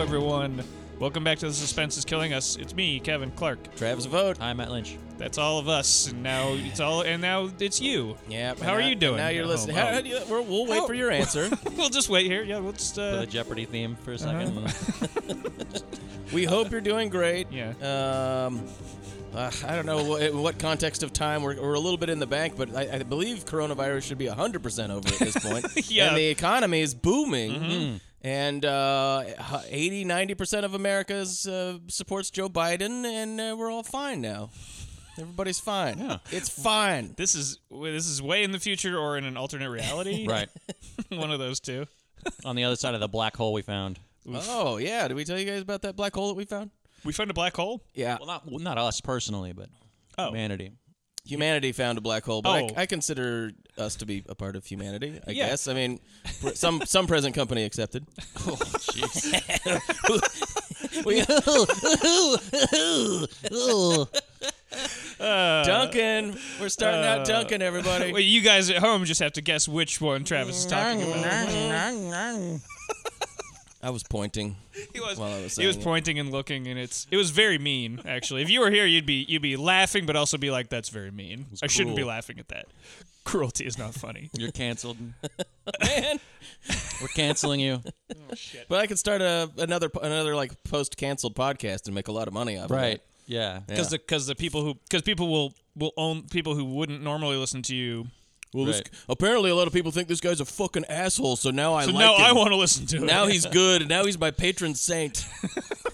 everyone. Welcome back to The Suspense is Killing Us. It's me, Kevin Clark. Travis Vote. Hi, Matt Lynch. That's all of us, and now it's all, and now it's you. Yeah. How are you doing Now you're at listening. home? Oh, How- how do you- we're- we'll wait How- for your answer. We'll just wait here. Yeah, we'll just. With Uh, a Jeopardy theme for a 2nd Uh-huh. we hope you're doing great. Yeah. Um, uh, I don't know what, in what context of time we're, we're a little bit in the bank, but I, I believe coronavirus should be 100% over at this point. Yeah. Mm-hmm. And the economy is booming. And uh, 80, 90% of America is, uh, supports Joe Biden, and uh, we're all fine now. Everybody's fine. Yeah. It's fine. this is this is way in the future or in an alternate reality. Right. One of those two. On the other side of the black hole we found. Oh, yeah. Did we tell you guys about that black hole that we found? We found a black hole. Yeah. Well, not well, not us personally, but Oh. humanity. humanity found a black hole, but Oh. I, I consider us to be a part of humanity. I Yeah. guess. I mean, pr- some some present company accepted. Uh, Duncan, we're starting out Duncan, everybody. Well, you guys at home just have to guess which one Travis is talking about. I was pointing. He was, While I was he was saying it. pointing and looking, and it's it was very mean. Actually, if you were here, you'd be you'd be laughing, but also be like, "That's very mean. I shouldn't be cruel. laughing at that. Cruelty is not funny." You're canceled. Man. We're canceling you. But I could start a another another like post canceled podcast and make a lot of money off of it. Yeah. because the because the people who because people will will own people who wouldn't normally listen to you. Well, this, Right. apparently a lot of people think this guy's a fucking asshole, so now I So like now I him. want to listen to Now it. he's good. and Now he's my patron saint.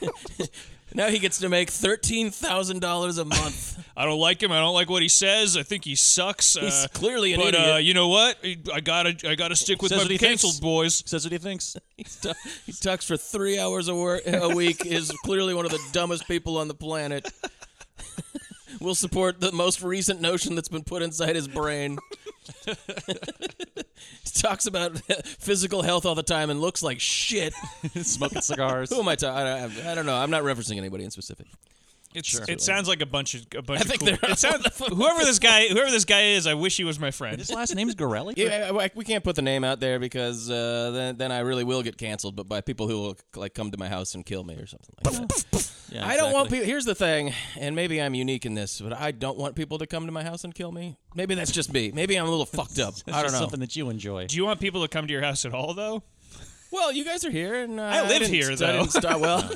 now he gets to make thirteen thousand dollars a month. I don't like him. I don't like what he says. I think he sucks. He's uh, clearly an but idiot. uh, you know what? I gotta I gotta stick with Says my what he canceled thinks. boys. Says what he thinks. Tu- he talks for three hours a, wor- a week. is clearly one of the dumbest people on the planet. Will support the most recent notion that's been put inside his brain. talks about physical health all the time and looks like shit. Smoking cigars. Who am I talking? I don't- I don't know. I'm not referencing anybody in specific. It's, It sounds like a bunch of a bunch of think cool. they're- It sounds, whoever this guy whoever this guy is. I wish he was my friend. His last name's Gorelli. Yeah, I- I- we can't put the name out there because uh, then, then I really will get canceled, but by people who will like come to my house and kill me or something like that. Yeah, I don't want exactly. people. Here's the thing, and maybe I'm unique in this, but I don't want people to come to my house and kill me. Maybe that's just me. Maybe I'm a little fucked up. I don't Just know. Something that you enjoy. Do you want people to come to your house at all though? Well, you guys are here, and uh, live didn't here, st- I didn't though. start well.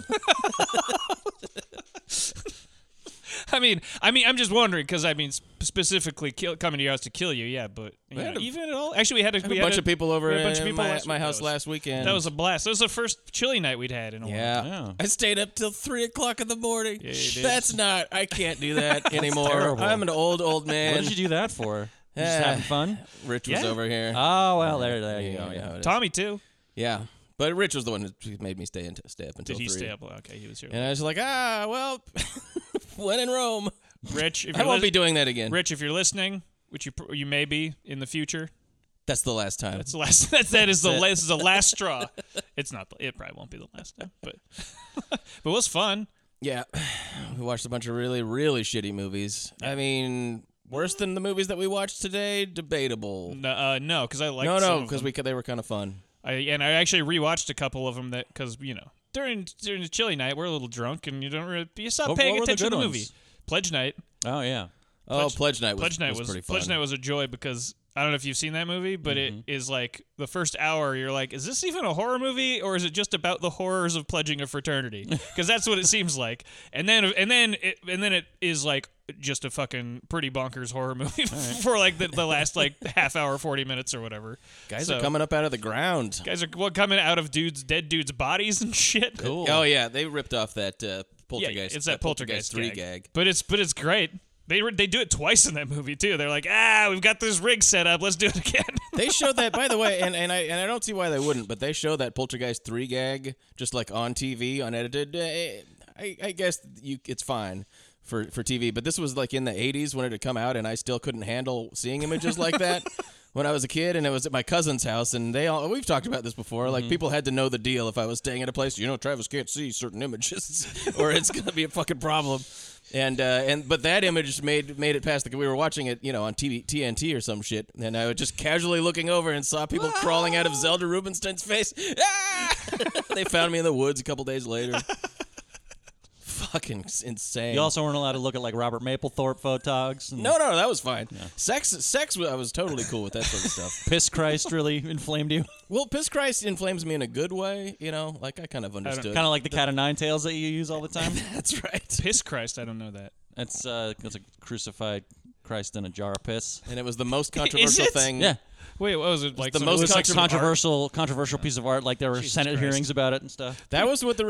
I mean, I mean, I'm just wondering because I mean sp- specifically kill, coming to your house to kill you. Yeah, but you know, had a- even at all. Actually, we had a, we a had bunch of people over we had at a bunch of people my, last my week. house That was- last weekend. That was a blast. That was the first chilly night we'd had in a while. yeah. Yeah. I stayed up till three o'clock in the morning. you did. That's not. I can't do that anymore. terrible. I'm an old old What man. did you do that for? You just Yeah. having fun? Rich was Yeah. over here. Oh well, there, there you go. you know how Yeah. it is. Tommy too. Yeah, but Rich was the one who made me stay in, stay up until Did he three. stay up? Okay, he was here. And I was like, ah, well, when in Rome. Rich, if I you're won't lis- be doing that again. Rich, if you're listening, which you pr- you may be in the future, That's the last time. it's the last. That, that is the last. Is the last straw. It's not. the- It probably won't be the last time, but but it was fun. Yeah. We watched a bunch of really, really shitty movies. I mean, worse than the movies that we watched today? Debatable. No, uh, no, because I like no, no, because we could, they were kind of fun. I, and I actually rewatched a couple of them that because you know during during the chilly night we're a little drunk and you don't really you stop What- paying what were the attention to good the ones? movie. Pledge night. Oh yeah. Oh, Pledge Night was, Pledge night was, pretty fun. Pledge night was a joy because. I don't know if you've seen that movie, but it Mm-hmm. is like the first hour. You're like, is this even a horror movie, or is it just about the horrors of pledging a fraternity? Because that's what it seems like. And then, and then, it, and then it is like just a fucking pretty bonkers horror movie for like the, the last like half hour, forty minutes or whatever. Guys So- are coming up out of the ground. Guys are what coming out of dudes, dead dudes' bodies and shit. Cool. Oh, yeah. They ripped off that uh, Yeah, Poltergeist. it's that poltergeist, 3 gag. gag. But it's but it's great. They were they do it twice in that movie too. They're like, ah, we've got this rig set up. Let's do it again. They showed that, by the way, and, and I and I don't see why they wouldn't, but they show that Poltergeist three gag just like on TV, unedited. Eh, I, I guess you it's fine for for TV, but this was like in the '80s when it had come out, and I still couldn't handle seeing images like that. when I was a kid, and it was at my cousin's house, and they all we've talked about this before. Like people had to know the deal if I was staying at a place. You know, Travis can't see certain images, or it's gonna be a fucking problem. And uh, and but that image made made it past the. We were watching it, you know, on TV, TNT or some shit, and I was just casually looking over and saw people crawling out of Zelda Rubinstein's face. Ah! they found me in the woods a couple days later. Fucking s- insane. You also weren't allowed to look at like Robert Mapplethorpe photogs. And No, no, that was fine. Sex, sex. I was totally cool with that sort of stuff. Piss Christ really inflamed you. Well, piss Christ inflames me in a good way. You know, like I kind of understood. kind of like the cat of nine tails that you use all the time. That's right. Piss Christ, I don't know that. That's uh, that's a crucified Christ in a jar of piss. And it was the most controversial Mm. it? thing. Yeah, Wait, what was it like? the some- most it was like Piece it's of a art. controversial, controversial piece of art. Like there were Senate Christ. hearings about it and stuff. that was what the God,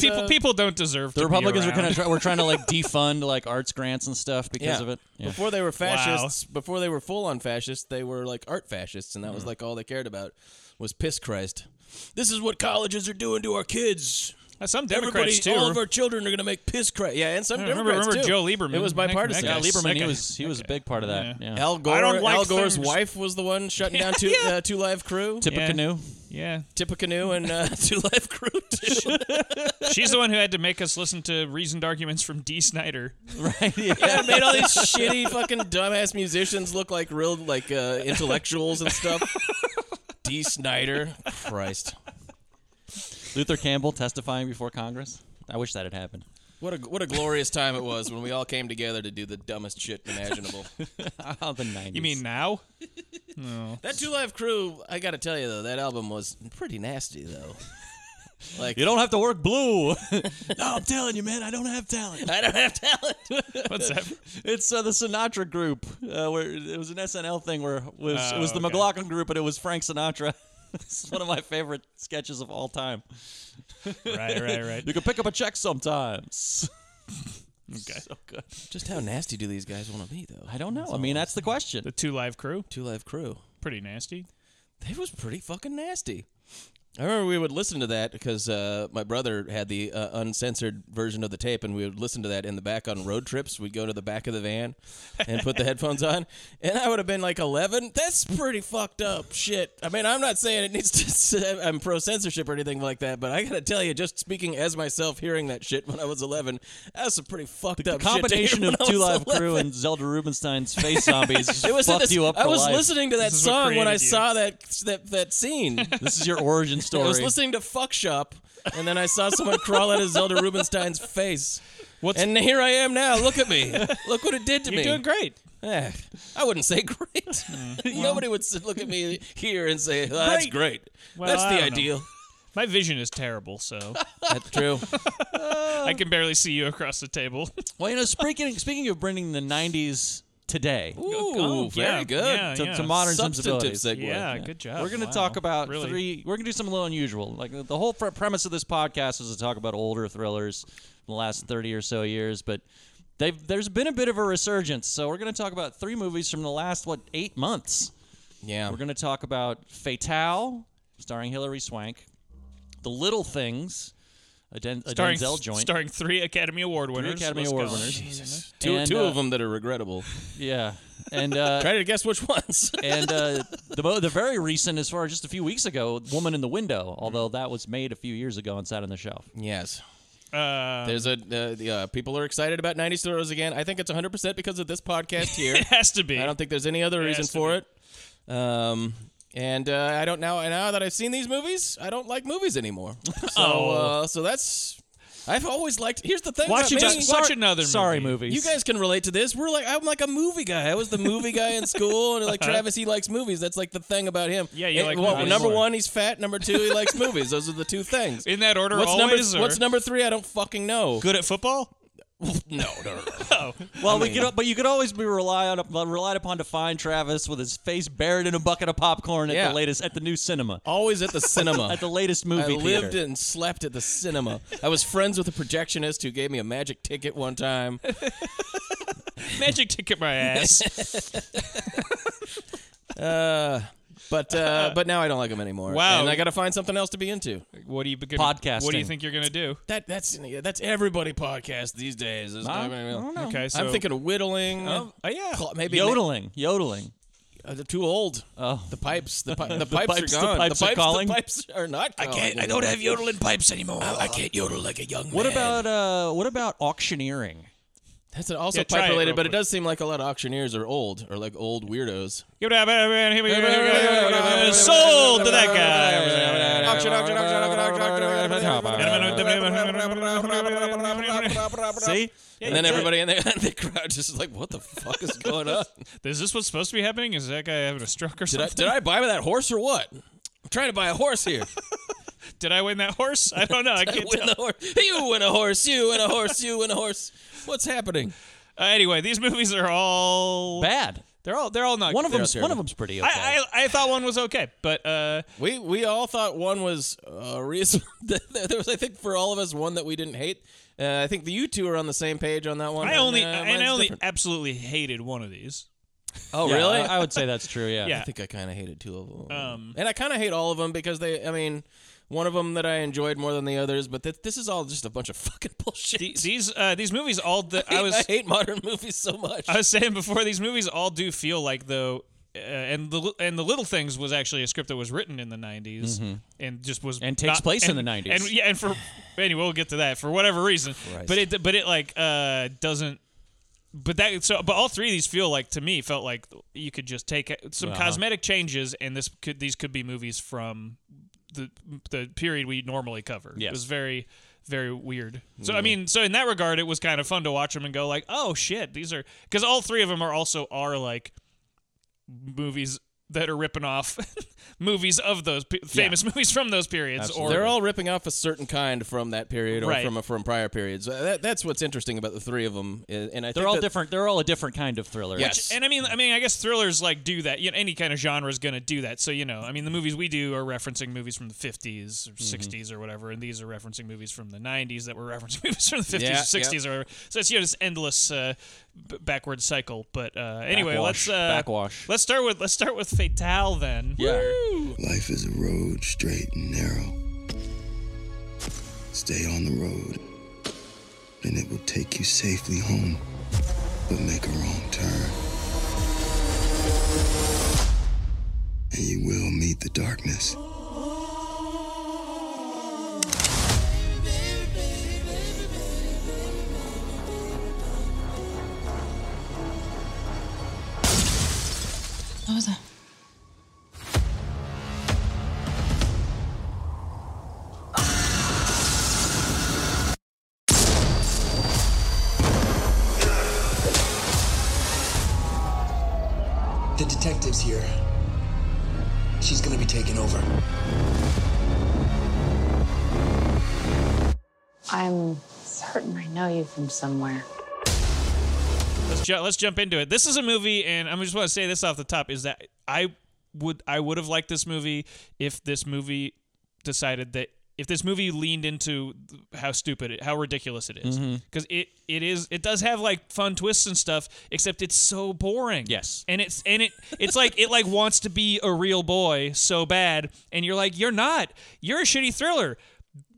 people uh, people don't deserve. The to Republicans be were kind of around. try, were trying to like defund like arts grants and stuff because Yeah. of it. Yeah. Before they were fascists, before they were full on fascists, they were like art fascists, and that Mm-hmm. was like all they cared about was piss Christ. This is what colleges are doing to our kids. Uh, some Everybody, Democrats too. all of our children are going to make piss Christ. Yeah, and some I remember, Democrats remember too. Joe Lieberman. It was That- that bipartisan. guy- Yeah, Lieberman, that he guy- was he was a big part of that. Yeah. Yeah, Al Gore. don't like Al Gore's things. wife was the one shutting down two, uh, Two Live Crew. Tip- Tippecanoe. Yeah, Tippecanoe and uh, Two Live Crew. too. she's the one who had to make us listen to reasoned arguments from D. Snyder. right? Yeah. yeah, made all these shitty fucking dumbass musicians look like real like uh, intellectuals and stuff. D. Snyder, Christ, Luther Campbell testifying before Congress. I wish that had happened. what a what a glorious time it was when we all came together to do the dumbest shit imaginable. Oh, the nineties. You mean now? That Two Live Crew, I gotta tell you though, that album was pretty nasty though. Like you don't have to work blue? no, I'm telling you, man, I don't have talent. I don't have talent. What's that? It's uh, the Sinatra group. Uh, where it was an SNL thing where it was it Oh, was the okay. McLaughlin group, and it was Frank Sinatra. it's one of my favorite sketches of all time. Right, right, right. You can pick up a check sometimes. Okay. So good. Just how nasty do these guys want to be though? I don't know. I mean, that's the question. The two live crew, Two Live Crew. pretty nasty. It was pretty fucking nasty. I remember we would listen to that because uh, my brother had the uh, uncensored version of the tape, and we would listen to that in the back on road trips. We'd go to the back of the van and put the headphones on, and I would have been like 11. That's pretty fucked up shit. I mean, I'm not saying it needs to. Say I'm pro censorship or anything like that, but I gotta tell you, just speaking as myself, hearing that shit when I was 11, that's a pretty fucked The up shit to hear combination of when I Two was Live 11. Crew and Zelda Rubinstein's face zombies just It was fucked this- you up for I was life. listening to that is what song when I created you. saw that that that scene. This is your origin story. I was listening to Fuck Shop, and then I saw someone crawl out of Zelda Rubinstein's face. What's- and here I am now. Look at me. Look what it did to You're me. doing great. Eh, I wouldn't say great. Nobody would s- look at me here and say, "Oh, that's Great. great. Well, that's I the don't know. ideal. My vision is terrible, so That's true. I can barely see you across the table. Well, you know, speaking speaking of bringing the '90s today Ooh, God, very yeah, good. yeah. to, to modern Substantive sensibilities, segue. yeah, good job. we're going to Wow. talk about Really. three. We're going to do something a little unusual. Like the, the whole pre- premise of this podcast is to talk about older thrillers from the last thirty or so years, but they've there's been a bit of a resurgence. So we're going to talk about three movies from the last what eight months. Yeah. We're going to talk about Fatale, starring Hilary Swank, The Little Things, a, Den- a Starring, Denzel joint. starring three Academy Award winners. Academy Let's Award go. winners. Jesus. Two, And, two uh, of them that are regrettable. yeah, and uh, Try to guess which ones. and uh, the mo- the very recent, as far as just a few weeks ago, Woman in the Window. Although that was made a few years ago and sat on the shelf. yes. Uh, There's a uh, yeah, people are excited about 90s thrillers again. I think it's 100% because of this podcast here. it has to be. I don't think there's any other reason has to for it. Um, and uh, I don't now now that I've seen these movies, I don't like movies anymore. So Oh. uh, so that's I've always liked. Here's the thing Watch about it- me. watch another Sorry, movie. movies. You guys can relate to this. We're like I'm like a movie guy. I was the movie guy in school, and like Travis, he likes movies. That's like the thing about him. Uh-huh. Yeah, you And- like well, movies Number more. one, he's fat. Number two, he likes movies. Those are the two things. in that order what's always. number or What's number three? I don't fucking know. good at football? No, no, no. Well, we could, but you could always be relied on, relied upon to find Travis with his face buried in a bucket of popcorn at Yeah. the latest at the new cinema, Always at the cinema. at the latest movie I theater. lived and slept at the cinema. I was friends with a projectionist who gave me a magic ticket one time. Magic ticket my ass. Uh, but uh, but now I don't like him anymore. Wow. And I got to find something else to be into. what are you gonna, What do you Podcasting. think you're gonna do? That that's that's everybody podcast these days. There's I, not- I don't know. Okay, so I'm thinking of whittling. Oh, yeah. cl- maybe Yodeling, yodeling. Uh, they're too old. Oh. The pipes. The, pi- the, pipes pipes- the are gone. pipes are calling? The pipes are not. Calling. Oh. have yodeling pipes anymore. I, can't yodel like a young What about uh, what about auctioneering? That's also Yeah, try it pipe related, real but it quick. does seem like a lot of auctioneers are old or like old weirdos. uh, Sold to that guy. Auction, auction, auction, auction, auction, auction, auction, auction. See, And then everybody in the, in the crowd just is like, what the fuck is going on? Is this what's supposed to be happening? Is that guy having a stroke or Did I, something? did I buy that horse or what? I'm trying to buy a horse here. Did I win that horse? I don't know. I You can't win tell. the horse. You win a horse. You win a horse. You win a horse. What's happening? Uh, anyway, these movies are all bad. they're all they're all not. One of they're them's all one of terrible. them's pretty okay. I, I I thought one was okay, but uh, We we all thought one was uh, reason. there was, I think, for all of us, one that we didn't hate. Uh, I think the you two are on the same page on that one. I only uh, and I mine's only different. absolutely hated one of these. oh, yeah, really? I- I, would say that's true. Yeah. Yeah. I think I kind of hated two of them. Um, and I kind of hate all of them because they. I mean, one of them that I enjoyed more than the others, but th- this is all just a bunch of fucking bullshit. The- These uh, these movies all the, I I, was I hate modern movies so much. I was saying before these movies all do feel like though. Uh, and the and the little things was actually a script that was written in the 90s and just was Mm-hmm. And takes not- place in and- the 90s. and yeah and for anyway we'll get to that for whatever reason but it but it like uh doesn't but that so but all three of these feel like to me felt like you could just take some Uh-huh. cosmetic changes and this could these could be movies from the the period we normally cover Yeah. it was very very weird so i mean so in that regard it was kind of fun to watch them and go like oh shit these are because all three of them are also are like movies that are ripping off movies of those pe- famous movies from those periods or They're all ripping off a certain kind from that period or Right. from from prior periods. Uh, That, that's what's interesting about the three of them. And I They're think all that- different. They're all a different kind of thriller. Yes. And I mean, I mean, I guess thrillers like do that. You know, any kind of genre is going to do that. So you know, I mean, the movies we do are referencing movies from the '50s Mm-hmm. or '60s or whatever, and these are referencing movies from the '90s that were referencing movies from the '50s Yeah, or '60s or whatever. So it's you know this endless uh, b- backward cycle. But uh, anyway, let's Backwash, uh, backwash. Let's start with let's start with Fatale then. Yeah. Life is a road straight and narrow. Stay on the road, and it will take you safely home, but make a wrong turn. And you will meet the darkness. What was that? The detective's here. She's gonna be taking over. I'm certain I know you from somewhere. Let's ju- let's jump into it. This is a movie, and I just want to say this off the top is that I would I would have liked this movie if this movie decided that if this movie leaned into how stupid it, how ridiculous it is because it it is it does have like fun twists and stuff except it's so boring Yes. and it's and it it's like it like wants to be a real boy so bad and you're like you're not you're a shitty thriller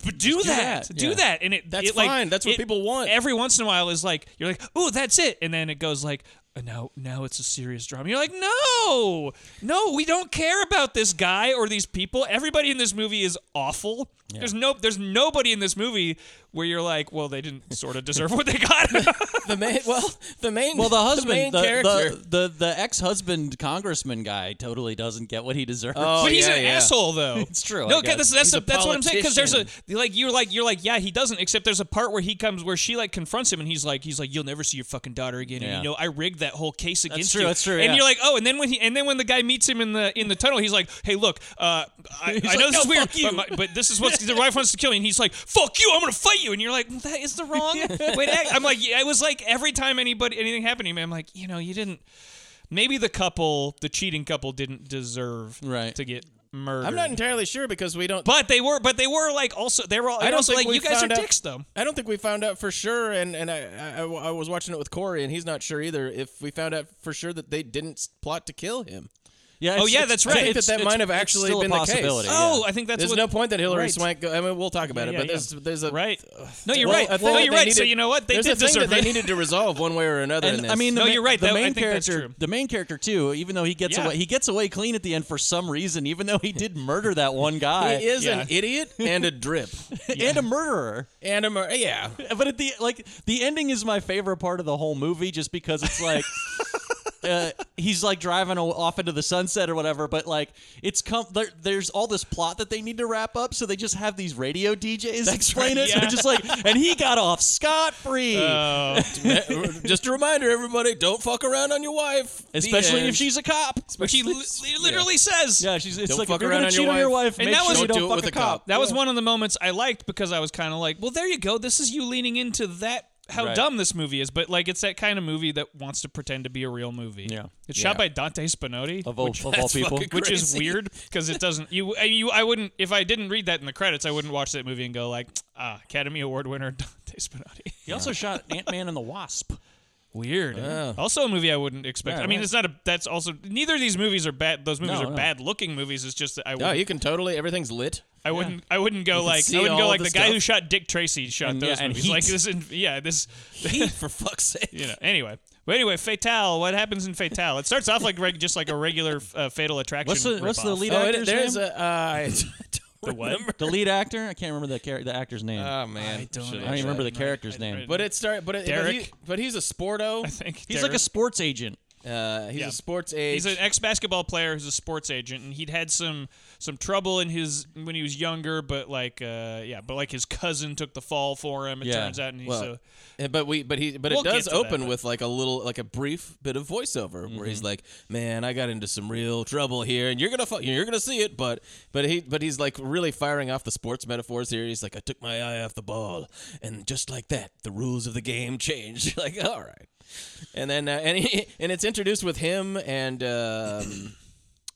but do, that, that. do Yeah. that and it That's it, like, fine. That's what it- people want. every once in a while is like you're like, oh, that's it, and then it goes like, uh, now now it's a serious drama. You're like, no, no, we don't care about this guy or these people. Everybody in this movie is awful. There's no there's nobody in this movie where you're like, well, they didn't sort of deserve what they got. The main, well, the main, Well, the main husband, the, character. the, the, the, ex-husband congressman guy, totally doesn't get what he deserves. Oh, but he's yeah, an yeah. asshole though. It's true, I No, guess. that's that's, He's a that's what I'm saying because there's a politician. like you're like you're like yeah he doesn't except there's a part where he comes where she like confronts him and he's like he's like you'll never see your fucking daughter again Yeah. and you know I rigged that whole case against true, you that's true, and yeah. you're like oh and then when he and then when the guy meets him in the in the tunnel he's like hey look uh, I, I know like, this is "No, weird fuck you." but, my- but this is what the wife wants to kill me and he's like fuck you I'm gonna fight you and you're like well, that is the wrong way to act. I'm like yeah, I was like every time anybody anything happened to me I'm like you know you didn't maybe the couple, the cheating couple, didn't deserve Right. to get murdered. I'm not entirely sure because we don't. but they were, but they were like also they were. All, I don't also think like we you guys are found out- dicks though. I don't think we found out for sure, and and I, I I was watching it with Corey, and he's not sure either if we found out for sure that they didn't plot to kill him. Oh, Yeah. it's- yeah, it's- that's I think right. that that it's- might have it's actually still a been the case. possibility, Oh, yeah. I think that's there's what, no point that Hillary Right. Swank. Go, I mean, we'll talk about it, Yeah, but yeah. there's there's a right. No, you're Well, right. I think No, that you're they right. so needed- you know what? They there's did a thing deserve that it. they needed to resolve one way or another. in And this. I mean, the No, main- you're right. The That- I main think that's character, true. the main character too. Even though he gets Yeah. away, he gets away clean at the end for some reason. Even though he did murder that one guy he is yeah. an idiot and a drip and a murderer. and a mur- yeah. But at the like, the ending is my favorite part of the whole movie, just because it's like. Uh, he's like driving o- off into the sunset or whatever, but like it's come. There, there's all this plot that they need to wrap up, so they just have these radio DJs explain it. So yeah. just like, and he got off scot free. Just a reminder, everybody, don't fuck around on your wife, The Especially end. if she's a cop. Which he li- literally says. Yeah, she's. It's Don't like fuck if you're around gonna on cheat your on your wife. wife, And make that sure was- you Don't don't do it fuck with a a cop. cop. That was one of the moments I liked because I was kind of like, well, there you go. This is you leaning into that how Right. dumb this movie is, but like it's that kind of movie that wants to pretend to be a real movie. Yeah. it's shot by Dante Spinotti, Of all, which, of all people, fucking which is crazy. weird because it doesn't. You, I- you, I wouldn't if I didn't read that in the credits, I wouldn't watch that movie and go like, ah, Academy Award winner Dante Spinotti. he also shot Ant Man and the Wasp. Weird. Also, a movie I wouldn't expect. Yeah, I mean, right. it's not a. That's also neither of these movies are bad. Those movies No, are no. bad looking movies. It's just that I No, wouldn't. Oh, you can totally. Everything's lit. I wouldn't. I wouldn't go like. see I wouldn't go all like the the, guy stuff. who shot Dick Tracy shot And, yeah, those and movies. Like Heat. this. in- Yeah, this. Heat for fuck's sake. You know. Anyway. But anyway, Fatale. What happens in Fatale? It starts off like reg, just like a regular uh, Fatal Attraction. What's the What's the ripoff. lead Oh, it, actor's there's name? a. Uh, I don't what? remember. the lead actor. I can't remember the char- the actor's name. Oh man, I I don't even remember the character's name. But it started. But it, but, he, Derek. but he's a sporto. I think He's Derek- like a sports agent. Uh, he's Yeah. a sports age. He's an ex-basketball player who's a sports agent, and he'd had some some trouble in his when he was younger. But like, uh, yeah, but like his cousin took the fall for him. It Yeah, turns out, and he's well, so Uh, But we, but he, but We'll it does get to that, open but- Mm-hmm. with like a little, like a brief bit of voiceover where he's like, "Man, I got into some real trouble here, and you're gonna, fu- you're gonna see it." But, but he, but he's like really firing off the sports metaphors here. He's like, "I took my eye off the ball, and just like that, the rules of the game changed." You're like, all right, and then, uh, and he, and it's introduced with him and, um,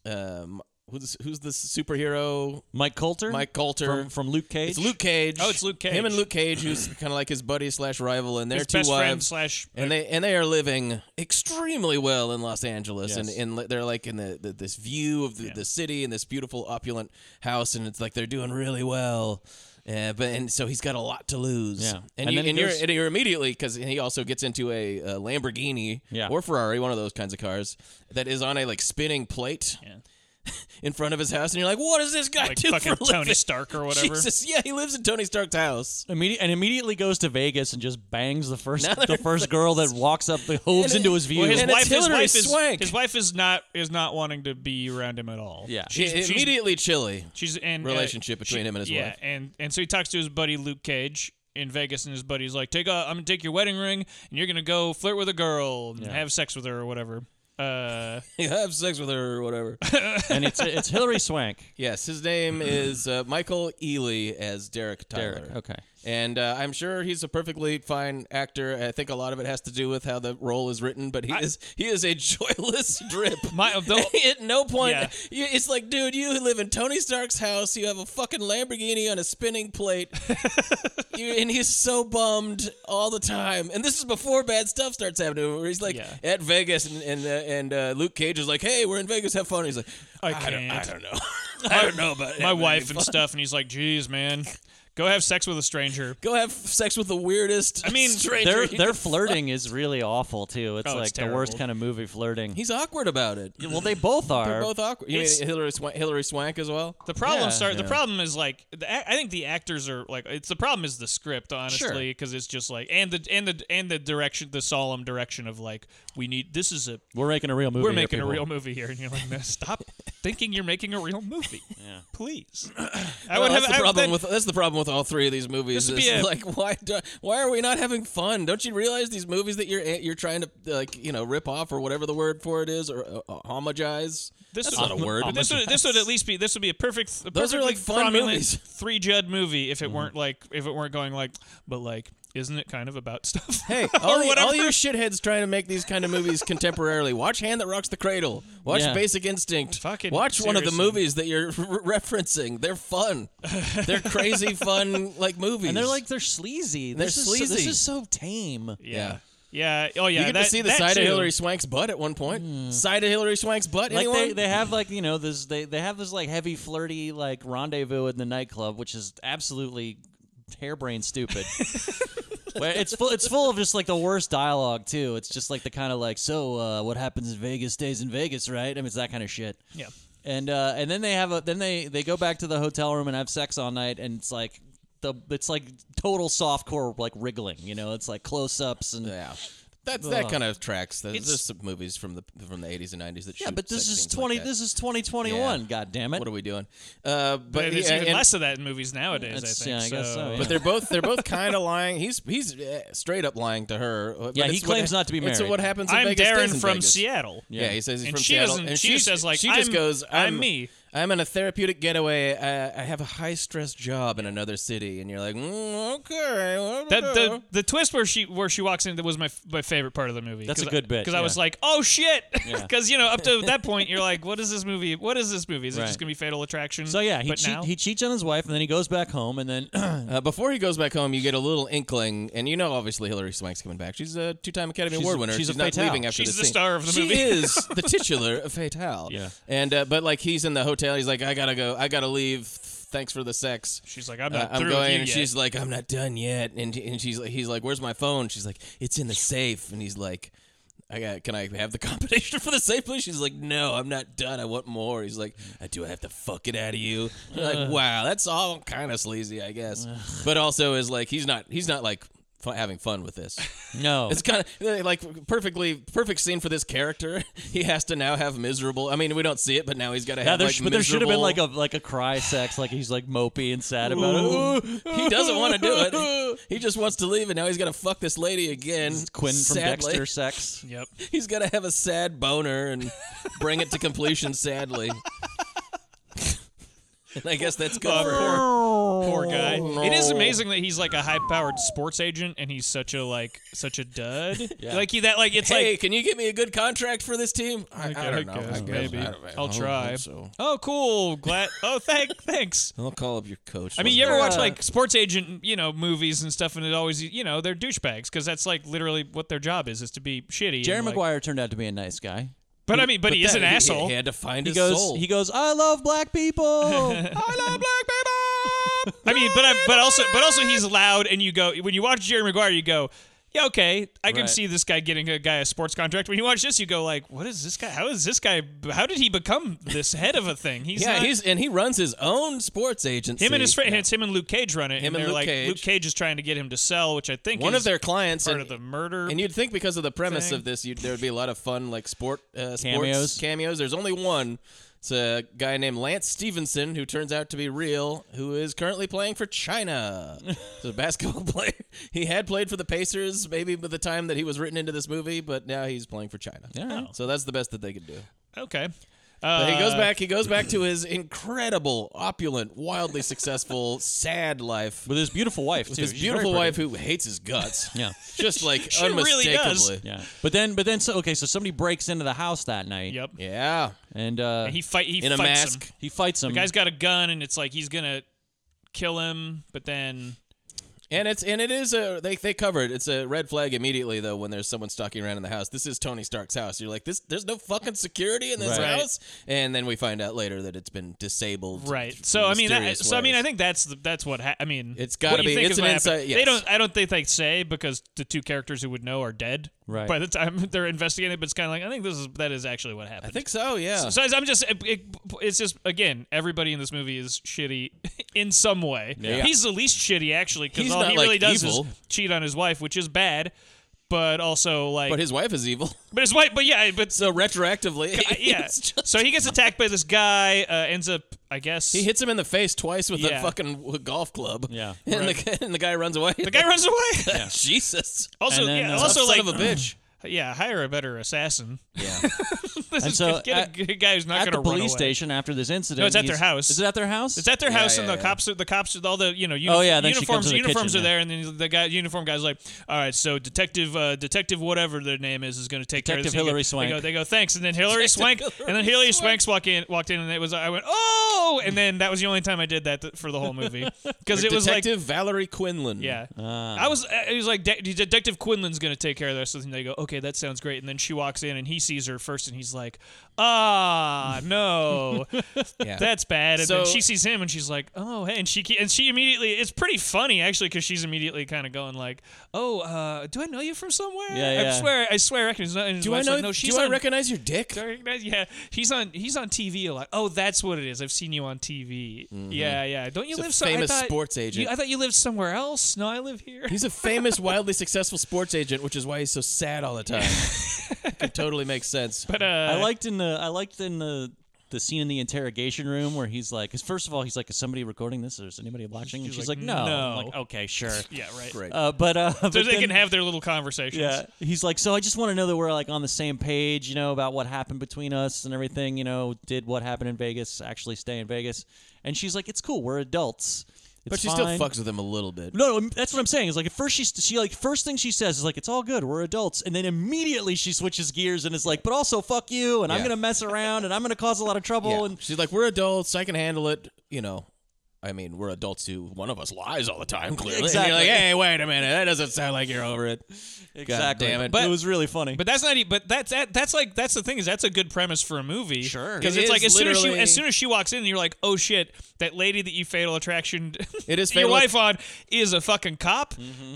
um, who's who's the superhero? Mike Coulter. Mike Coulter from, from Luke Cage. It's Luke Cage. Oh, it's Luke Cage. Him and Luke Cage, who's kind of like his buddy slash rival, and their his two best friend wives. slash and they and they are living extremely well in Los Angeles, and, Yes. and li- they're like in the, the this view of the, the city and this beautiful opulent house, and it's like they're doing really well. Uh, but and so he's got a lot to lose. Yeah. and, And you, then he and goes- you're and you're immediately because he also gets into a, uh Lamborghini Yeah. or Ferrari, one of those kinds of cars that is on a like spinning plate in front of his house, and you're like, what does this guy like do for fucking a living? Tony Stark or whatever. Jesus, yeah, he lives in Tony Stark's house. Immediate, and immediately goes to Vegas and just bangs the first the first girl that walks up the hooves And it- into his view. Well, his And it's wife, his Hillary wife is Swank. his wife is not is not wanting to be around him at all. Yeah. she's, It- she's, immediately chilly. she's and uh, relationship between him and his yeah, wife. and and so he talks to his buddy Luke Cage in Vegas, and his buddy's like, "Take, i am I'm gonna take your wedding ring, and you're gonna go flirt with a girl and have sex with her or whatever." Uh, You have sex with her or whatever. and it's it's Hillary Swank. yes, his name is uh, Michael Ealy as Derek Tyler. Derek, okay. And uh, I'm sure he's a perfectly fine actor. I think a lot of it has to do with how the role is written, but he is he is a joyless drip. My- the- At no point, Yeah. you, it's like, dude, you live in Tony Stark's house. You have a fucking Lamborghini on a spinning plate, you, and he's so bummed all the time. And this is before bad stuff starts happening. Where he's like Yeah. at Vegas, and and, uh, and uh, Luke Cage is like, "Hey, we're in Vegas. Have fun." He's like, I don't, I can't. don't know. I don't know about my having wife any and fun." stuff, and he's like, "Geez, man, go have sex with a stranger." Go have sex with the weirdest. I mean, stranger Their you can their flirting is really awful too. It's Oh, it's like the worst terrible. kind of movie flirting. He's awkward about it. well, they both are. They're both awkward. You mean It's- Hillary Swank, Hillary Swank as well? The problem Yeah, start. yeah. The problem is like the, ac- I think the actors are like it's the problem is the script honestly because it's just like and the and the and the direction the solemn direction of like we need this is a We're making a real movie. we're here, making a people. real movie here and you're like "No, stop thinking you're making a real movie please I Well, that's the I problem then- with that's the problem with all three of these movies. This would Is be a- like why do, why are we not having fun? Don't you realize these movies that you're you're trying to like you know rip off or whatever the word for it is or uh, uh, homogize? this that's would- not a word. but this would this would at least be this would be a perfect a Those are, perfectly like, fun cromulent movies. Mm-hmm. three Judd movie if it weren't like if it weren't going like but like isn't it kind of about stuff Hey, or all, you, whatever all you shitheads trying to make these kind of movies contemporarily, watch Hand That Rocks the Cradle. Watch Yeah. Basic Instinct. Fucking watch one of the seriously. movies that you're re- referencing. They're fun. They're crazy fun like movies. And they're like they're sleazy. They're this Is so, sleazy. this is so tame. yeah. yeah. Yeah. Oh yeah. you get that, to see the that side too. of Hillary Swank's butt at one point. Side of Hillary Swank's butt. Hmm. Like anyone? they, they have like you know this they, they have this like heavy flirty like rendezvous in the nightclub which is absolutely harebrained stupid. Where it's full it's full of just like the worst dialogue too. It's just like the kind of like so uh, what happens in Vegas stays in Vegas, right? I mean it's that kind of shit. Yeah. And uh, and then they have a then they they go back to the hotel room and have sex all night and it's like the it's like total softcore like wriggling, you know. It's like close ups and yeah. That's, that Ugh. kind of tracks. There's It's- there's some movies from the from the 80s and 90s that Yeah, shoot but this sex is scenes like twenty. that. this is twenty twenty one. Yeah. God damn it! what are we doing? Uh, but But there's yeah, even and- less of that in movies nowadays. I That's- think. yeah, I guess so, yeah. But they're both they're both kind of lying. He's he's uh, straight up lying to her. but Yeah, he it's what claims ha- not to be It's married. what happens. in I'm Vegas stays Darren in from Vegas. Seattle. Yeah. he says he's And from she Seattle, doesn't- and she says, like, she just "I'm- goes, I'm me." I'm in a therapeutic getaway. I, I have a high stress job in another city," and you're like, mm, "Okay, well, That the the twist where she where she walks in that was my f- my favorite part of the movie. That's a Cause I- good bit, because I yeah. was like, oh shit, Yeah. because you know up to that point you're like, what is this movie? What is this movie? Is it Right. just gonna be Fatal Attraction? So yeah, he but cheat, now he cheats on his wife, and then he goes back home, and then Uh, before he goes back home, you get a little inkling, and you know, obviously, Hillary Swank's coming back. She's a two-time Academy She's- Award winner. she's a not fatale. leaving after She's this the scene. star of the she movie. is the titular of Fatale. Yeah. And uh, but like he's in the hotel. He's like, I gotta go. I gotta leave. Thanks for the sex. she's like, I'm Uh, not I'm through going, with you and yet. she's like, I'm not done yet. And and she's like, he's like, Where's my phone? She's like, It's in the safe. And he's like. I got. Can I have the combination for the safe, please? She's like, No, I'm not done. I want more. He's like, I do. I have to fuck it out of you. You're Uh. like, wow, that's all kind of sleazy, I guess. but also is like, he's not. He's not like fu- having fun with this. no, It's kind of like perfectly perfect scene for this character. he has to now have miserable. I mean, we don't see it, but now he's got to yeah, have there, like sh- but there should have been miserable- like a like a cry sex, like he's like mopey and sad about it. Ooh. he doesn't want to do it. He just wants to leave, and now he's got to fuck this lady again. Quinn from sadly. Dexter sex. yep. He's got to have a sad boner and bring it to completion. Sadly, and I guess that's good Uh, for her. poor, poor guy. It is amazing that he's like a high-powered sports agent, and he's such a like such a dud. Like he that like it's Hey, like can you get me a good contract for this team? I, I don't know. I guess. maybe I don't know. I'll I hope try. So. Oh, cool. Glad. Oh, thank thanks. I'll call up your coach. I mean, you ever watch Yeah. like sports agent, you know, movies and stuff, and it always, you know, they're douchebags because that's like literally what their job is, is to be shitty. Jerry and, like- Maguire turned out to be a nice guy. But I mean, but, he is that- an asshole. He had to find He his goes, soul. he goes, I love black people. I love black people. I mean, but I, but also, but also, he's loud, and you go when you watch Jerry Maguire, you go. Yeah, okay. I can Right. see this guy getting a guy a sports contract. When you watch this, you go like, "What is this guy? How is this guy? How did he become this head of a thing?" He's yeah, not- he's and he runs his own sports agency. him and his friend. It's him and Luke Cage run it. Him and and they're Luke like, Cage. Luke Cage is trying to get him to sell, which I think one is of their clients part and- of the murder. And you'd think because of the premise thing. of this, you'd, there'd be a lot of fun like sport uh, sports Cameos. cameos. There's only one. It's a guy named Lance Stevenson who turns out to be real, who is currently playing for China. He's a basketball player. He had played for the Pacers maybe by the time that he was written into this movie, but now he's playing for China. Yeah. So that's the best that they could do. okay. But he goes Uh, back. He goes back to his incredible, opulent, wildly successful, sad life With his beautiful wife, with too. his She's very beautiful pretty. wife who hates his guts. Yeah. just like She really unmistakably. does. Yeah. But then, but then, so, okay, so somebody breaks into the house that night. Yep. Yeah, And, uh, And he he, fight. He in a fights mask. Him. he fights him. The guy's got a gun, and it's like he's gonna kill him, but then And it's and it is a they they cover it. It's a red flag immediately though when there's someone stalking around in the house. This is Tony Stark's house. You're like this. There's no fucking security in this Right. house. And then we find out later that it's been disabled. right. in So I mean, that, mysterious so I mean, ways. I think that's the, that's what ha- I mean. It's gotta what you be- think it's is an what happened. inside- yes. They don't. I don't think they say because the two characters who would know are dead. Right. By the time they're investigating, it, but it's kind of like I think this is that is actually what happened. I think so. Yeah. So I'm just, it, it- it's just again, everybody in this movie is shitty in some way. Yeah. He's the least shitty actually because He's all not, he like, really does evil. is cheat on his wife, which is bad, but also like, but his wife is evil. but his wife, but yeah, but So retroactively, I- yeah. it's just- so he gets attacked by this guy, uh, ends up, I guess. He hits him in the face twice with a Yeah. fucking w- golf club. Yeah. and, the, guy- and the guy runs away. the guy runs away. Jesus. Also, And then, yeah, uh, also Son like of a bitch. yeah, hire a better assassin. Yeah. This And is- so get a g- guy who's not at going to the run police away. station after this incident. No, it's at their he's- house. Is it at their house? It's at their house, Yeah, and yeah, the yeah. cops, are, the cops, all the you know, uni- Oh, yeah, then she uniforms, comes in the uniforms kitchen, are there, and then the guy, uniform guy's like, "All right, so detective, uh, detective, whatever their name is, is going to take care of this." Detective Hillary They go- Swank. They go, they go, thanks, and then Hillary Swank, and then Hillary Swanks walk in, walked in, and it was I went, oh, and then that was the only time I did that th- for the whole movie because it was like. Detective Valerie Quinlan. Ah. Yeah, I was. I was like, De- Detective Quinlan's gonna take care of this, and they go, "Okay, that sounds great." And then she walks in, and he sees her first, and he's like, "Ah, no, Yeah. that's bad. And So- then she sees him, and she's like, "Oh, hey!" And she ke- and she immediately. It's pretty funny actually, because she's immediately kind of going like, "Oh, uh, do I know you from somewhere? Yeah, I yeah. swear, I swear, I recognize." And his Do I wife's know? Like, no, she's do I on- recognize your dick? do I recognize- Yeah, he's on. He's on TV a lot. Oh, that's what it is. I've seen you on TV. Yeah, yeah. Don't you He's a live? so- I famous thought- sports you- agent. I thought you lived somewhere else. No, I live here. He's a famous, wildly successful sports agent, which is why he's so sad all the time. it totally makes sense. But uh, I liked in the I liked in the the scene in the interrogation room where he's like, 'cause first of all, he's like, is somebody recording this or is anybody watching? And She's she's, like, like, no. I'm "No." like, okay, sure. Yeah, right. Great. Uh, but uh, So they can have their little conversations. Yeah, he's like, so I just want to know that we're like on the same page, you know, about what happened between us and everything. You know, did what happened in Vegas actually stay in Vegas? And she's like, it's cool, we're adults. It's but she fine." still fucks with him a little bit. No, no, that's what I'm saying. Is like at first she she like first thing she says is like it's all good, we're adults, and then immediately she switches gears and is like, but also fuck you, and I'm Yeah. gonna mess around and I'm gonna cause a lot of trouble. Yeah. And she's like, "We're adults. I can handle it." You know, I mean, we're adults who one of us lies all the time. Clearly, Exactly. And you're like, "Hey, wait a minute. That doesn't sound like you're over it." exactly, damn it. But But- it was really funny. But that's not. e- But that's that, that's like that's the thing is that's a good premise for a movie. Sure. because It it's like is as soon as she literally- as soon as she walks in, you're like, oh shit, that lady that you fatal attraction, It is your Fatal- Mm-hmm. wife on is a fucking cop.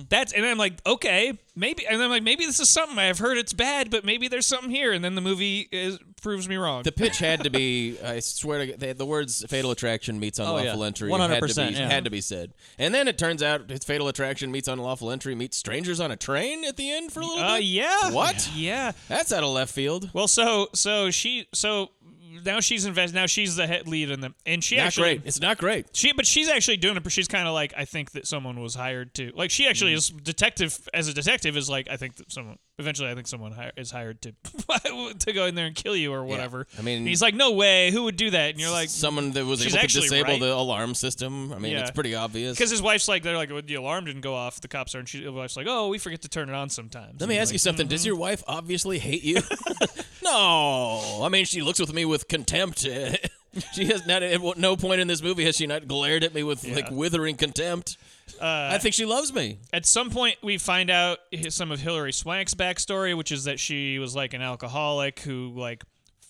That's and I'm like, okay, maybe, and I'm like, maybe this is something I've heard it's bad, but maybe there's something here, and then the movie is, proves me wrong. The pitch had to be. I swear to God, they, the words "fatal attraction" meets unlawful Oh, yeah. entry. 100%, had to be yeah. had to be said. And then it turns out it's "fatal attraction" meets unlawful entry meets strangers on a train at the end for a little uh, bit. yeah. What? Yeah. That's out of left field. Well, so so she so now she's invest now she's the head lead in them, and she not actually great. It's not great. She, but she's actually doing it. But she's kind of like, I think that someone was hired to. Like, she actually Hmm. is detective as a detective is like, I think that someone eventually, I think someone hire, is hired to to go in there and kill you or whatever. I mean- And he's like, no way, who would do that? And you're like, someone that was she's able to actually disable right. the alarm system. I mean, Yeah. it's pretty obvious. because his wife's like, they're like, well, the alarm didn't go off. The cops aren't. She, his wife's like, oh, we forget to turn it on sometimes. Let me ask you something. Does mm-hmm. your wife obviously hate you? no. I mean, she looks with me with contempt. she has not at no point in this movie has she not glared at me with like withering contempt. Uh, I think she loves me. At some point, we find out hi- some of Hillary Swank's backstory, which is that she was like an alcoholic who like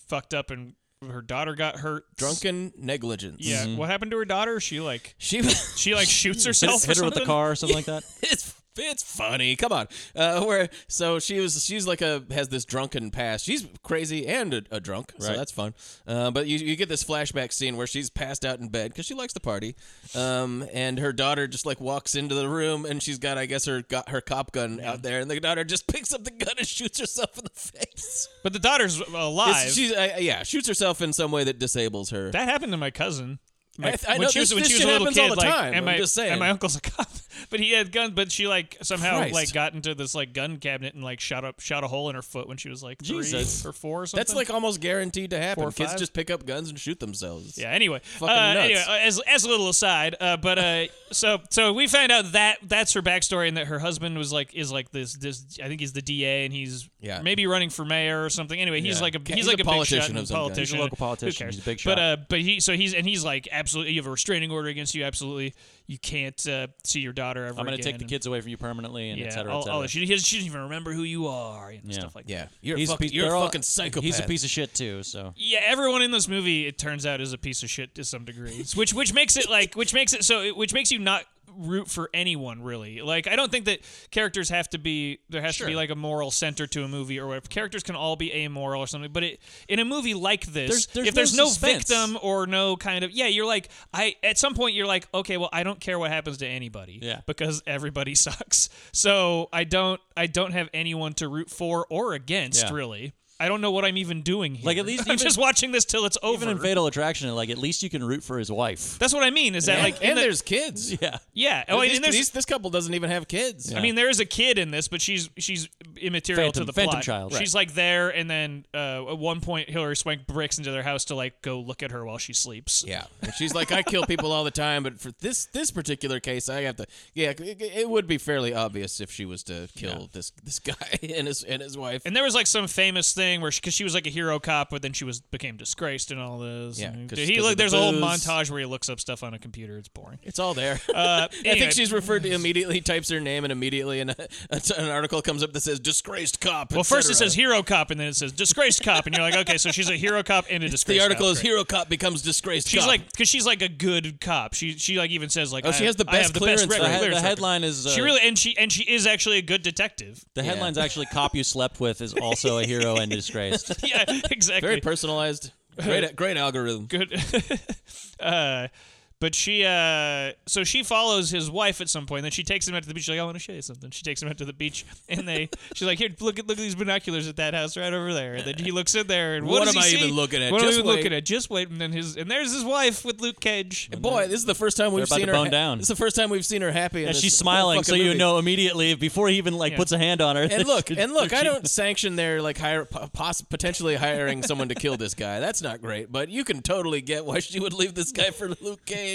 fucked up and her daughter got hurt. Drunken negligence. Yeah. What happened to her daughter? She like. She She like shoots Hit, herself. hit or her with the something? car or something like that. it's it's funny. Come on. Uh, where so she was she's like a has this drunken past. She's crazy and a, a drunk, so Right. that's fun. Uh, but you, you get this flashback scene where she's passed out in bed because she likes to party, um, and her daughter just like walks into the room and she's got I guess her got her cop gun out there, and the daughter just picks up the gun and shoots herself in the face. But the daughter's alive. It's- She's uh, yeah shoots herself in some way that disables her. that happened to my cousin. I My, th- I when know she was, this- when this she was a shit little happens kid, all the like, time, and I'm my just saying. and my uncle's a cop, but he had guns. But she like somehow Christ. like got into this like gun cabinet and like shot up shot a hole in her foot when she was like three Jesus. or four or something. That's like almost guaranteed to happen. Four or Kids five? just pick up guns and shoot themselves. Yeah. Anyway, Fucking uh, nuts. anyway, uh, as as a little aside, uh, but uh, so so we find out that that's her backstory and that her husband was like is like this this I think he's the DA and he's Yeah. maybe running for mayor or something. Anyway, he's Yeah. like a He's he's, a like a, politician big shot and of some kind. politician. He's a local politician. Who cares? He's a big But shot. uh, but he so he's and he's like absolutely you have a restraining order against you. Absolutely, you can't uh, see your daughter ever. I'm gonna again. take the and- kids away from you permanently and Yeah. et cetera, et all, cetera. all, she, he- she doesn't even remember who you are and Yeah. stuff like that. Yeah, you're He's a a fucking, piece- you're a they're all- fucking psychopath. He's a piece of shit too. So Yeah, everyone in this movie, it turns out, is a piece of shit to some degree, which which makes it like which makes it so which makes you not root for anyone really. Like I don't think that characters have to be there has to be like a moral center to a movie or whatever. Characters can all be amoral or something, but it in a movie like this, There's- there's if there's no no, suspense. victim or no kind of yeah, you're like I at some point you're like okay, well I don't care what happens to anybody Yeah. because everybody sucks. So I don't I don't have anyone to root for or against Yeah. really. I don't know what I'm even doing here. Like, at least I'm even- just watching this till it's over. Even in Fatal Attraction, like at least you can root for his wife. That's what I mean. Is that like in and the- there's kids. Yeah. yeah? Oh, and These- there's. these- this couple doesn't even have kids. I mean, there is a kid in this, but she's she's immaterial Phantom- to the phantom plot. child. She's like there, and then uh, at one point, Hillary Swank breaks into their house to like go look at her while she sleeps. Yeah, and she's like, I kill people all the time, but for this this particular case, I have to. Yeah, it, it would be fairly obvious if she was to kill this this guy and his and his wife. And there was like some famous thing where because she, was like a hero cop, but then she was became disgraced and all this. Yeah, And 'cause- he 'cause look, of the there's a whole booze. montage where he looks up stuff on a computer. It's boring. it's all there. Uh, I anyway, think she's referred to immediately, types her name, and immediately an, an article comes up that says "disgraced cop." Well, et first it cetera. says hero cop, and then it says disgraced cop, and you're like, okay, so she's a hero cop and a disgraced. the article cop. is Great. "Hero Cop becomes disgraced." She's cop. like, because she's like a good cop. She she like even says like, Oh, she I- has the I best have the clearance best record, record. The, head- the clearance record. headline is uh, She really and she and she is actually a good detective. The Yeah. headline's actually "Cop You Slept With" is also a hero and disgraced. yeah, exactly. very personalized. Great, great algorithm. good. uh, but she, uh, so she follows his wife at some point. Then she takes him out to the beach. She's like, I want to show you something. She takes him out to the beach, and they, she's like, here, look at look at these binoculars at that house right over there. And then he looks in there, and what, What does am he I even see? looking at? What Just am I wait. looking at? Just wait. And then his, and there's his wife with Luke Cage. Boy, this is the first time we've about seen to her. bone down. This is the first time we've seen her happy. in And this she's whole smiling, fucking so you movie. know immediately before he even like Yeah. puts a hand on her. And look, and look, I She- don't sanction their like hire, po- poss- potentially hiring someone to kill this guy. That's not great, but you can totally get why she would leave this guy for Luke Cage.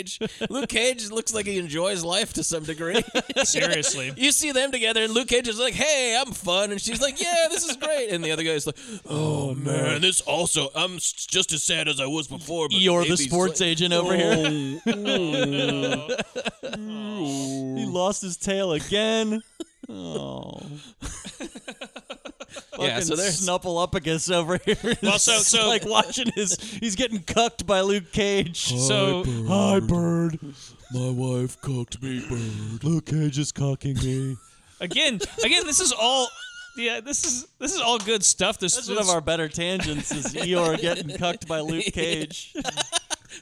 Luke Cage looks like he enjoys life to some degree. Seriously. you see them together, and Luke Cage is like, "Hey, I'm fun," and she's like, "Yeah, this is great," and the other guy's like, "Oh man, this also, I'm s- just as sad as I was before." But You're the maybe sports slight- agent over here. He lost his tail again. Oh, Yeah, so Fucking there's Snuffleupagus over here. Well, so- It's so- like watching his, he's getting cucked by Luke Cage. Oh. So Hi, bird. My wife cooked me bird. Luke Cage is cocking me. again, again, this is all. Yeah, this is this is all good stuff. This That's one of our better tangents is Eeyore getting cucked by Luke Cage.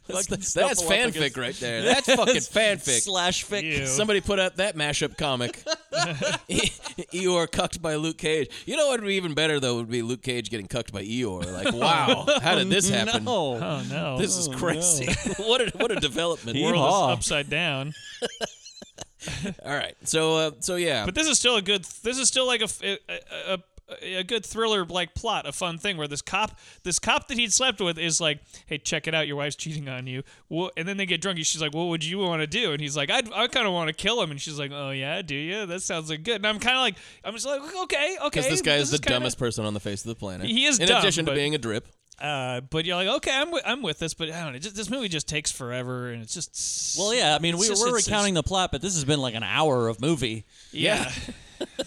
That's, Fucking that's Snuffleupagus. fanfic right there. That's fucking fanfic. Slash fic. Ew. Somebody put out that mashup comic. E- Eeyore cucked by Luke Cage. You know what would be even better though would be Luke Cage getting cucked by Eeyore. Like, wow, how did this happen? No. Oh no, This is crazy. what a what a development. He- world Yeehaw. is upside down. All right. So uh, so yeah. But this is still a good. This is still like a f- a, a, a- a good thriller like plot, a fun thing where this cop, this cop that he'd slept with, is like, "Hey, check it out, your wife's cheating on you." Wha- And then they get drunk. and She's like, "What would you want to do?" And he's like, "I'd, I kind of want to kill him." And she's like, "Oh yeah, do you? That sounds like good." And I'm kind of like, I'm just like, okay, okay. because this guy is the kinda- dumbest person on the face of the planet. He is In dumb, addition but- to being a drip. Uh, but you're like, okay, I'm, wi- I'm with this, but I don't know. Just, this movie just takes forever, and it's just. Well, yeah. I mean, we, it's just- we're it's- recounting the plot, but this has been like an hour of movie. Yeah.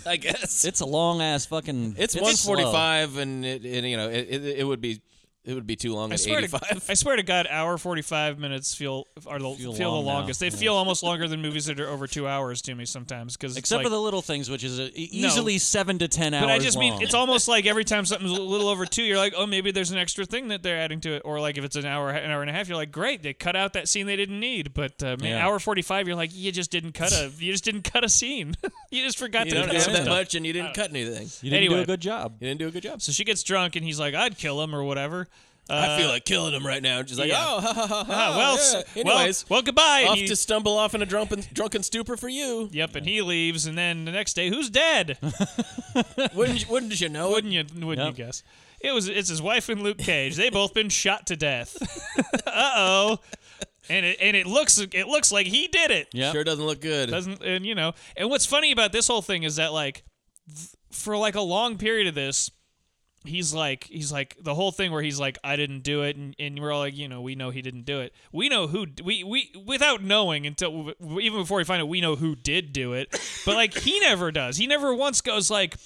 I guess. It's a long ass fucking. It's, slow. 145 and it, and, you know, it, it, it would be it would be too long I at swear, 85. to, I swear to God, hour forty five minutes feel are the feel, Feel the long now. longest. They feel almost longer than movies that are over two hours to me sometimes. Because Except like, for the little things, which is uh, e- easily seven to ten hours. but I just mean long. it's almost like every time something's a little over two, you're like, oh, maybe there's an extra thing that they're adding to it, or like if it's an hour, an hour and a half, you're like, great, they cut out that scene they didn't need. But uh, man, Yeah. hour forty five, you're like, you just didn't cut a, you just didn't cut a scene, you just forgot you to don't cut have that stuff. Uh, much and you didn't cut anything. You didn't do anyway. a good job. You didn't do a good job. So she gets drunk and he's like, I'd kill him or whatever. I feel like killing him right now. And she's like, Uh, yeah. oh, ha, ha, ha, Ah, ha, well, yeah." s- well, Anyways, well, goodbye. and off he- to stumble off in a drunken, drunken stupor for you. Yep, and he leaves, and then the next day, who's dead? Wouldn't you, wouldn't you know it? Wouldn't you? Wouldn't you guess? It was. It's his wife and Luke Cage. They both been shot to death. uh oh. And it and it looks it looks like he did it. Yeah. Sure doesn't look good. Doesn't and you know and what's funny about this whole thing is that like th- for like a long period of this. He's like he's like the whole thing where he's like I didn't do it and, and we're all like you know we know he didn't do it we know who d- we we without knowing until even before we find out we know who did do it but like he never does he never once goes like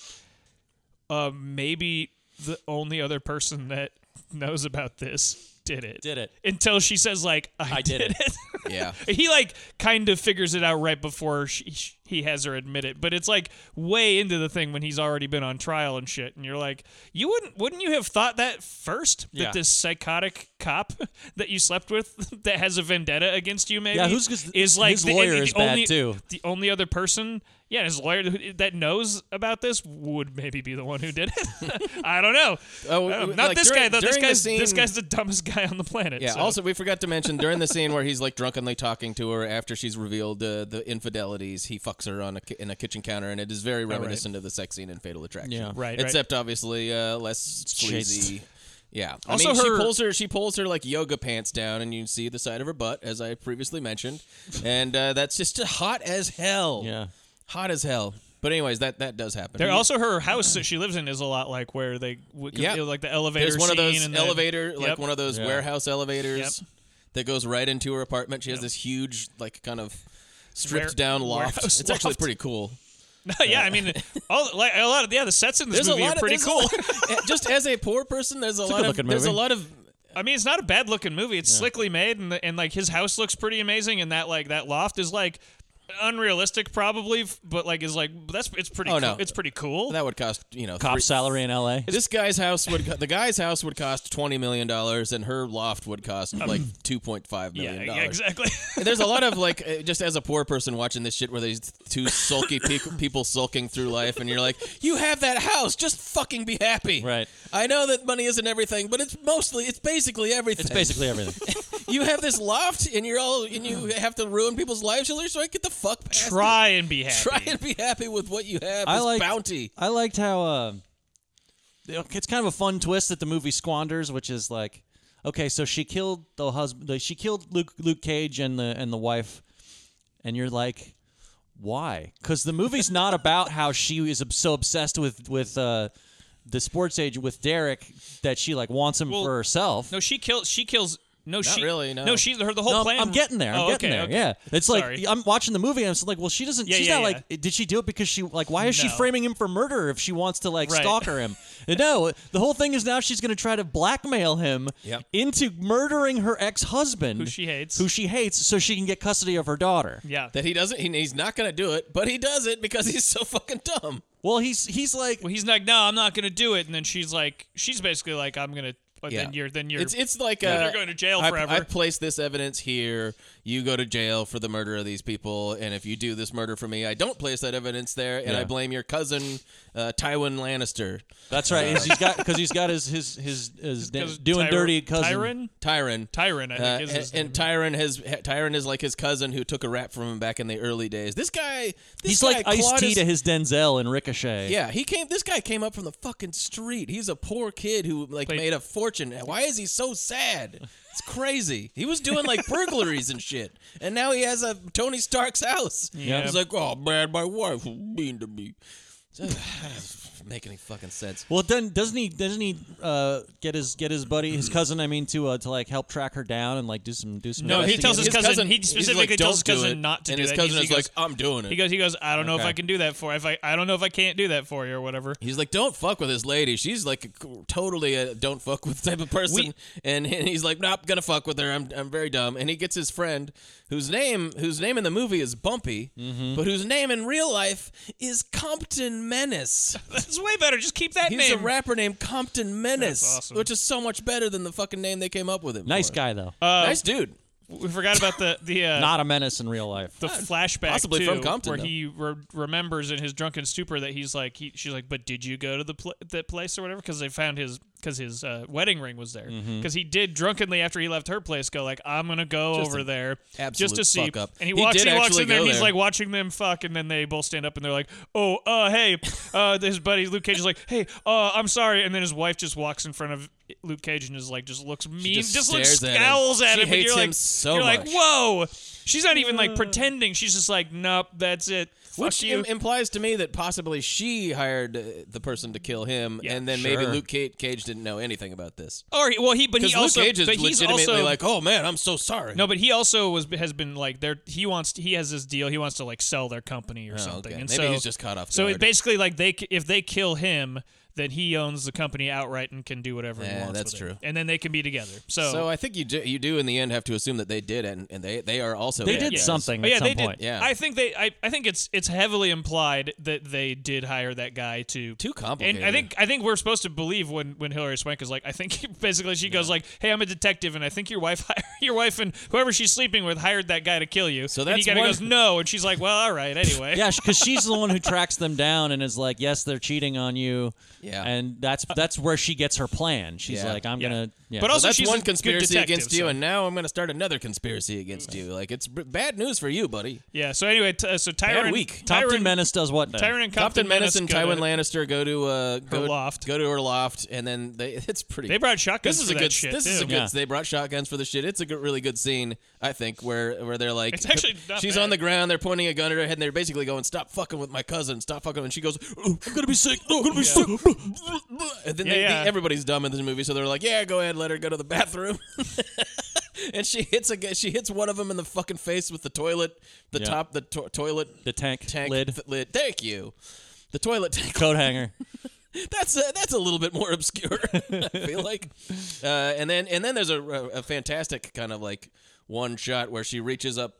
uh, maybe the only other person that knows about this did it. Did it. Until she says, like, I, did did, it." it. Yeah. he, like, kind of figures it out right before she, sh he has her admit it. But it's, like, way into the thing when he's already been on trial and shit. And you're like, you wouldn't, wouldn't you have thought that first? Yeah. That this psychotic cop that you slept with that has a vendetta against you, maybe? Yeah, who's- 'cause is like his the, lawyer the is bad, only, too. The only other person Yeah, and his lawyer who- that knows about this would maybe be the one who did it. I don't know. Oh, I don't- like not this during- guy though. This during the guy's this scene- guy's the dumbest guy on the planet. Yeah. so- Also, we forgot to mention during the scene where he's like drunkenly talking to her after she's revealed uh, the infidelities, he fucks her on a ki- in a kitchen counter, and it is very reminiscent of the sex scene in Fatal Attraction. Yeah. Right, right. Except obviously uh, less chaste. sleazy. Yeah. Also I mean, her- she pulls her she pulls her like yoga pants down, and you see the side of her butt, as I previously mentioned, and uh, that's just hot as hell. Yeah. Hot as hell. But anyways, that that does happen. There also her house that she lives in is a lot like where they w- Uh-huh. Yeah. like the elevator. There's one of scene those and the- elevator, like Yep. one of those Yeah. warehouse elevators Yep. that goes right into her apartment. She has this huge, like, kind of stripped Ware- down loft. warehouse It's actually loft. pretty cool. yeah, I mean, all like a lot of yeah, the sets in this There's a movie lot are of pretty there's cool. a- just as a poor person, there's a lot of good-looking there's a movie. lot of I mean, it's not a bad looking movie. It's slickly made, and and like his house looks pretty amazing, and that like that loft is like unrealistic probably, f- but like is like that's it's pretty. Oh, cool. no. it's pretty cool. that would cost you know Cop three- salary in L.A. This guy's house would co- the guy's house would cost twenty million dollars, and her loft would cost like two point five Um, yeah, million yeah, dollars. exactly. And there's a lot of like uh, just as a poor person watching this shit where these two sulky pe- people sulking through life and you're like you have that house just fucking be happy Right. i know that money isn't everything but it's mostly it's basically everything It's basically everything. you have this loft and you're all and you have to ruin people's lives you're like, so get the fuck past it. Try and be happy. try and be happy with what you have I It's like bounty I liked how uh, it's kind of a fun twist that the movie squanders, which is like, okay, so she killed the husband. She killed Luke Luke Cage and the and the wife, and you're like, why? Because the movie's not about how she is ob- so obsessed with with. Uh, the sports agent with Derek that she like wants him Well, for herself. No, she kills. She kills. No, she really, no. No, she. Her the whole No, I'm- plan. I'm getting there. I'm Oh, getting okay, there. okay. Yeah, it's like Sorry. I'm watching the movie. and I'm just like, well, she doesn't. Yeah, she's yeah, not yeah. like. Did she do it because she like? Why is she No. framing him for murder if she wants to like Right. stalker him? And no, the whole thing is now she's going to try to blackmail him Yep. into murdering her ex husband, Who she hates. who she hates, so she can get custody of her daughter. Yeah. that he doesn't he, he's not gonna do it but he does it because he's so fucking dumb Well, he's he's like. Well, he's like, no, I'm not gonna do it. And then she's like, she's basically like, I'm gonna. But Yeah. Then you're. Then you're. It's it's like Yeah, uh, they're going to jail I- forever. I, place this evidence here. You go to jail for the murder of these people, and if you do this murder for me, I don't place that evidence there, and I blame your cousin uh, Tywin Lannister, That's right. he's- he's got because he's got his his his, his because doing Tyr- dirty cousin. Tyrion. Tyron. Uh, Tyrion, I think is his and, and Tyron has Tyron is like his cousin who took a rap from him back in the early days. This guy, this He's guy like Ice clawed T his- to his Denzel and Ricochet. Yeah, he came. This guy came up from the fucking street. He's a poor kid who like Played- made a fortune. Why is he so sad? It's crazy. he was doing like burglaries and shit, and now he has a Tony Stark's house. Yeah. he's like, oh man, my wife was mean to me. Doesn't Make any fucking sense? Well, then doesn't he doesn't he uh, get his get his buddy his cousin I mean to uh, to like help track her down and like do some do some No, he tells his investigating? cousin- he he's specifically tells his "Don't do cousin it." not to and do his that. cousin He's- is he like, goes- "I'm doing it." He goes. He goes. I don't know if I can do that for. If I. I don't know if I can't do that for you or whatever. He's like, don't fuck with this lady. She's like a, totally a don't fuck with type of person. We- and, and he's like, not gonna fuck with her. I'm, I'm very dumb. And he gets his friend, whose name whose name in the movie is Bumpy, Mm-hmm. but whose name in real life is Compton Menace. That's way better. Just keep that He's name. a rapper named Compton Menace, That's awesome. which is so much better than the fucking name they came up with him. Nice for. guy though, Uh, nice dude. we forgot about the the uh, not a menace in real life. the flashback possibly too, from Compton, where though. he re- remembers in his drunken stupor that he's like he she's like but did you go to the pl- that place or whatever because they found his because his uh, wedding ring was there because Mm-hmm. he did drunkenly after he left her place go like I'm gonna go Just over an there just to absolute see fuck up. and he He walks did he, walks actually in there and go he's there. like watching them fuck and then they both stand up and they're like oh uh hey uh his buddy Luke Cage is like hey uh I'm sorry and then his wife just walks in front of Luke Cage and is like just looks mean just looks stares at him. scowls at She him, and hates you're him like so you're like much. whoa she's not even Uh. like pretending she's just like nope that's it Fuck Which you Im- implies to me that possibly she hired uh, the person to kill him, Yeah, and then maybe sure. Luke Ca- Cage didn't know anything about this. or he- well he but he Because Luke also Cage is but he's legitimately also like, oh man, I'm so sorry. no but he also was has been like there he wants he has this deal he wants to like sell their company or something Oh, okay. and Maybe so he's just caught off so it guard. basically like they c- if they kill him then he owns the company outright and can do whatever he Yeah, wants. that's with it. true. And then they can be together. So, So uh, I think you do, you do in the end have to assume that they did, and, and they they are also They bad did guys. something But at yeah, some they point. did. Yeah. I think they. I, I think it's it's heavily implied that they did hire that guy to. Too And complicated. I think I think we're supposed to believe when when Hillary Swank is like, I think basically she goes like, Hey, I'm a detective, and I think your wife hired your wife and whoever she's sleeping with hired that guy to kill you. So and that's he kinda one- goes no, and she's like, Well, all right, anyway. Yeah, because she's the one who tracks them down and is like, "Yes, they're cheating on you." Yeah. and that's that's where she gets her plan. She's Yeah. like, "I'm Yeah. gonna." Yeah. But So also that's she's a one good conspiracy detective, against you, so- and now I'm going to start another conspiracy against you. Like it's b- bad news for you, buddy. Yeah. So anyway, t- uh, so Tyron, Bad week. Compton Tyron, Menace does what? now? Tyron and Compton, Compton Menace and go to- Tywin Lannister go to uh, go, loft. go to her loft, and then they it's pretty. They brought shotguns. this is for a that good. shit. this too. is a good. Yeah. They brought shotguns for the shit. It's a good, really good scene, I think, where where they're like, It's actually not she's bad. on the ground, they're pointing a gun at her head, and they're basically going, "Stop fucking with my cousin, stop fucking." And she goes, "Oh, "I'm gonna be sick, Oh, I'm gonna be sick." And then Yeah, they, yeah. they- everybody's dumb in this movie, so they're like, "Yeah, go ahead, let her go to the bathroom." and she hits a guy- she hits one of them in the fucking face with the toilet, the Yeah. top, the to- toilet the tank, tank lid, th- lid. Thank you. The toilet tank coat hanger. that's a, that's a little bit more obscure. I feel like, uh, and then and then there's a, a, a fantastic kind of like one shot where she reaches up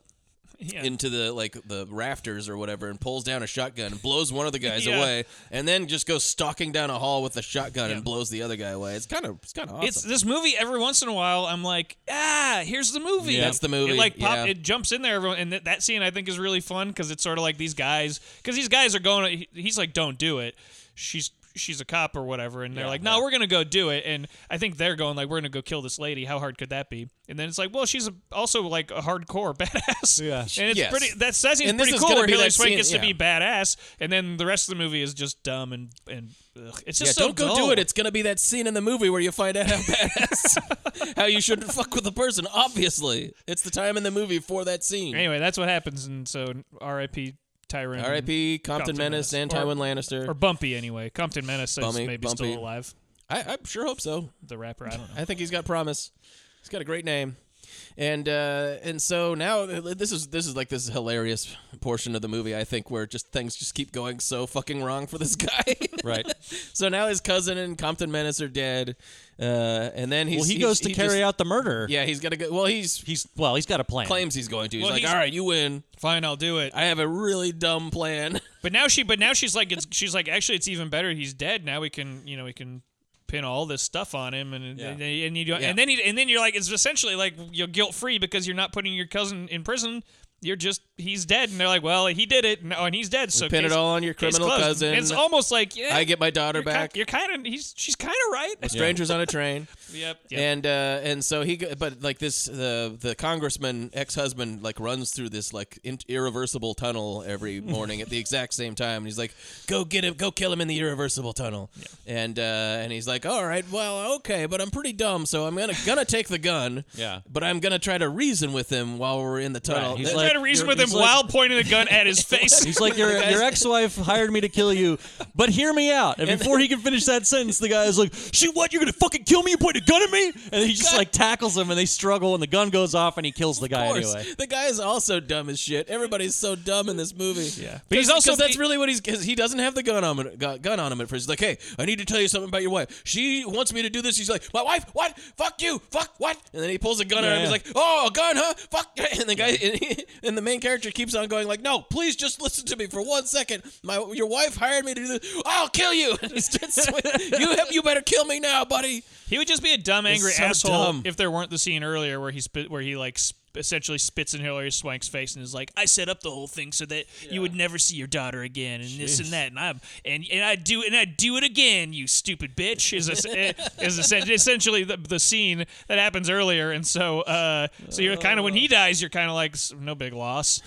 Yeah. into the like the rafters or whatever and pulls down a shotgun and blows one of the guys Yeah. away, and then just goes stalking down a hall with the shotgun and blows the other guy away. It's kind of it's kind of awesome. It's this movie. Every once in a while, I'm like, ah, here's the movie. Yeah. That's the movie, It like pop, yeah. it jumps in there, everyone, and th- that scene I think is really fun because it's sort of like these guys, because these guys are going. he- He's like, don't do it. She's she's a cop or whatever, and they're like, no, we're gonna go do it. And I think they're going like, we're gonna go kill this lady. How hard could that be? And then it's like, well, she's a, also like a hardcore badass. Yeah. and it's Yes. pretty. That's that seems And this pretty is cool. gonna Where be Hillary that Swank scene- gets to yeah. be badass, and then the rest of the movie is just dumb and and ugh, it's yeah, just so don't go dull. do it. It's gonna be that scene in the movie where you find out how badass, how you shouldn't fuck with a person. Obviously, it's the time in the movie for that scene. Anyway, that's what happens, and so R.I.P. Tyrone. R.I.P. Compton, Compton Menace and Menace. Or- Tywin Lannister. or Bumpy anyway. Compton Menace is Bummy, maybe Bumpy. still alive. I, I sure hope so. The rapper, I don't know. I think he's got promise. He's got a great name. And uh, and so now this is this is like this hilarious portion of the movie I think where just things just keep going so fucking wrong for this guy. Right. so now his cousin and Compton Menace are dead, uh, and then he's, well, he goes to carry out the murder. Yeah, he's gonna go. Well, he's He's well, he's got a plan. claims he's going to. He's Well, like, he's- all right, you win. Fine, I'll do it. I have a really dumb plan. But now she, but now she's like, it's, she's like, actually, it's even better. He's dead. Now we can, you know, we can pin all this stuff on him, and Yeah. and, and you do, and then he, and then you're like, it's essentially like you're guilt free because you're not putting your cousin in prison. You're just he's dead, and they're like, well, he did it, no, and he's dead. so pin it case- all on your case criminal closed. cousin. It's almost like yeah, I get my daughter you're ki- back. you're kind of he's she's kind of right. Strangers on a train. yep. yep. And uh, and so he, go- but like this, the the congressman ex husband like runs through this like in- irreversible tunnel every morning at the exact same time, and he's like, "Go get him, go kill him in the irreversible tunnel." And uh, and he's like, "All right, well, okay, but I'm pretty dumb, so I'm gonna gonna take the gun. Yeah. but I'm gonna try to reason with him while we're in the tunnel. Right, he's Uh, like- trying to reason you're- with him he's like- while pointing the gun at his face. He's like, your, your ex wife hired me to kill you, but hear me out. And before he can finish that sentence, the guy is like, She what? You're going to fucking kill me? You point a gun at me? And he just like tackles him and they struggle and the gun goes off and he kills the guy of course, anyway. the guy is also dumb as shit. Everybody's so dumb in this movie. Yeah, But he's also- that's really what he's because he doesn't have the gun on him- gu- gun on him at first. He's like, hey, I need to tell you something about your wife. She wants me to do this. He's like, my wife? What? Fuck you? Fuck what? And then he pulls a gun on him. Yeah. He's like, oh, a gun, huh? Fuck. And the guy and, he- and the main character keeps on going like, no, please just listen to me for one second. My your wife hired me to do this. I'll kill you. And he starts swinging. you have you better kill me now, buddy. He would just be a dumb, It's angry so asshole dumb. if there weren't the scene earlier where he spit, where he like sp- essentially spits in Hillary Swank's face and is like, "I set up the whole thing so that you would never see your daughter again, and this and that, and I'm and and I do and I do it again, you stupid bitch." Is es- eh, is essen- essentially the, the scene that happens earlier, and so uh, so you're kind of when he dies, you're kind of like, "S- "No big loss,"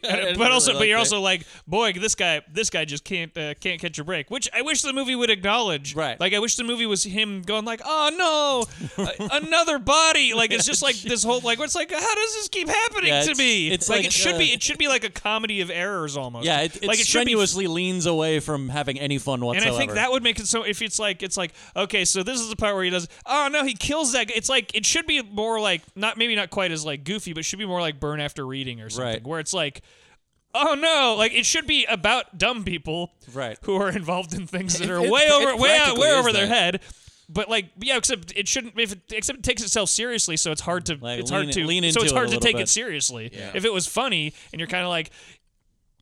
but also but you're also like, "Boy, this guy this guy just can't uh, can't catch a break," which I wish the movie would acknowledge. Right. Like I wish the movie was him going like, "Oh no, a- another body!" Like it's just like this whole like it's like how does this keep happening Yeah, to it's- me? it's like, like, it should uh, be it should be like a comedy of errors almost. Yeah, it, it uh, like it should be strenuously leans away from having any fun and whatsoever. I think that would make it so if it's like it's like okay, so this is the part where he does oh no, he kills that. guy. It's like it should be more like not maybe not quite as like goofy, but it should be more like Burn After Reading or something, Right. where it's like oh no, like it should be about dumb people Right. who are involved in things that It- are it- way it over way out, practically way is over their that. head. But like yeah, except it shouldn't if it, except it takes itself seriously, so it's hard to Like, it's lean- hard to lean so into it's it a hard to little take bit. it seriously. If it was funny and you're kind of like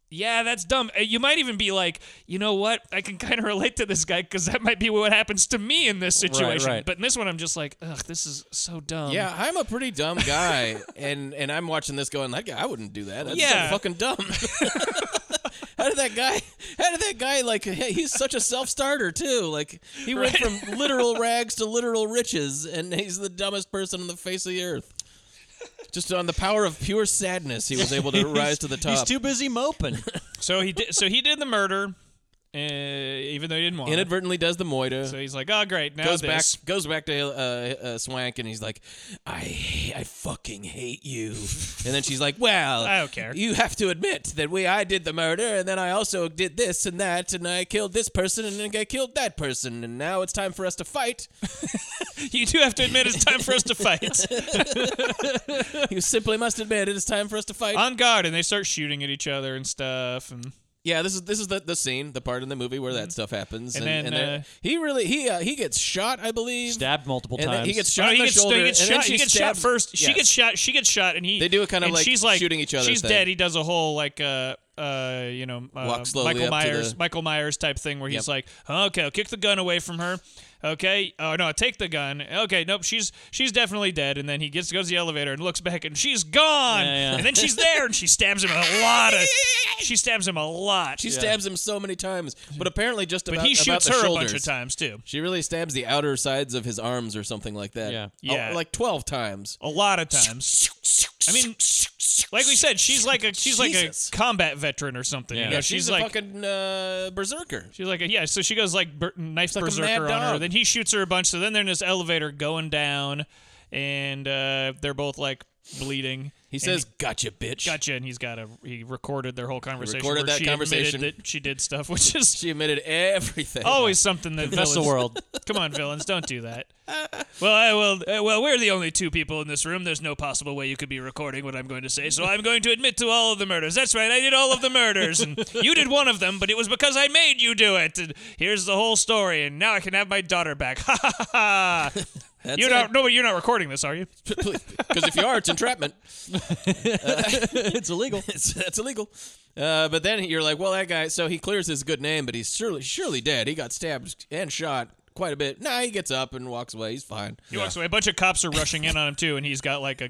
yeah, that's dumb. Uh, You might even be like, you know what? I can kind of relate to this guy because that might be what happens to me in this situation. right. But in this one, I'm just like, ugh, this is so dumb. Um, Yeah, I'm a pretty dumb guy, and and I'm watching this going, that guy, I wouldn't do that. That's Yeah. so fucking dumb. how did that guy? How did that guy like? Hey, he's such a self-starter too. Like he went from literal rags to literal riches, and he's the dumbest person on the face of the earth. Just on the power of pure sadness, he was able to rise to the top. He's too busy moping. So he did. So he did the murder, uh, even though he didn't want it. Inadvertently does the moita. So he's like, oh great, now goes back this. goes back to uh, uh, Swank and he's like, I ha- I fucking hate you. and then she's like, Well, I don't care. You have to admit that we I did the murder and then I also did this and that and I killed this person and then I killed that person and now it's time for us to fight. You do have to admit it's time for us to fight. you simply must admit it is time for us to fight. On guard, and they start shooting at each other and stuff. And yeah, this is this is the, the scene, the part in the movie where that stuff happens. mm-hmm. And then, they're- uh, he really he uh, he gets shot, I believe. Stabbed multiple And then times. he gets Oh, shot he in the gets, shoulder. he gets and then shot. He she gets shot stabs- first. She Yes. gets shot. She gets shot, and he. They do a kind of and like she's like shooting each other She's thing. dead. He does a whole like uh uh you know uh, Walk slowly Michael up to Myers the- Michael Myers type thing where he's Yep. like okay I'll kick the gun away from her okay oh no take the gun okay nope she's she's definitely dead and then he gets goes to the elevator and looks back and she's gone Yeah, yeah. and then she's there and she stabs him a lot of she stabs him a lot She stabs him so many times, but apparently just but about he about shoots the her a shoulders. bunch of times too She really stabs the outer sides of his arms or something like that. Yeah. Yeah. Oh, like twelve times. a lot of times I mean like we said she's like a she's Jesus. like a combat veteran or something you Yeah. know Yeah, she's, a like fucking uh, berserker. She's like, yeah. So she goes like ber- knife like a berserker mad on her. dog. Then he shoots her a bunch. So then they're in this elevator going down, and uh, they're both like bleeding. He says, "Gotcha, bitch." "Gotcha," and he's got a he recorded their whole conversation. recorded where that she conversation. Admitted that she did stuff, which is She admitted everything. always something that That's villains. the world. Come on, villains, don't do that. Well, I will. Uh, well, we're the only two people in this room. There's no possible way you could be recording what I'm going to say. So I'm going to admit to all of the murders. That's right, I did all of the murders, and you did one of them, but it was because I made you do it. And here's the whole story, and now I can have my daughter back. Ha ha ha! ha. That's You don't. No, but you're not recording this, are you? because if you are, it's entrapment. Uh, it's illegal. It's, that's illegal. Uh, but then you're like, well, that guy. So he clears his good name, but he's surely surely dead. He got stabbed and shot quite a bit. Nah, he gets up and walks away. He's fine. He walks away. A bunch of cops are rushing in on him too, and he's got like a.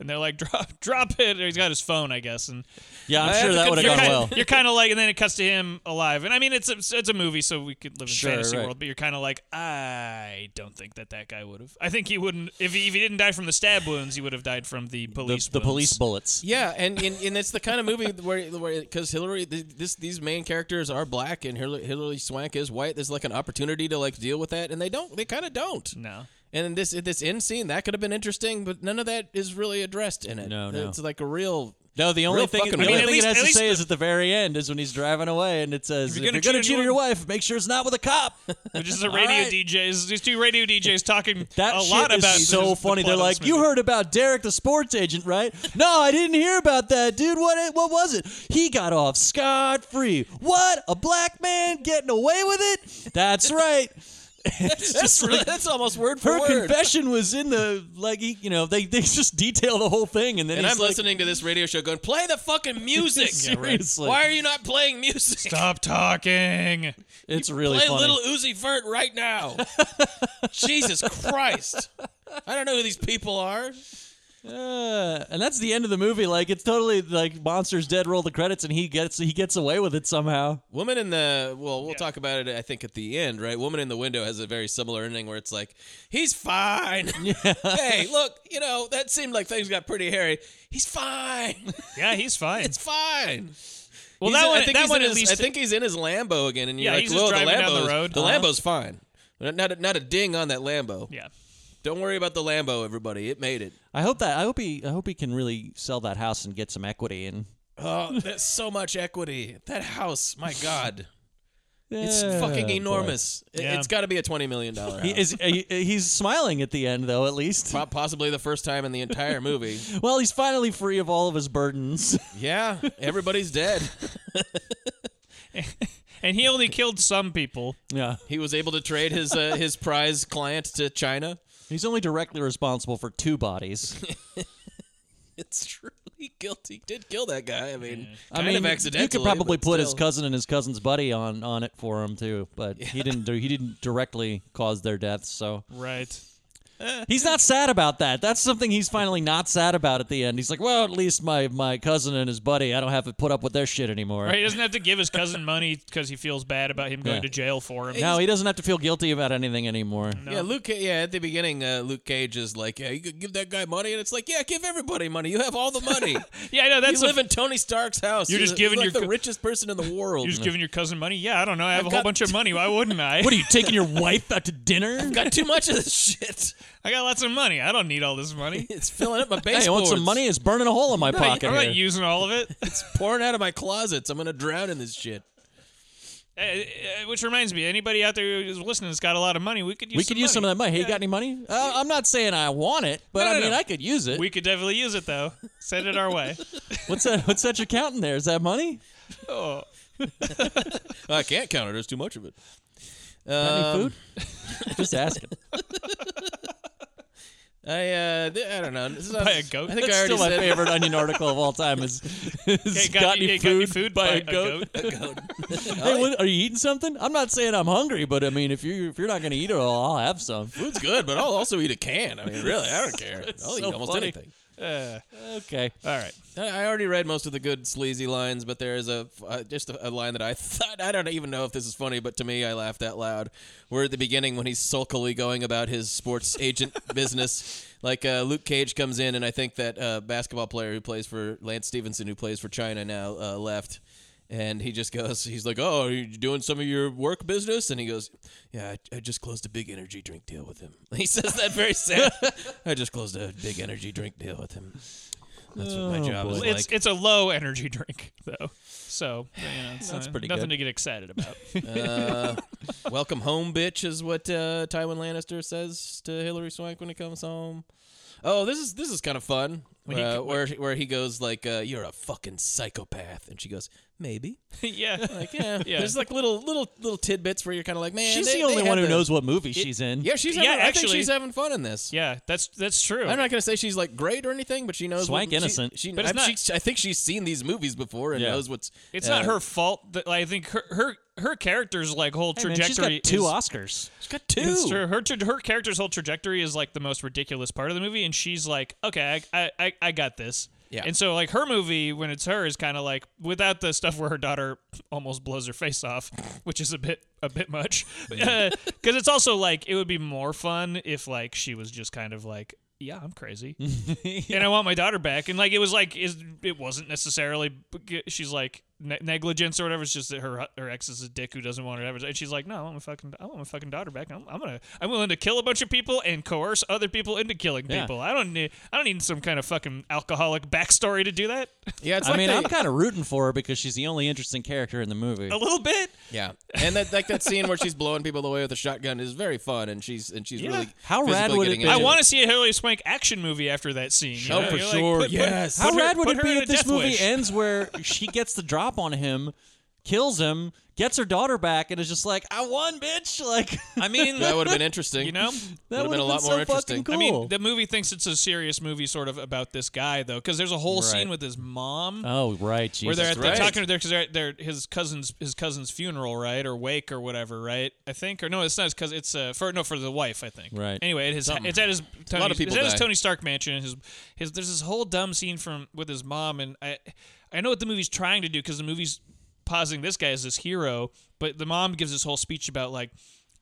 And they're like, drop, drop it. Or he's got his phone, I guess, and Yeah, I'm I sure have that to would have you're gone kind well. of, you're kind of like, and then it cuts to him alive. And I mean, it's a, it's a movie, so we could live in Sure, fantasy right. world. But you're kind of like, I don't think that that guy would have. I think he wouldn't if he, if he didn't die from the stab wounds, he would have died from the police. The, the police wounds. bullets. Yeah, and, and and it's the kind of movie where where because Hillary th- this these main characters are black and Hillary, Hillary Swank is white. There's like an opportunity to like deal with that, and they don't. They kind of don't. No. And this this end scene that could have been interesting, but none of that is really addressed in it. No, no. It's like a real. No, the only Real thing, fucking the only weird. thing I mean, at least- it has to at say least is at the very end is when he's driving away and it If says, if you're you're gonna going to cheat on cheat on your your wife, make sure it's not with a cop. Which is the All radio right. DJs. These two radio DJs talking That a shit lot is about so this- the funny. plot They're of this like, you movie." heard about Derek, the sports agent, right? no, I didn't hear about that, dude. What? What was it? He got off scot free. What? A black man getting away with it? That's right. It's just like- that's almost word for her word. confession was in the like he, you know they, they just detail the whole thing and then And he's I'm like, listening to this radio show, going, "Play the fucking music! Seriously. why are you not playing music? Stop talking. It's really Play funny. little Uzi Vert right now! Jesus Christ! I don't know who these people are. Uh, and that's the end of the movie. Like it's totally like monsters dead. Roll the credits, and he gets he gets away with it somehow. Woman in the well, we'll talk about it. I think at the end, right? Woman in the window has a very similar ending where it's like, he's fine. hey, look, you know that seemed like things got pretty hairy. He's fine. Yeah, he's fine. It's fine. well, He's that in- one. I think That he's one in at his- least. I think he's in his Lambo again, and Yeah, you're like, he's just "Whoa, the driving down Lambo's the road." the Uh-huh. Lambo's fine. Not a, not a ding on that Lambo. yeah. Don't worry about the Lambo, everybody. It made it. I hope that I hope he I hope he can really sell that house and get some equity. And Oh, that's so much equity. That house, my God. It's fucking enormous. It, Yeah. has got to be a twenty million dollar. He is he, he's smiling at the end though at least. possibly the first time in the entire movie. Well, he's finally free of all of his burdens. yeah, everybody's dead. And he only killed some people. yeah. He was able to trade his uh, his prize client to China. He's only directly responsible for two bodies. It's truly guilty. He did kill that guy. I mean, I kind mean, of you- accidentally. You could probably but put his still. cousin and his cousin's buddy on on it for him too, but he didn't do he didn't directly cause their deaths, so Right. He's not sad about that. That's something he's finally not sad about at the end. He's like, well, at least my, my cousin and his buddy, I don't have to put up with their shit anymore. Right. He doesn't have to give his cousin money because he feels bad about him going Yeah. to jail for him. No, he doesn't have to feel guilty about anything anymore. Yeah, Luke. Ca- Yeah, at the beginning, uh, Luke Cage is like, "Yeah, you could give that guy money," and it's like, "Yeah, give everybody money. You have all the money. Yeah, I know. That's a, you live in Tony Stark's house. You're just He's giving like your the co- richest person in the world. you're just giving your cousin money. Yeah, I don't know. I have a whole got- bunch of money. Why wouldn't I? are you taking your wife out to dinner? got too much of this shit. I got lots of money. I don't need all this money. It's filling up my Hey, baseboards. you want some money? It's burning a hole in my I'm pocket. not here. using all of it. It's pouring out of my closets. I'm gonna drown in this shit. Uh, uh, Which reminds me, anybody out there who's listening that's got a lot of money, we could use we some could use some of money. that money. Hey, you got any money? Uh, I'm not saying I want it, but No, I no, mean no. I could use it. We could definitely use it though. Send it our way. what's that? What's that you're counting there? Is that money? Oh, I can't count it. There's too much of it. Got any Um, food? Just asking. I uh, th- I don't know. This is Buy a goat? I think That's I already still my said favorite Onion article of all time. Is, is hey, got, got, any hey, food? got any food? by a goat? goat. Hey, what, are you eating something? I'm not saying I'm hungry, but I mean, if you if you're not gonna eat it all, I'll have some. food's good, but I'll also eat a can. I mean, really, I don't care. I'll eat so almost funny. anything. Okay. Uh, All right. I I already read most of the good sleazy lines, but there is a uh, just a, a line that I thought I don't even know if this is funny, but to me I laughed out loud. We're at the beginning when he's sulkily going about his sports agent business. Like uh, Luke Cage comes in, and I think that uh, basketball player who plays for Lance Stevenson, who plays for China now, uh, left. And he just goes, he's like, "Oh, are you doing some of your work business?" And he goes, "Yeah, I, I just closed a big energy drink deal with him." He says that very sad. I just closed a big energy drink deal with him. That's what my job is like. It's it's a low energy drink though, so you know, it's That's uh, pretty nothing good. to get excited about. Uh, Welcome home, bitch, is what uh, Tywin Lannister says to Hillary Swank when he comes home. Oh, this is this is kind of fun. he uh, co- where where he goes like, uh, "You're a fucking psychopath," and she goes, "Maybe." yeah, Like, yeah, Yeah. There's like little little little tidbits where you're kind of like, "Man, She's they- the they only had one who the- knows what movie she's in. Yeah, she's Yeah, having, I think actually- she's having fun in this. yeah. That's that's true. I'm not gonna say she's like great or anything, but she knows. what, Swank she- innocent. She, But it's I, not- she- I think she's seen these movies before and Yeah. knows what's. it's uh, not her fault. That like, I think her her her character's like whole Hey, man, trajectory. she's got two is, Oscars. She's got two. It's true. Her, tra- her character's whole trajectory is like the most ridiculous part of the movie, and she's like, okay, I, I, I, I got this. Yeah. And so, like, her movie, when it's her, is kind of like without the stuff where her daughter almost blows her face off, which is a bit a bit much. Because it's also like it would be more fun if like she was just kind of like. Yeah, I'm crazy, and I want my daughter back. And like, it was like, is it wasn't necessarily. She's like ne- negligence or whatever. It's just that her her ex is a dick who doesn't want her to have. her- And she's like, no, I want my fucking, I want my fucking daughter back. I'm, I'm gonna, I'm willing to kill a bunch of people and coerce other people into killing Yeah. people. I don't need, I don't need some kind of fucking alcoholic backstory to do that. Yeah, it's I like mean, they- I'm kind of rooting for her because she's the only interesting character in the movie. a little bit. Yeah, and that like that scene where she's blowing people away with a shotgun is very fun, and she's and she's Yeah. really How rad physically would it getting be- into I want to see a Hillary Swank action movie after that scene. you Oh, know? for You're sure, Like, put- put- yes. How put her- rad would put it her be in a if this death movie wish. ends where she gets the drop on him, kills him, gets her daughter back, and is just like, "I won, bitch!" Like, I mean, That would have been interesting. You know, Would've that been a lot so more interesting. fucking cool. I I mean, the movie thinks it's a serious movie, sort of about this guy though, because there's a whole scene with his mom. oh right, Jesus where they're, at, they're right. talking to their because they're, at their his cousin's his cousin's funeral, right, or wake or whatever, right? I think, or no, it's not his cousin. It's uh, for no for the wife, I think. Right. Anyway, it is. It's at his. Tony, lot of people It's at his die. Tony Stark mansion. And his his there's this whole dumb scene from with his mom, and I I know what the movie's trying to do because the movie's positing this guy as this hero, but the mom gives this whole speech about like.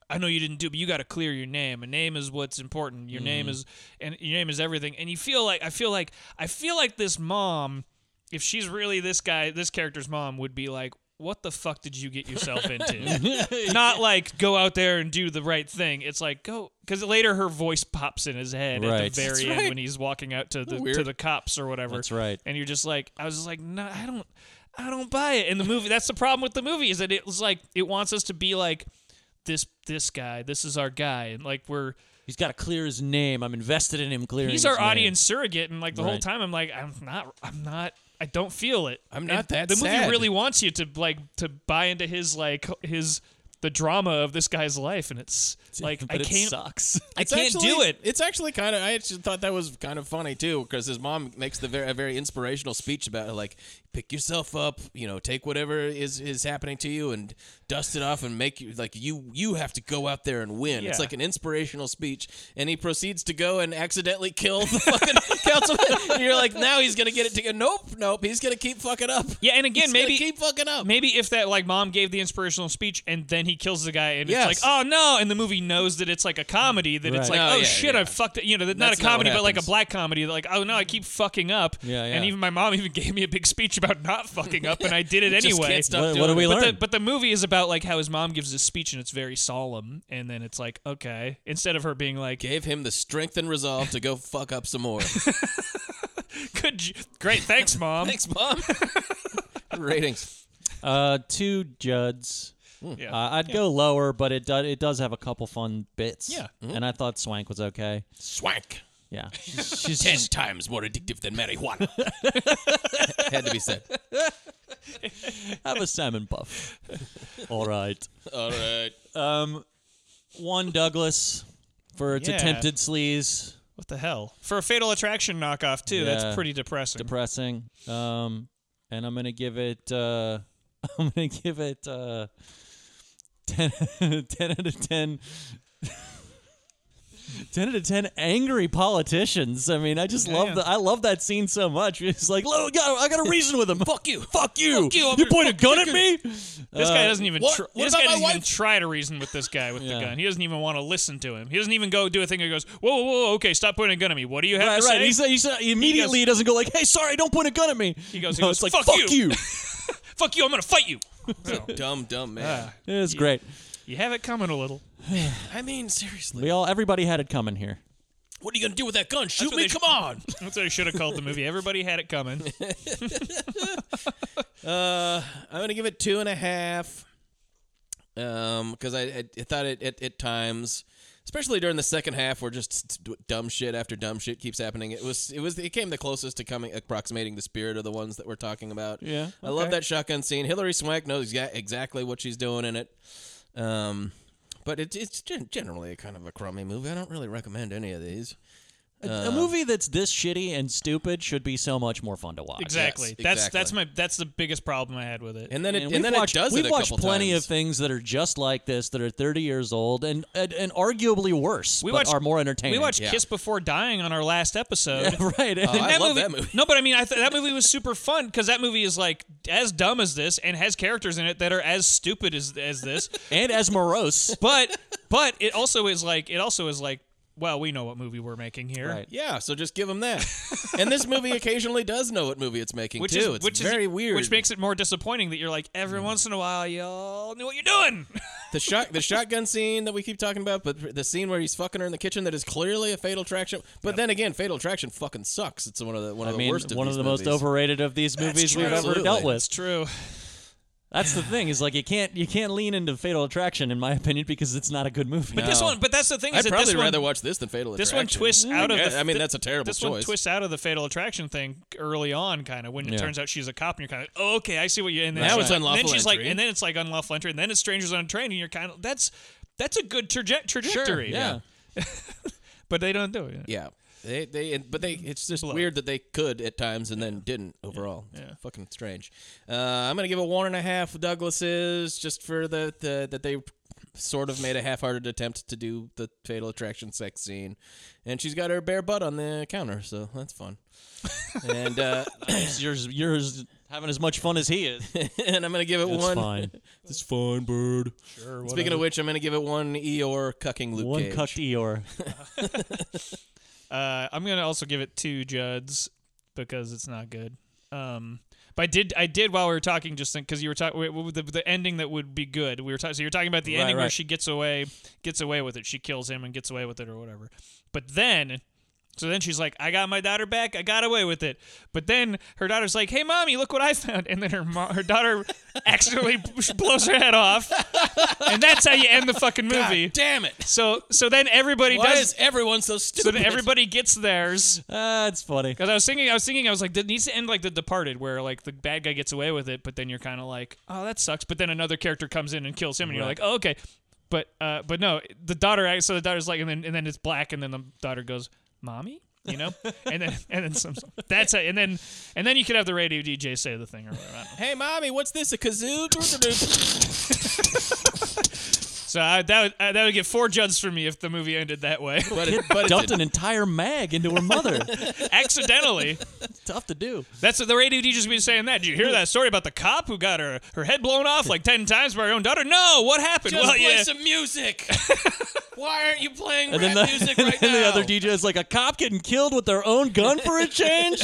I know you didn't do, but you got to clear your name. A name is what's important. Your Mm-hmm. name is, and your name is everything. And you feel like I feel like I feel like this mom, if she's really this guy, this character's mom, would be like, "What the fuck did you get yourself into?" Not like go out there and do the right thing. It's like go because later her voice pops in his head Right. at the very That's end right. when he's walking out to the Weird. to the cops or whatever. That's right. And you're just like, I was just like, no, I don't. I don't buy it. And the movie that's the problem with the movie is that it was like it wants us to be like this this guy, this is our guy, and like we're He's got to clear his name. I'm invested in him clearing. he's his our name. audience surrogate and like the whole Right. time I'm like I'm not I'm not I don't feel it. I'm not And that The sad. movie really wants you to like to buy into his like his the drama of this guy's life and it's like I but it can't sucks. I It's can't do actually- it. It's actually kind of. I actually thought that was kind of funny too, because his mom makes the very, a very inspirational speech about like, pick yourself up, you know, take whatever is is happening to you and dust it off and make you like you you have to go out there and win. It's Yeah. like an inspirational speech, and he proceeds to go and accidentally kill the fucking councilman. And you're like, now he's gonna get it together. Nope, nope. He's gonna keep fucking up. Yeah, and again He's gonna maybe keep fucking up. Maybe if that like mom gave the inspirational speech and then he kills the guy and Yes. it's like, oh no, and the movie knows that it's like a comedy that it's Right. like, No, oh yeah, shit, yeah. I fucked it. You know, that- not That's a not what comedy, but like a happens. black comedy. Like, oh no, I keep fucking up. Yeah, yeah. And even my mom even gave me a big speech about not fucking up, and I did it Just anyway. can't stop What- what doing do we it. But the, learn. but the movie is about like how his mom gives this speech and it's very solemn, and then it's like okay, instead of her being like, Gave him the strength and resolve to go fuck up some more. "Good, j- great, thanks, mom." Thanks, mom. Ratings. Uh, two Judds. Hmm. Yeah. Uh, I'd go lower, but it does it does have a couple fun bits. Yeah. and I thought Swank was okay. Swank. Yeah, she's Ten times more addictive than marijuana. Had to be said. have a salmon buff. All right. All right. Um, one Douglas for its Yeah. attempted sleaze. What the hell? For a Fatal Attraction knockoff too, Yeah. that's pretty depressing. depressing. Um, and I'm gonna give it. Uh, I'm gonna give it uh, 10, 10 out of ten. 10 out of 10 angry politicians. I mean, I just love yeah. the I love that scene so much. It's like, "Look, I got I got to reason with him. fuck you. Fuck you. you, I'm you gonna point a gun at me?" This guy doesn't even. what- tr- what this about guy my doesn't even wife? try to reason with this guy with Yeah. the gun. He doesn't even want to listen to him. He doesn't even go do a thing. He goes, "Whoa, whoa, whoa, okay, stop pointing a gun at me. What do you have Right, to right. say?" He's, he's, he immediately doesn't go like, "Hey, sorry, don't point a gun at me." He goes- he no, goes, it's like, "Fuck you." you." Fuck you! I'm gonna fight you. Dumb, dumb man. Ah. it's great. You have it coming a little. I mean, seriously. We all everybody had it coming here. What are you going to do with that gun? Shoot what me? they Come on. That's what I should have called the movie. Everybody had it coming. I'm going to give it two and a half. Um, because I, I, I thought it at, at times, especially during the second half, where just d- dumb shit after dumb shit keeps happening. It was, it was, it came the closest to coming approximating the spirit of the ones that we're talking about. Yeah, I love that shotgun scene. Hillary Swank knows exa- exactly what she's doing in it. Um, but it, it's gen- generally a kind of a crummy movie. I don't really recommend any of these. Um, a movie that's this shitty and stupid should be so much more fun to watch. Exactly. That's exactly. that's my that's the biggest problem I had with it. And then it, and, we've then watched, it does we've it a watched couple plenty times. of things that are just like this that are 30 years old and and, and arguably worse, We but watched- are more entertaining. we watched yeah. Kiss Before Dying on our last episode. right. Oh, I that love movie, that movie. No, but I mean, I th- that movie was super fun because that movie is like as dumb as this and has characters in it that are as stupid as as this. and as morose. but but it also is like it also is like well we know what movie we're making here Right. Yeah, so just give them that. and this movie occasionally does know what movie it's making which too. is it's which very is, weird. Mm. which makes it more disappointing that you're like every once in a while y'all knew what you're doing the shot the shotgun scene that we keep talking about, but the scene where he's fucking her in the kitchen that is clearly a Fatal Attraction. But then again, Fatal Attraction fucking sucks. It's one of the one I of the mean, worst. one of these the most movies. overrated of these movies we've true. ever dealt Absolutely. it's with. true That's the thing is like you can't you can't lean into Fatal Attraction in my opinion because it's not a good movie. but this one but that's the thing is Oh. I'd that probably this one, rather watch this than Fatal this one Attraction. twists out of Yeah, the, I mean, th- that's a terrible this one choice. twists out of the fatal attraction thing early on kind of when Yeah. it turns out she's a cop and you're kind of oh, okay I see what you and then Now she's- it's unlawful and then she's entry. like and then it's like unlawful entry and then it's strangers on a train and you're kind of that's that's a good traje- trajectory yeah. but they don't do it Yeah. They, they, and- but they, it's just weird that they could at times and then didn't overall. Yeah. Fucking strange. Uh, I'm going to give a one and a half Douglases just for the, the, that they sort of made a half hearted attempt to do the fatal attraction sex scene. And she's got her bare butt on the counter, so that's fun. and, uh, You're you're having as much fun as he is. and I'm going to give it It's one. fine. It's fine, bird. Sure. Speaking of which, I'm going to give it one Eeyore cucking Luke One Cage. cucked Eeyore. Uh, I'm gonna also give it two Juds because it's not good. Um, but I did I did while we were talking just think because you were talking the, the ending that would be good. We were talking so you're talking about the Right, ending where right. she gets away gets away with it. She kills him and gets away with it or whatever. But then So then she's like, I got my daughter back. I got away with it. But then her daughter's like, Hey, mommy, look what I found. And then her mo- her daughter accidentally blows her head off. And that's how you end the fucking movie. Damn it! So so then everybody Why does. is everyone so so stupid? then everybody gets theirs. Ah, it's funny. Because I was thinking, I was thinking, I was like, that needs to end like The Departed, where like the bad guy gets away with it, but then you're kind of like, oh, that sucks. But then another character comes in and kills him, and you're like, oh, okay. But uh, but no, the daughter. act- So the daughter's like, and then and then it's black, and then the daughter goes, mommy, you know, and then and then some. That's it. And then and then you could have the radio DJ say the thing or whatever. I don't know. Hey, mommy, what's this? A kazoo? So I, that would uh, that would get four judges for me if the movie ended that way, but it, but Dumped it's an entire mag into her mother. accidentally. Tough to do. That's what the radio DJ's been saying that. Did you hear that story about the cop who got her, her head blown off like 10 times by her own daughter? No, what happened? just well, play yeah. some music. Why aren't you playing And rap then, the, music and right then now? the other DJ is like, a cop getting killed with their own gun for a change?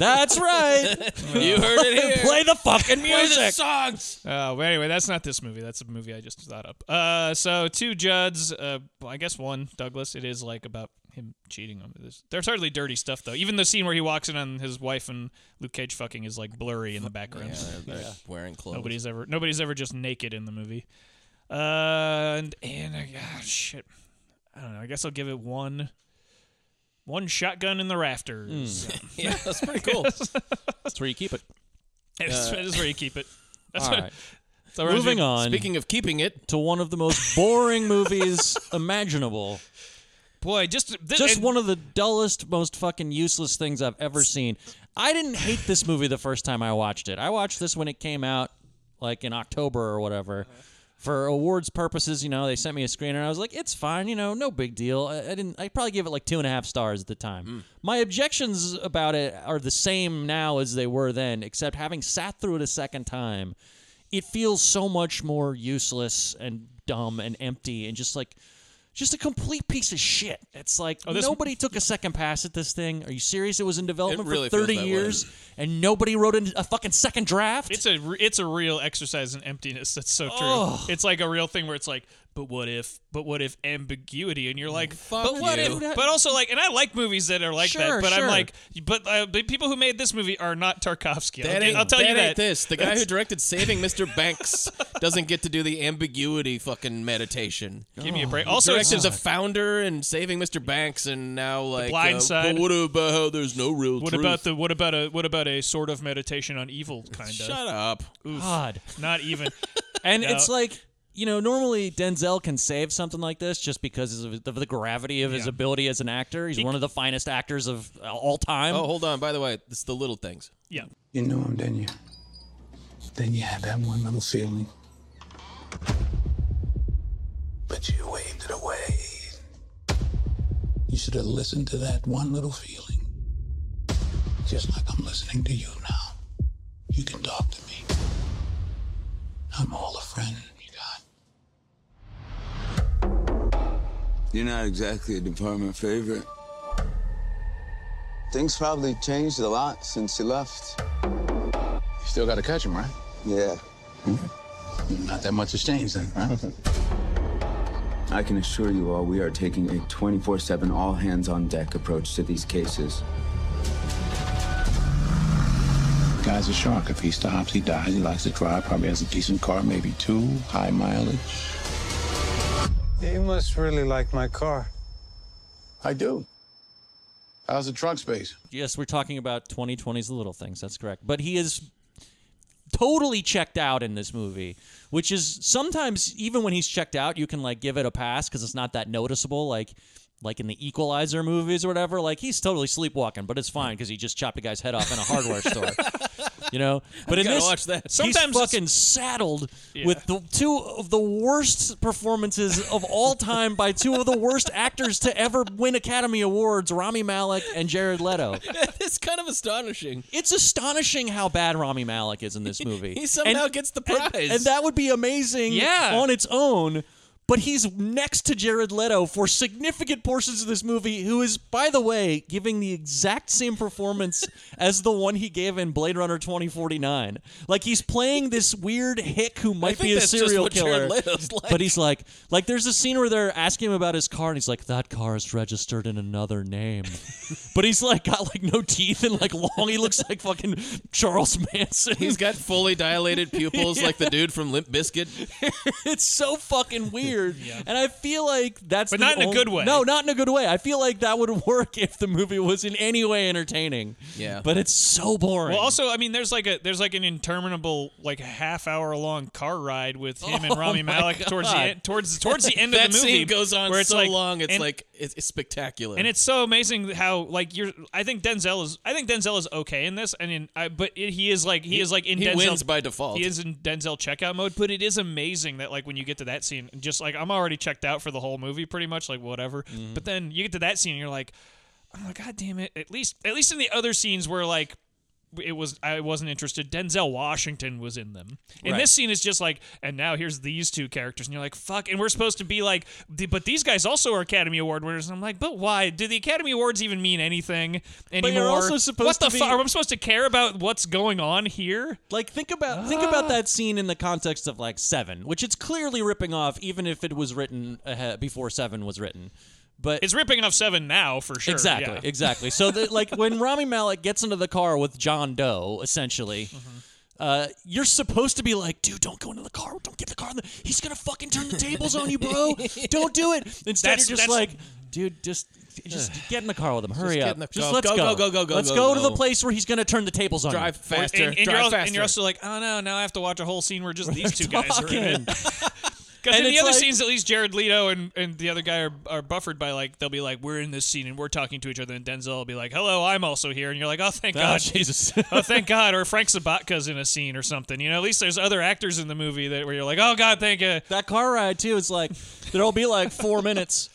That's right. you heard it here. Play the fucking Play the music. songs. Oh, well, anyway, that's not this movie. That's a movie I just thought up. Uh, so two Judds, uh, well, I guess one Douglas. It is like about him cheating on this. There's hardly dirty stuff though. Even the scene where he walks in on his wife and Luke Cage fucking is like blurry in the background. Wearing clothes. Nobody's ever nobody's ever just naked in the movie. Uh, and and I ah, shit, I don't know. I guess I'll give it one. One shotgun in the rafters. Yeah, that's pretty cool. That's where you keep it. That's that's where you keep it. That's All what- right. so where's Moving your- on Speaking of keeping it, to one of the most boring movies imaginable. boy. Just this, Just and- one of the dullest, most fucking useless things I've ever seen. I didn't hate this movie the first time I watched it. I watched this when it came out, like in October or whatever. Uh-huh. For awards purposes, you know, they sent me a screener and I was like, it's fine, you know, no big deal. I, I didn't I probably gave it like two and a half stars at the time. My objections about it are the same now as they were then, except having sat through it a second time, it feels so much more useless and dumb and empty and just like just a complete piece of shit. It's like this- nobody took a second pass at this thing. Are you serious? It was in development really for feels 30 that way. years and nobody wrote in a fucking second draft. It's a re- it's a real exercise in emptiness. That's so true. It's like a real thing where it's like, but what if? But what if ambiguity? And you're like, but what you. if? But also like, and I like movies that are like Sure, that. But sure. I'm like, but uh, the people who made this movie are not Tarkovsky. I'll, That ain't, I'll tell you that. ain't this. The guy who directed Saving Mr. Banks doesn't get to do the ambiguity fucking meditation. Give me a break. Also, it's Directed just The Founder and Saving Mr. Banks, and now like uh, Blind Side. But what about how there's no real what truth? about the what about a what about a sort of meditation on evil kind of? Shut up. God. Not even. And No. it's like, you know, normally Denzel can save something like this just because of the, the gravity of his ability as an actor. He's one of the finest actors of uh, all time. Oh, hold on. By the way, it's the little things. yeah. You knew him, didn't you? Then you had that one little feeling. But you waved it away. You should have listened to that one little feeling. Just like I'm listening to you now. You can talk to me. I'm all a friend you got. You're not exactly a department favorite. Things probably changed a lot since you left. You still got to catch him, right? Yeah, Not that much has changed then, right? I can assure you all we are taking a 24 7 all hands on deck approach to these cases. Guy's a shark. If he stops, he dies. He likes to drive. Probably has a decent car, maybe two. High mileage. You must really like my car. I do. How's the trunk space? Yes, we're talking about 2020's The Little Things. That's correct. But he is totally checked out in this movie, which is sometimes even when he's checked out, you can like give it a pass because it's not that noticeable. Like, like in the Equalizer movies or whatever, like he's totally sleepwalking, but it's fine because he just chopped a guy's head off in a hardware store. You know, but in gotta this, watch that. sometimes Sometimes he's it's- fucking saddled with the two of the worst performances of all time by two of the worst actors to ever win Academy Awards, Rami Malek and Jared Leto. it's kind of astonishing. It's astonishing how bad Rami Malek is in this movie. He somehow gets the prize. And, and that would be amazing Yeah. on its own. but he's next to Jared Leto for significant portions of this movie, who is, by the way, giving the exact same performance as the one he gave in Blade Runner 2049. Like he's playing this weird hick who might be a that's just serial what killer, Jared Leto's like. but he's like, like there's a scene where they're asking him about his car, and he's like, that car is registered in another name, but he's like got like no teeth and like long. He looks like fucking Charles Manson. He's got fully dilated pupils like the dude from Limp Biscuit. it's so fucking weird. And I feel like that's But the not in a only- good way. No, not in a good way. I feel like that would work if the movie was in any way entertaining. Yeah. But it's so boring. Well, also, I mean, there's like a there's like an interminable like half hour long car ride with him and Rami my Malek towards the God. end, towards towards the end That of the movie scene goes on where it's so like, long. It's and- like it's, it's spectacular. And it's so amazing how like you're. I think Denzel is. I think Denzel is okay in this. I mean, I, but it, he is like he, is like in he Denzel wins by default. He is in Denzel checkout mode. But it is amazing that like when you get to that scene, just like I'm already checked out for the whole movie, pretty much like whatever. Mm-hmm. But then you get to that scene, and you're like, oh god damn it! At least at least in the other scenes where like. It was I wasn't interested. Denzel Washington was in them. In Right. this scene, it's just like, and now here's these two characters, and you're like, fuck. And we're supposed to be like, "The- but these guys also are Academy Award winners. And I'm like, but why? Do the Academy Awards even mean anything anymore? you're also supposed what the to be- fu- Am I supposed to care about what's going on here? like think Ah. about think about that scene in the context of like Seven, which it's clearly ripping off, even if it was written ahead, before Seven was written. But It's ripping off seven now for sure. Exactly, yeah. exactly. So, that like, when Rami Malek gets into the car with John Doe, essentially, Mm-hmm. uh, you're supposed to be like, dude, don't go into the car. Don't get the car. in the- He's going to fucking turn the tables on you, bro. Don't do it. Instead, That's- you're that's- just like, dude, just. Just get in the car with him. Hurry get up. in the just car. let's Go, go. go, go, go, go, Let's go, go to the go. place where he's going to turn the tables on drive you. faster. And, and, drive you're also, faster. and you're also like, oh no, now I have to watch a whole scene where just these two guys are in it. Fucking- Because in And the it's other like- scenes, at least Jared Leto and, and the other guy are, are buffered by like they'll be like we're in this scene and we're talking to each other and Denzel will be like hello I'm also here and you're like oh thank Oh, God Jesus. oh thank God or Frank Sabatka's in a scene or something you know at least there's other actors in the movie that where you're like oh God thank you That car ride too is like there'll be like four minutes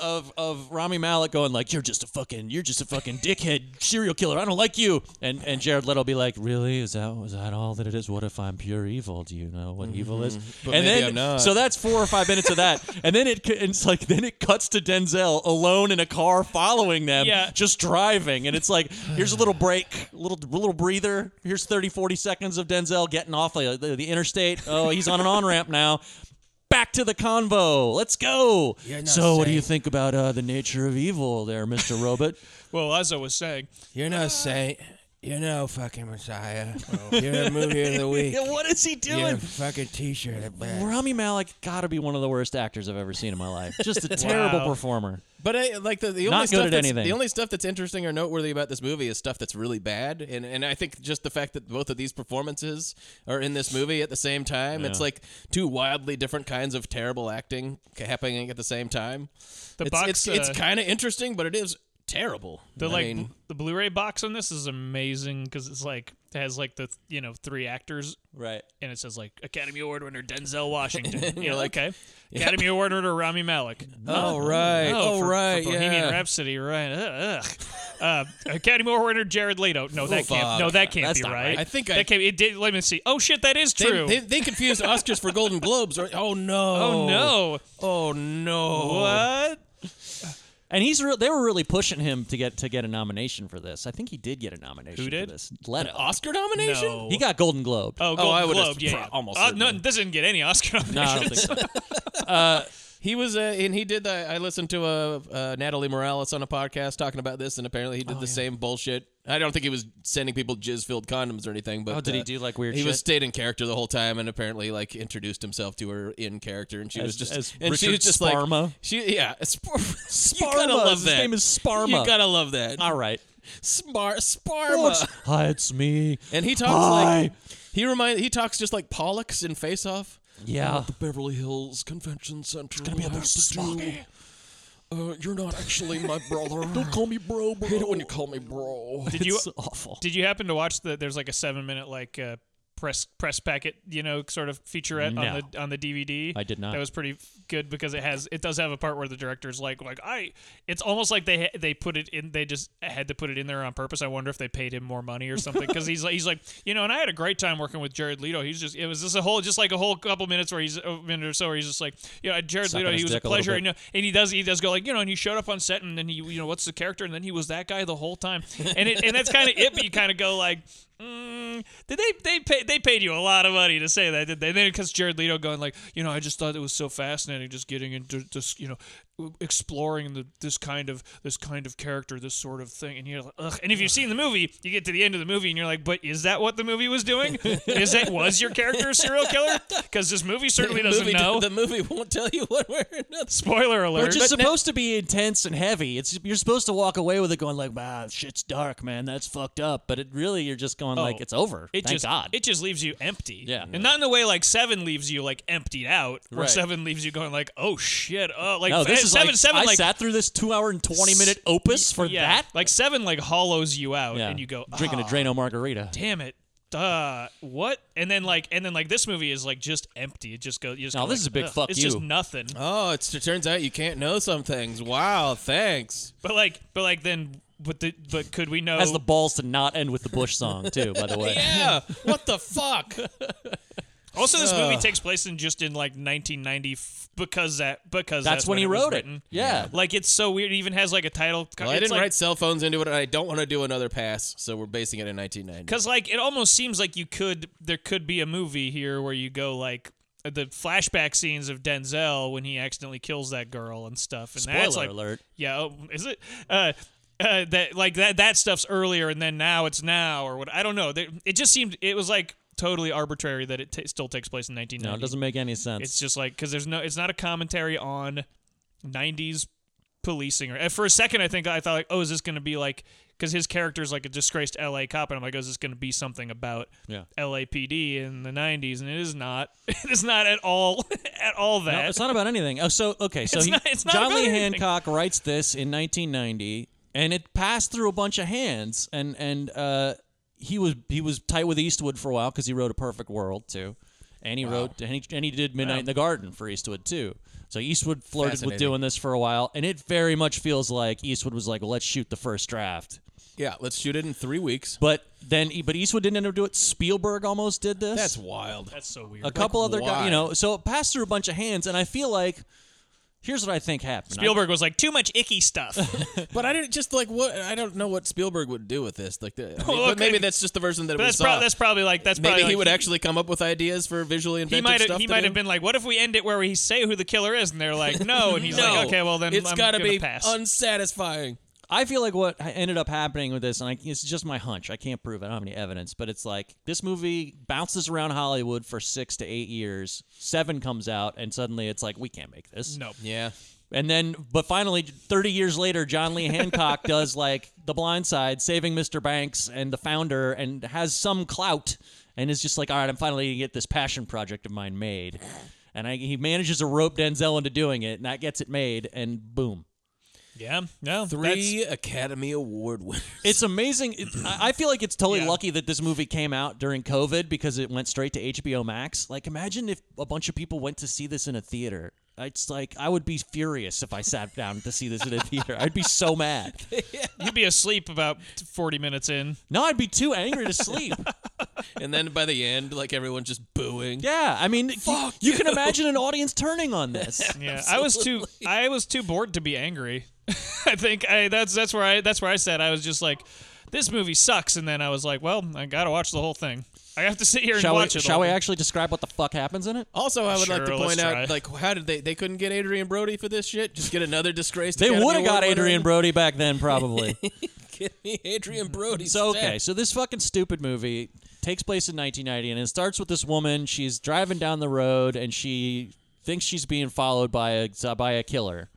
of of Rami Malek going like you're just a fucking you're just a fucking dickhead serial killer I don't like you and and Jared Leto will be like really is that is that all that it is what if I'm pure evil do you know what evil is and Mm-hmm. maybe then I'm not. so that's four or five minutes of that and then it c- it's like then it cuts to Denzel alone in a car following them Yeah. just driving and it's like here's a little break little little breather here's 30 40 seconds of Denzel getting off the, the, the interstate oh he's on an on ramp now back to the convo. Let's go. So, what do you think about uh, the nature of evil, there, Mister Robot? well as I was saying You're no saint. You're no fucking messiah. You're a movie of the week. Yeah, what is he You're a doing? fucking t-shirt. Rami Malek got to be one of the worst actors I've ever seen in my life. Just a terrible performer. But I, like the, the Not only good stuff at that's, anything. the only stuff that's interesting or noteworthy about this movie is stuff that's really bad, and and I think just the fact that both of these performances are in this movie at the same time, it's like two wildly different kinds of terrible acting ca- happening at the same time. The it's, box, it's, uh, it's kind of interesting, but it is terrible. The I like mean, bl- the Blu-ray box on this is amazing because it's like it has like the th- you know three actors Right. and it says like Academy Award winner Denzel Washington. You're like like, okay, Academy Award winner Rami Malek. oh right, Oh, oh for, right, for Bohemian yeah. Rhapsody, right? Ugh, ugh. Uh, Academy Award winner Jared Leto. No, that can't. fuck. No, that can't That's be not right. right. I think that I- can't. It did. Let me see. Oh shit, that is They, true. they, they confused Oscars for Golden Globes. Or, oh no! oh no. Oh no! What? And he's real. They were really pushing him to get to get a nomination for this. I think he did get a nomination. Who did? For this. Leto. Oscar nomination? No. He got Golden Globe. Oh, Golden I would've Globe. Yeah, pro- yeah. almost Uh, no, certainly. this didn't get any Oscar no, I nominations. don't think so. He was, uh, and he did. The, I listened to uh, uh, Natalie Morales on a podcast talking about this, and apparently he did Oh, the same bullshit. I don't think he was sending people jizz-filled condoms or anything, but Oh, did he uh, do, like, weird He was shit? stayed in character the whole time, and apparently like introduced himself to her in character, and she As- was just as and she was Richard just Sparma? like she yeah Spar- Sparma. You Sparma. gotta love His that. name is Sparma. Uh, You gotta love that. All right. Spar What's- Sparma. Hi, it's me. And he talks Hi. like he remind he talks just like Pollux in Face Off. yeah. Beverly Hills Convention Center. It's gonna be a bit smoggy. Uh, you're not actually my brother. Don't call me bro, bro. Hate it when you call me bro. Did you It's awful. Did you happen to watch the? There's like a seven minute like uh, press press packet, you know, sort of featurette No. on the on the DVD. I did not. That was pretty f- good because it has it does have a part where the director's like like I. It's almost like they ha- they put it in. They just had to put it in there on purpose. I wonder if they paid him more money or something because he's like he's like you know. And I had a great time working with Jared Leto. He's just it was just a whole just like a whole couple minutes where he's a minute or so where he's just like you know Jared Sucking Leto. his He was a dick a little pleasure. bit. you know, and he does he does go like you know and he showed up on set and then he you know what's the character and then he was that guy the whole time and it and that's kind of it. But you kind of go like. Mm, did they they pay, they paid you a lot of money to say that, did they? And then because Jared Leto going like, you know, I just thought it was so fascinating, just getting into this, you know, exploring the, this kind of this kind of character, this sort of thing. And you're like, ugh. And if you've seen the movie, you get to the end of the movie, and you're like, but is that what the movie was doing? is that was your character a serial killer? Because this movie certainly doesn't movie, know. The movie won't tell you one way or another. Spoiler alert. Which is supposed to be intense and heavy. It's you're supposed to walk away with it going like, "Wow, shit's dark, man. That's fucked up." But it really, you're just going like, Oh, "It's over." It Thank just God. it just leaves you empty. Yeah. and not in the way like Seven leaves you like emptied out, or Right. Seven leaves you going like, oh shit, oh like no, this eh, is Seven like, Seven I like sat through this two hour and twenty minute opus for yeah, that. like Seven like hollows you out, Yeah. and you go drinking a "Ah, Drano margarita. Damn it. Duh. What? And then like, and then like, this movie is like just empty. It just goes. You just No, go, like, this is a big "Ugh, fuck It's just you." nothing. Oh, it's, it turns out you can't know some things. Wow, thanks. But like, but like, then, but the, but could we know? Has the balls to not end with the Bush song too. By the way, Yeah, what the fuck? also, this movie takes place in just in like 1990 f- because that because That's when he was wrote it. written. Yeah. Like it's so weird. It even has like a title. Well, I it's didn't like, write cell phones into it, and I don't want to do another pass, so we're basing it in 1990. Because like it almost seems like you could there could be a movie here where you go like the flashback scenes of Denzel when he accidentally kills that girl and stuff. And that's Spoiler like, alert. Yeah, oh, is it? Uh, uh, that like that that stuff's earlier and then now it's now or what? I don't know. There- It just seemed it was like totally arbitrary that it ta still takes place in 1990. No, it doesn't make any sense. It's just like because there's no, it's not a commentary on '90s policing. Or and for a second, I think I thought like, oh, is this going to be like because his character's like a disgraced LA cop, and I'm like, oh, is this going to be something about Yeah. LAPD in the '90s? And it is not. It is not at all, at all that. No, it's not about anything. Oh, so okay, so It's he, not- it's not John about Lee anything. Hancock writes this in 1990, and it passed through a bunch of hands, and and uh, he was he was tight with Eastwood for a while because he wrote A Perfect World too, and he wrote and he, and he did Midnight in the Garden for Eastwood too. So Eastwood flirted with Fascinating. doing this for a while, and it very much feels like Eastwood was like, well, "Let's shoot the first draft." Yeah, let's shoot it in three weeks. But then, but Eastwood didn't end up doing it. Spielberg almost did this That's wild. That's so weird. a couple other guys, why? you know. So it passed through a bunch of hands, and I feel like here's what I think happened. Spielberg was like too much icky stuff. But I didn't just like what I don't know what Spielberg would do with this. Like, the, I mean, Well, but maybe okay. that's just the version that But we that's, saw. prob- that's probably like that's uh, maybe probably he like, would actually come up with ideas for visually He inventive might have stuff. he to might do. have been like, "What if we end it where we say who the killer is?" And they're like, "No," and he's no, like, "Okay, well then it's I'm gotta gonna be pass." unsatisfying. I feel like what ha- ended up happening with this, and I, it's just my hunch. I can't prove it. I don't have any evidence, but it's like this movie bounces around Hollywood for six to eight years. Seven comes out, and suddenly it's like we can't make this. no, Yeah, And then, but finally, 30 years later, John Lee Hancock does like The Blind Side, Saving Mr. Banks, and The Founder, and has some clout, and is just like, all right, I'm finally gonna get this passion project of mine made. And I, he manages to rope Denzel into doing it, and that gets it made, and boom. yeah, no. that's- three Academy Award winners. It's amazing. It, I I feel like it's totally Yeah. lucky that this movie came out during COVID because it went straight to HBO Max. Like, imagine if a bunch of people went to see this in a theater. It's like I would be furious if I sat down to see this in a theater. I'd be so mad. You'd be asleep about 40 minutes in. No, I'd be too angry to sleep. and then by the end, like everyone's just booing. yeah, I mean, Fuck you, can imagine an audience turning on this. Yeah, I was too I was too bored to be angry. I think I that's that's where I that's where I said I was just like this movie sucks and then I was like, well, I got to watch the whole thing. I have to sit here and Shall we, watch it. shall all. we actually describe what the fuck happens in it? Also, I would like to Sure, let's point out, try. like, how did they? They couldn't get Adrian Brody for this shit. Just get another disgraced. They Academy would have got Award winner Adrian in. Brody back then, probably. Get me Adrian Brody. So okay, so this fucking stupid movie takes place in 1990, and it starts with this woman. She's driving down the road, and she thinks she's being followed by a by a killer.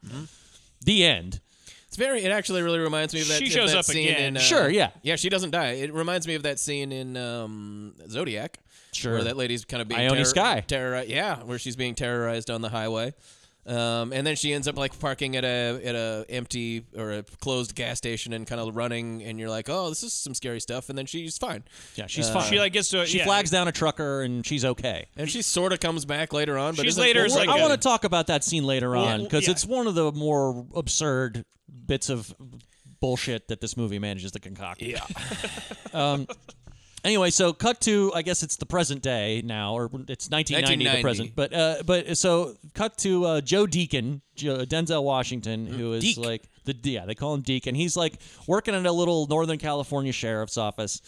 The end. It's very. It actually really reminds me of that. She of shows that up scene again. In, uh, Sure, yeah. yeah. She doesn't die. It reminds me of that scene in um, Zodiac, Sure. where that lady's kind of being Ione terror- Skye. terrori- Yeah, where she's being terrorized on the highway, Um, and then she ends up like parking at a at a empty or a closed gas station and kind of running, and you're like, oh, this is some scary stuff. And then she's fine. Yeah, she's Uh, fine. She like gets to. She yeah. flags down a trucker and she's okay. and she sort of comes back later on, but She's isn't- later Well, is we're- like I a- want to talk about that scene later on well, because yeah. it's one of the more absurd bits of bullshit that this movie manages to concoct. Yeah. um, anyway, so cut to I guess it's the present day now, or it's 1990, the 1990. present. But uh, but so cut to uh, Joe Deacon, Joe, Denzel Washington, who is Deke. like the yeah they call him Deacon. He's like working at a little Northern California sheriff's office.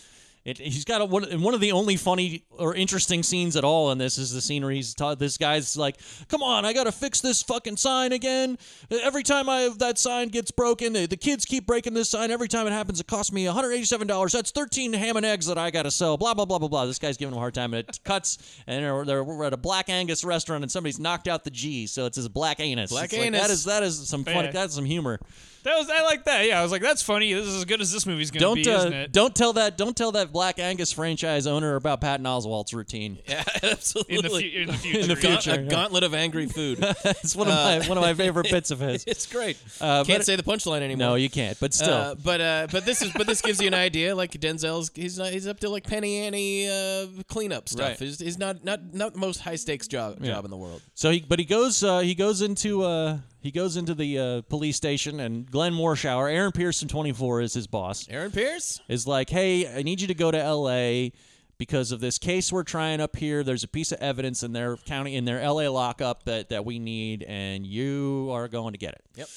It, he's got a, one, and one of the only funny or interesting scenes at all in this is the scene where he's ta- this guy's like, "Come on, I gotta fix this fucking sign again. Every time I that sign gets broken, the, the kids keep breaking this sign. Every time it happens, it costs me 187 dollars. That's 13 ham and eggs that I gotta sell. Blah blah blah blah blah. This guy's giving him a hard time, and it cuts, and they're, they're we're at a Black Angus restaurant, and somebody's knocked out the G, so it's his black anus. Black It's like, anus. that is that is some funny, Yeah. that's some humor. That was I like that. Yeah, I was like, that's funny. This is as good as this movie's gonna Don't be, isn't uh, it? don't tell that don't tell that Black Angus franchise owner about Patton Oswalt's routine. Yeah, in the, absolutely. fu- in the future. the yeah. future. a gauntlet of angry food. It's one of Uh, my one of my favorite bits of his. it's great. Uh, Can't but- say the punchline anymore. No, you can't. But still, Uh, but uh, but this is but this gives you an idea. Like Denzel's, he's not, he's up to like penny ante uh, cleanup stuff. Right. He's, he's not not not the most high stakes job job in the world. so he but he goes uh, he goes into uh, he goes into the uh, police station and Glenn Morshower, Aaron Pearson, twenty four, is his boss. Aaron Pierce. Is like, hey, I need you to go to L.A. because of this case we're trying up here. There's a piece of evidence in their county in their L.A. lockup that that we need, and you are going to get it. Yep.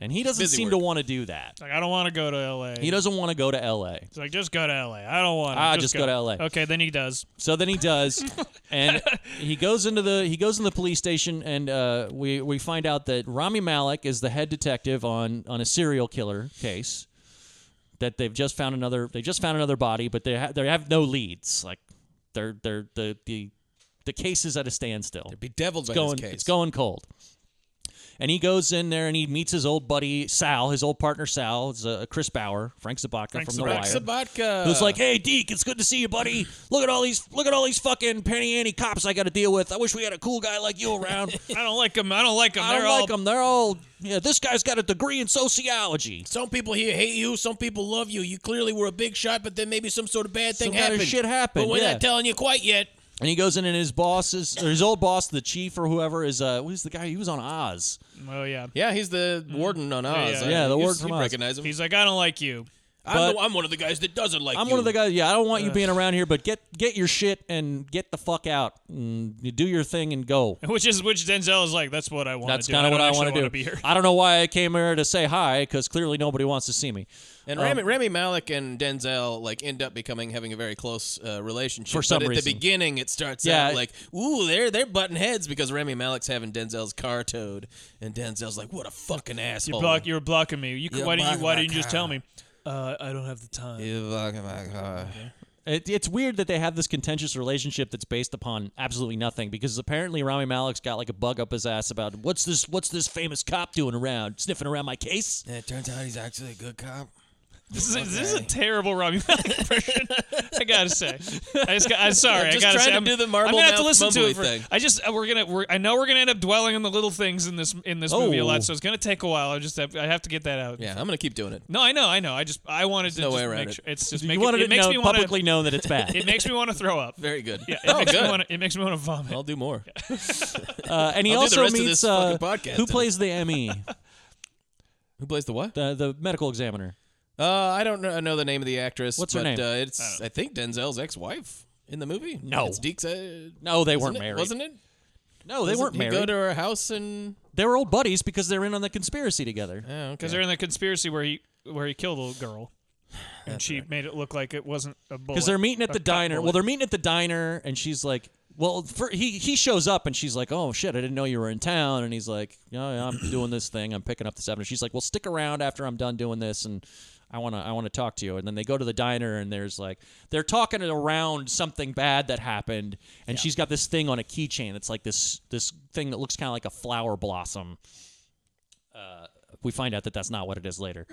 And he doesn't busy seem work. to want to do that. Like I don't want to go to L.A. He doesn't want to go to L.A. It's like just go to L.A. I don't want. Ah, just go to LA. Okay, then he does. So then he does, and he goes into the he goes in the police station, and uh, we we find out that Rami Malik is the head detective on on a serial killer case that they've just found another they just found another body, but they ha- they have no leads. Like they're they're the the the case is at a standstill. Bedeviled by It's going this case. it's going cold. And he goes in there and he meets his old buddy Sal, his old partner Sal, is uh, Chris Bauer, Frank Zabatka Frank from The Zabatka. Wire. Frank Sabatka. Uh. Who's like, hey Deke, it's good to see you, buddy. Look at all these, look at all these fucking penny ante cops I got to deal with. I wish we had a cool guy like you around. I don't like him. I don't like him. I They're don't all like them. They're all, yeah. This guy's got a degree in sociology. Some people here hate you. Some people love you. You clearly were a big shot, but then maybe some sort of bad thing Some kind of happened. shit happened, But we're yeah. not telling you quite yet. And he goes in, and his boss is, or his old boss, the chief or whoever is, uh, who's the guy? He was on Oz. Oh yeah. Yeah, he's the warden on Oz. yeah. I- Yeah, the you- warden you from Oz. Recognize him. He's like, I don't like you. I'm, the, I'm one of the guys that doesn't like. I'm you. one of the guys. Yeah, I don't want Uh. you being around here, but get get your shit and get the fuck out and you do your thing and go. Which is which Denzel is like, that's what I want. That's do. kind of don't what I actually want to do. Be here. I don't know why I came here to say hi because clearly nobody wants to see me. Um, And Rami, Rami Malik and Denzel like end up becoming having a very close uh, relationship. For some but at reason. the beginning, it starts Yeah. out like, "Ooh, they're they're butting heads" because Rami Malik's having Denzel's car towed, and Denzel's like, "What a fucking You asshole!" block. You were blocking me. You, Oh. You're why didn't you? blocking Why my didn't you just car. tell me? Uh, I don't have the time. You blocking my car. It, it's weird that they have this contentious relationship that's based upon absolutely nothing because apparently Rami Malek's got like a bug up his ass about what's this what's this famous cop doing around sniffing around my case? And it turns out he's actually a good cop. This, is, this is a terrible Rami Malek impression. I gotta say, I just got, I'm sorry. I'm I just gotta trying say, to I'm, do the marble I'm gonna have to mouth listen to mumbly it. For, thing. I just uh, we're gonna. We're, I know we're gonna end up dwelling on the little things in this in this movie a Oh. lot, so it's gonna take a while. I just have, I have to get that out. Yeah, I'm gonna keep doing it. No, I know, I know. I just I wanted to no just way around make it. sure it's just You make, it, wanted to it makes know, me wanna, publicly known that it's bad. It makes me want to throw up. Very good. Yeah, it oh, makes good. me want to. It makes me want to vomit. I'll do more. uh, and he I'll do the also rest of meets this uh, fucking podcast who then. plays the Emmy, Who plays the what? the, the medical examiner. Uh, I don't know, I know the name of the actress. What's her but, name? Uh, it's I, think Denzel's ex-wife in the movie. No. it's Deke's. Uh, No, they isn't weren't it? married. wasn't it? No, they Doesn't weren't he married. Go to her house and. they were old buddies because they're in on the conspiracy together. Oh, okay. Because they're in the conspiracy where he where he killed a girl, and she made it look like it wasn't a bullet. because they're meeting at a the cop diner. Well, bullet. they're meeting at the diner, and she's like, "Well, for, he he shows up, and she's like, oh shit, I didn't know you were in town.'" And he's like, "No, yeah, I'm doing this thing. I'm picking up this evidence." She's like, "Well, stick around after I'm done doing this, and I want to I want to talk to you." And then they go to the diner, and there's like they're talking around something bad that happened, and she's got this thing on a keychain. It's like this this thing that looks kind of like a flower blossom. Uh, we find out that that's not what it is later.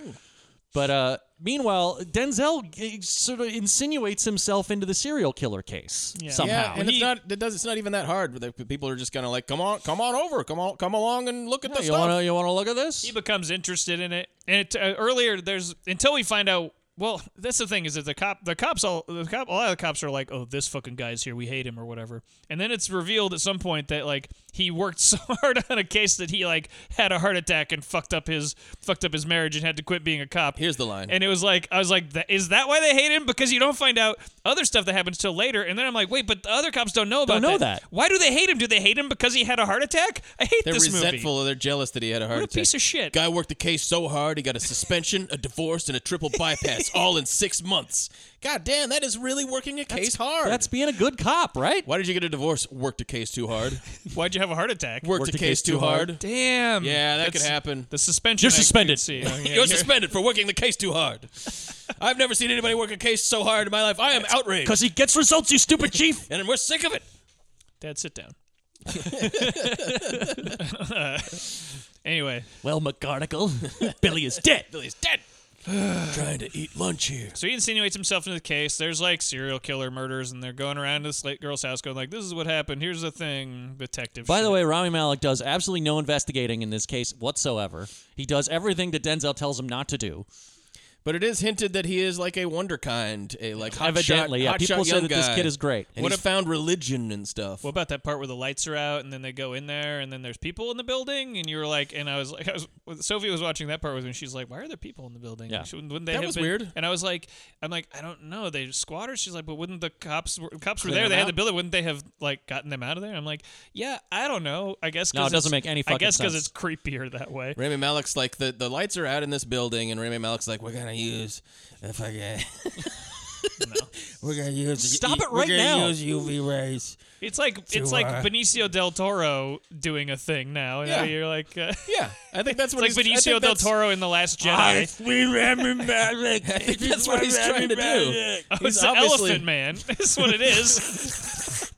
But uh, meanwhile, Denzel uh, sort of insinuates himself into the serial killer case Yeah. somehow. Yeah, and He- it's not it does it's not even that hard. The People are just kind of like, come on, come on over, come on, come along and look at the you stuff. want to you want to look at this? he becomes interested in it and it, uh, earlier there's until we find out well that's the thing is that the cop the cops all the cop a lot of the cops are like oh this fucking guy's here we hate him or whatever and then it's revealed at some point that like he worked so hard on a case that he like had a heart attack and fucked up his fucked up his marriage and had to quit being a cop Here's the line. and it was like i was like "Tha- is that why they hate him because you don't find out other stuff that happens till later and then i'm like wait but the other cops don't know about Don't know that. why do they hate him do they hate him because he had a heart attack i hate they're this resentful movie or they're jealous that he had a heart What a attack. piece of shit. Guy worked the case so hard he got a suspension, a divorce, and a triple bypass all in six months. God damn, that is really working a case hard. That's being a good cop, right? Why did you get a divorce? Worked a case too hard. why'd you have a heart attack Worked, a case, too hard. Damn. Yeah, that could That's- happen. The suspension. You're I could suspended. see. Oh, yeah, you're, suspended for working the case too hard. I've never seen anybody work a case so hard in my life. I am outraged, Because he gets results, you stupid chief. and we're sick of it. Dad, sit down. anyway, well, McGarnacle, Billy is dead. Billy is dead. Trying to eat lunch here. so he insinuates himself into the case. There's like serial killer murders, and they're going around to this late girl's house, going like, "This is what happened. Here's the thing, detective." By the shit." way, Rami Malik does absolutely no investigating in this case whatsoever. He does everything that Denzel tells him not to do. But it is hinted that he is like a wonder kind, a like hot Evidently, shot, yeah. hot People shot say young that this guy. kid is great. And What he's found religion and stuff. what about that part where the lights are out, and then they go in there, and then there's people in the building, and you were like, and I was like, I was Sophie was watching that part with me, and she's like, "Why are there people in the building? Yeah. Shouldn't- Wouldn't they That have was been-" weird. And I was like, I'm like, I don't know. They squatters. She's like, but wouldn't the cops were- cops were Clear there? They them had out? the building. Wouldn't they have like gotten them out of there? I'm like, yeah, I don't know. I guess 'cause No, it doesn't it's- make any I fucking guess because sense. it's creepier that way. Rami Malek's like the, the lights are out in this building, and Rami Malek's like, we're gonna use the fucking We're gonna use. Stop it we're right gonna now. Use UV rays. It's like it's like uh, Benicio del Toro doing a thing now. and Yeah. You're like. Uh, yeah. I think that's what It's like he's, I think Benicio del that's- Toro in The Last Jedi. we Rami Malek. I think that's what he's trying to do. oh, it's He's the obviously- Elephant Man. That's what it is.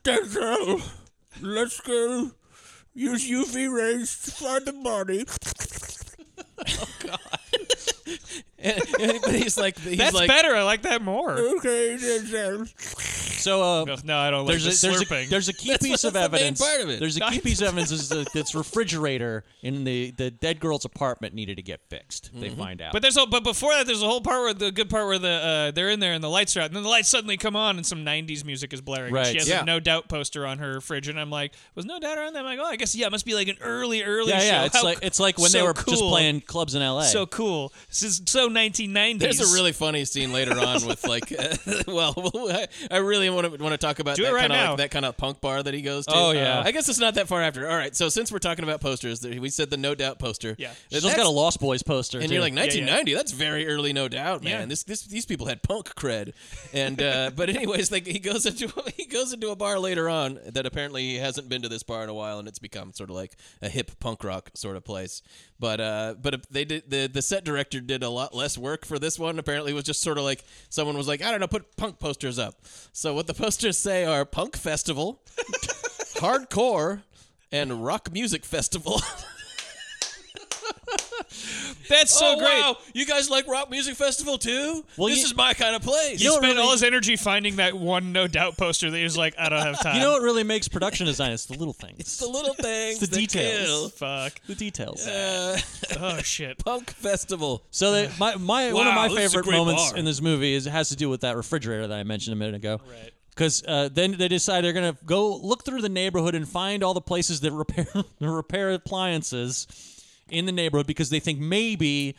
Denzel, let's go use UV rays to find the body. And, but he's like, he's That's like, better. I like that more. Okay, Denzel. So uh, Ugh, No, I don't like there's this a, there's, a, slurping. there's a key That's piece what- of that's the main evidence. part of it. There's a key piece of evidence is that this refrigerator in the, the dead girl's apartment needed to get fixed. They Mm-hmm. find out. but there's a, but before that there's a whole part where the good part where the uh, they're in there and the lights are out and then the lights suddenly come on and some 90s music is blaring. Right, She has yeah. a no doubt poster on her fridge and I'm like, was no doubt around that? I'm like, oh, I guess yeah, it must be like an early early yeah, show. yeah. It's How- like it's like when they so were just cool. playing clubs in L.A. So cool. This is so 1990s. There's a really funny scene later on with like, well, I, I really want to want to talk about Do it that right kind of now. like, that kind of punk bar that he goes to. Oh, yeah. I guess it's not that far after. All right, so since we're talking about posters, there- we said the No Doubt poster. Yeah. She's That's- got a Lost Boys poster. and too. you're like yeah. 1990. That's very early, No Doubt, man. Yeah. This, this these people had punk cred, and uh, but anyways, like he goes into he goes into a bar later on that apparently he hasn't been to this bar in a while, and it's become sort of like a hip punk rock sort of place. But uh, but they did the the set director did a lot less work for this one. Apparently, it was just sort of like someone was like, I don't know, put punk posters up. So what the posters say are punk festival, hardcore, and rock music festival. That's so oh, great. Wow. You guys like rock music festival too? Well, this you- is my kind of place. He spent all his energy finding that one no doubt poster that he was like, I don't have time. you know what really makes production design? It's the little things. It's the little things, the that details. Fuck. the details. kill. Uh, Oh shit. punk festival. So they, my my one of my Wow, this is a favorite great moments bar. in this movie is it has to do with that refrigerator that I mentioned a minute ago. Right. Because uh, then they decide they're gonna go look through the neighborhood and find all the places that repair repair appliances in the neighborhood because they think maybe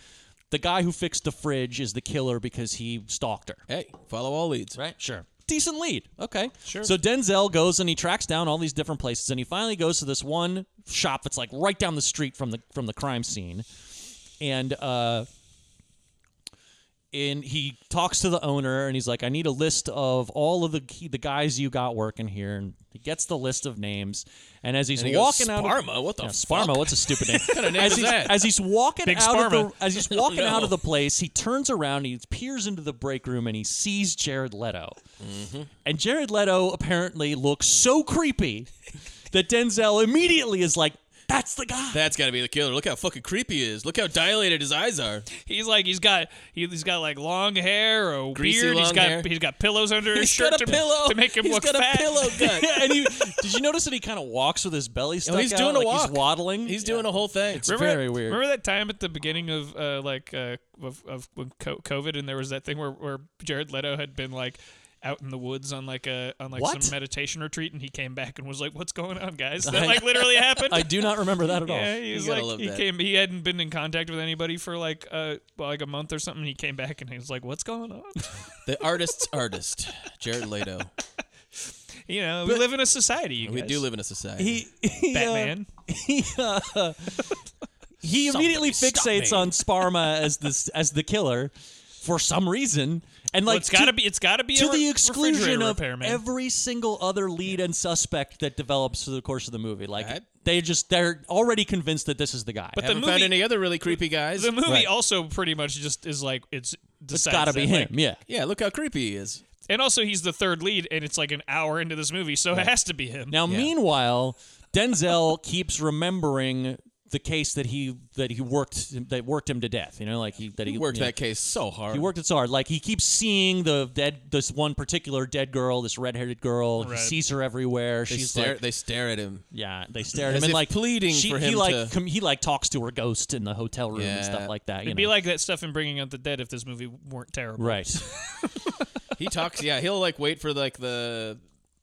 the guy who fixed the fridge is the killer because he stalked her. Hey, follow all leads. Right? Sure. Decent lead. Okay. Sure. So Denzel goes and he tracks down all these different places and he finally goes to this one shop that's like right down the street from the from the crime scene. And uh and he talks to the owner and he's like, I need a list of all of the key, the guys you got working here. And he gets the list of names. And as he's And he goes, walking out of Sparma? What the yeah, fuck? Sparma, what's a stupid name? name as, is he's, that? Oh, as he's walking Big out of the Sparma. as he's walking no. out of the place, he turns around, he peers into the break room, and he sees Jared Leto. Mm-hmm. And Jared Leto apparently looks so creepy that Denzel immediately is like, That's the guy. That's got to be the killer. Look how fucking creepy he is. Look how dilated his eyes are. He's like he's got he, has got like long hair or Greasy beard. He's long got hair. he's got pillows under his He's shirt got a to, pillow. to make him He's look got a fat. Oh, pillow gut. yeah, and he, did you notice that he kind of walks with his belly stuck Oh, he's out? doing a like walk. He's waddling. He's doing a whole thing. Remember very that, weird. Remember that time at the beginning of uh, like uh, of, of when co- COVID and there was that thing where, where Jared Leto had been like out in the woods on like a on like What? some meditation retreat and he came back and was like, "What's going on, guys?" That like literally happened. I do not remember that at all. Yeah, he was gotta like love he that. came. He hadn't been in contact with anybody for like uh well, like a month or something. He came back and he was like, "What's going on?" The artist's artist, Jared Leto. you know, we live in a society. You We guys. do live in a society. He, he, uh, Batman. he, uh, he immediately fixates on Sparma as this as the killer for some reason, and like Well, it's got to- to be. It's got to be to a re- the refrigerator exclusion of repairman. every single other lead and suspect that develops through the course of the movie. Like Right. they just they're already convinced that this is the guy. But the Haven't found movie- any other really creepy guys. The movie Right. also pretty much just is like it's. it's got to be him. yeah. yeah, look how creepy he is. And also, he's the third lead, and it's like an hour into this movie, so it has to be him. Now, meanwhile, Denzel keeps remembering the case that he that he worked that worked him to death. You know, like he that he, He worked you know, that case so hard. He worked it so hard. Like he keeps seeing the dead, this one particular dead girl, this red-headed girl. He Right. sees her everywhere. They She's stare. like, they stare at him. yeah, they stare at As him and if like pleading she, for He him like to- com- he like talks to her ghost in the hotel room and Yeah. stuff like that. You It'd know. be like that stuff in Bringing Out the Dead if this movie weren't terrible. right. He talks. Yeah, he'll like wait for like the.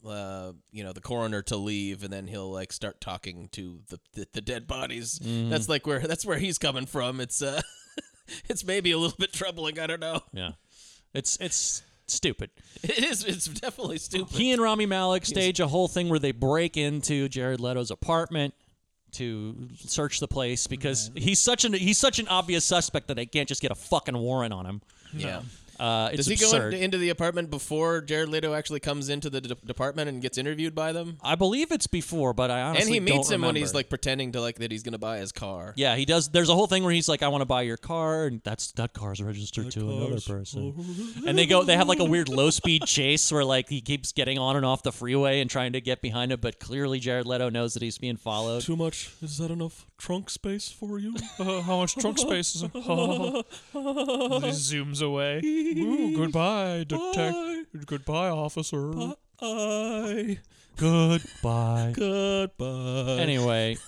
Uh, you know the coroner to leave, and then he'll like start talking to the the, the dead bodies. Mm. That's like where that's where he's coming from. It's uh, it's maybe a little bit troubling. I don't know. yeah, it's it's stupid. It is. It's definitely stupid. He and Rami Malik stage a whole thing where they break into Jared Leto's apartment to search the place because he's such an he's such an obvious suspect that they can't just get a fucking warrant on him. yeah. Uh, it's Does he absurd. go in, into the apartment before Jared Leto actually comes into the de- department and gets interviewed by them? I believe it's before, but I honestly and he meets don't him when remember. he's like pretending to like that he's gonna buy his car. Yeah, he does. There's a whole thing where he's like, "I want to buy your car," and that's that car's registered to another person. and they go, they have like a weird low speed chase where like he keeps getting on and off the freeway and trying to get behind him, but clearly Jared Leto knows that he's being followed. Too much? Is that enough trunk space for you? Uh, how much trunk space is? Oh. he zooms away. Ooh, goodbye, detective. Goodbye, officer. I Goodbye. goodbye. anyway,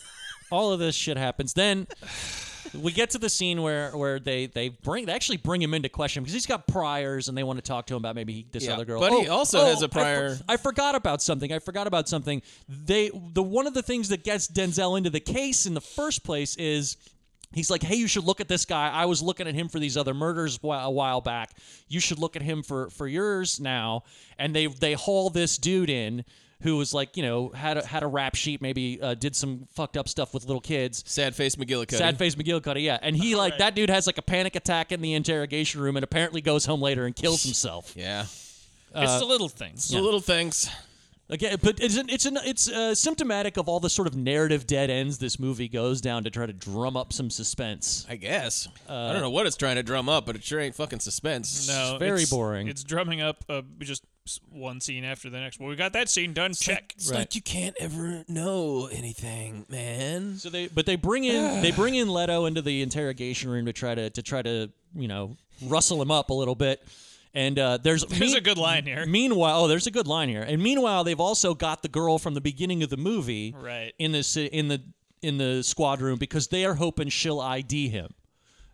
all of this shit happens. Then we get to the scene where where they they bring they actually bring him into question because he's got priors and they want to talk to him about maybe he, this Yeah, other girl. Oh, but he also has a I for- prior- I, forgot about something. I forgot about something. They the one of the things that gets Denzel into the case in the first place is. He's like, hey, you should look at this guy. I was looking at him for these other murders wh- a while back. You should look at him for for yours now. And they they haul this dude in who was like, you know, had a, had a rap sheet, maybe uh, did some fucked up stuff with little kids. Sad face McGillicuddy. Sad face McGillicuddy, yeah. And he like that dude has like a panic attack in the interrogation room and apparently goes home later and kills himself. Yeah. Uh, it's the little things. So little things. Again, but it's an, it's an, it's uh, symptomatic of all the sort of narrative dead ends this movie goes down to try to drum up some suspense. I guess. I Uh, don't know what it's trying to drum up, but it sure ain't fucking suspense. No, It's very it's- boring. It's drumming up uh, just s- one scene after the next. Well, we got that scene done. Check. It's like you can't ever know anything, man. So they but they bring in they bring in Leto into the interrogation room to try to to try to, you know, rustle him up a little bit. And uh, there's There's me- a good line here. Meanwhile, oh, there's a good line here. And meanwhile, they've also got the girl from the beginning of the movie Right. in the ci- in the in the squad room because they are hoping she'll ID him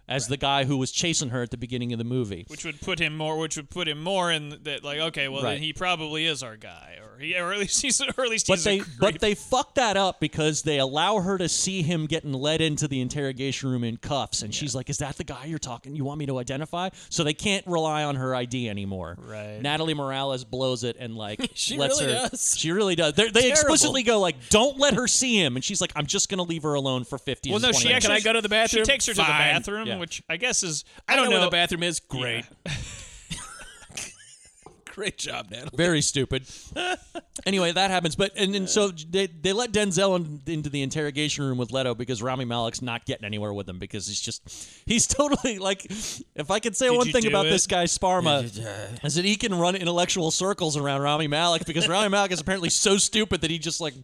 as the guy who was chasing her at the beginning of the movie. which would put him more which would put him more in that like okay well Right. then he probably is our guy or he or at least he's or at least but he's they a creep. but they fuck that up because they allow her to see him getting led into the interrogation room in cuffs and she's like is that the guy you're talking you want me to identify so they can't rely on her id anymore Right. natalie morales blows it and like She lets really her does. she really does They're- they Terrible. explicitly go like don't let her see him and she's like i'm just gonna leave her alone for 50 well to no 20 she minutes. actually I go to the bathroom? she takes her to the Fine. bathroom Yeah. which i guess is i don't where the bathroom is. Great. Great job, Natalie. Very stupid. anyway, that happens. But and, and so they, they let Denzel in, into the interrogation room with Leto because Rami Malek's not getting anywhere with him because he's just he's totally like if I could say Did one you thing do about it? this guy Sparma Did you- uh, is that he can run intellectual circles around Rami Malek because Rami Malek is apparently so stupid that he just like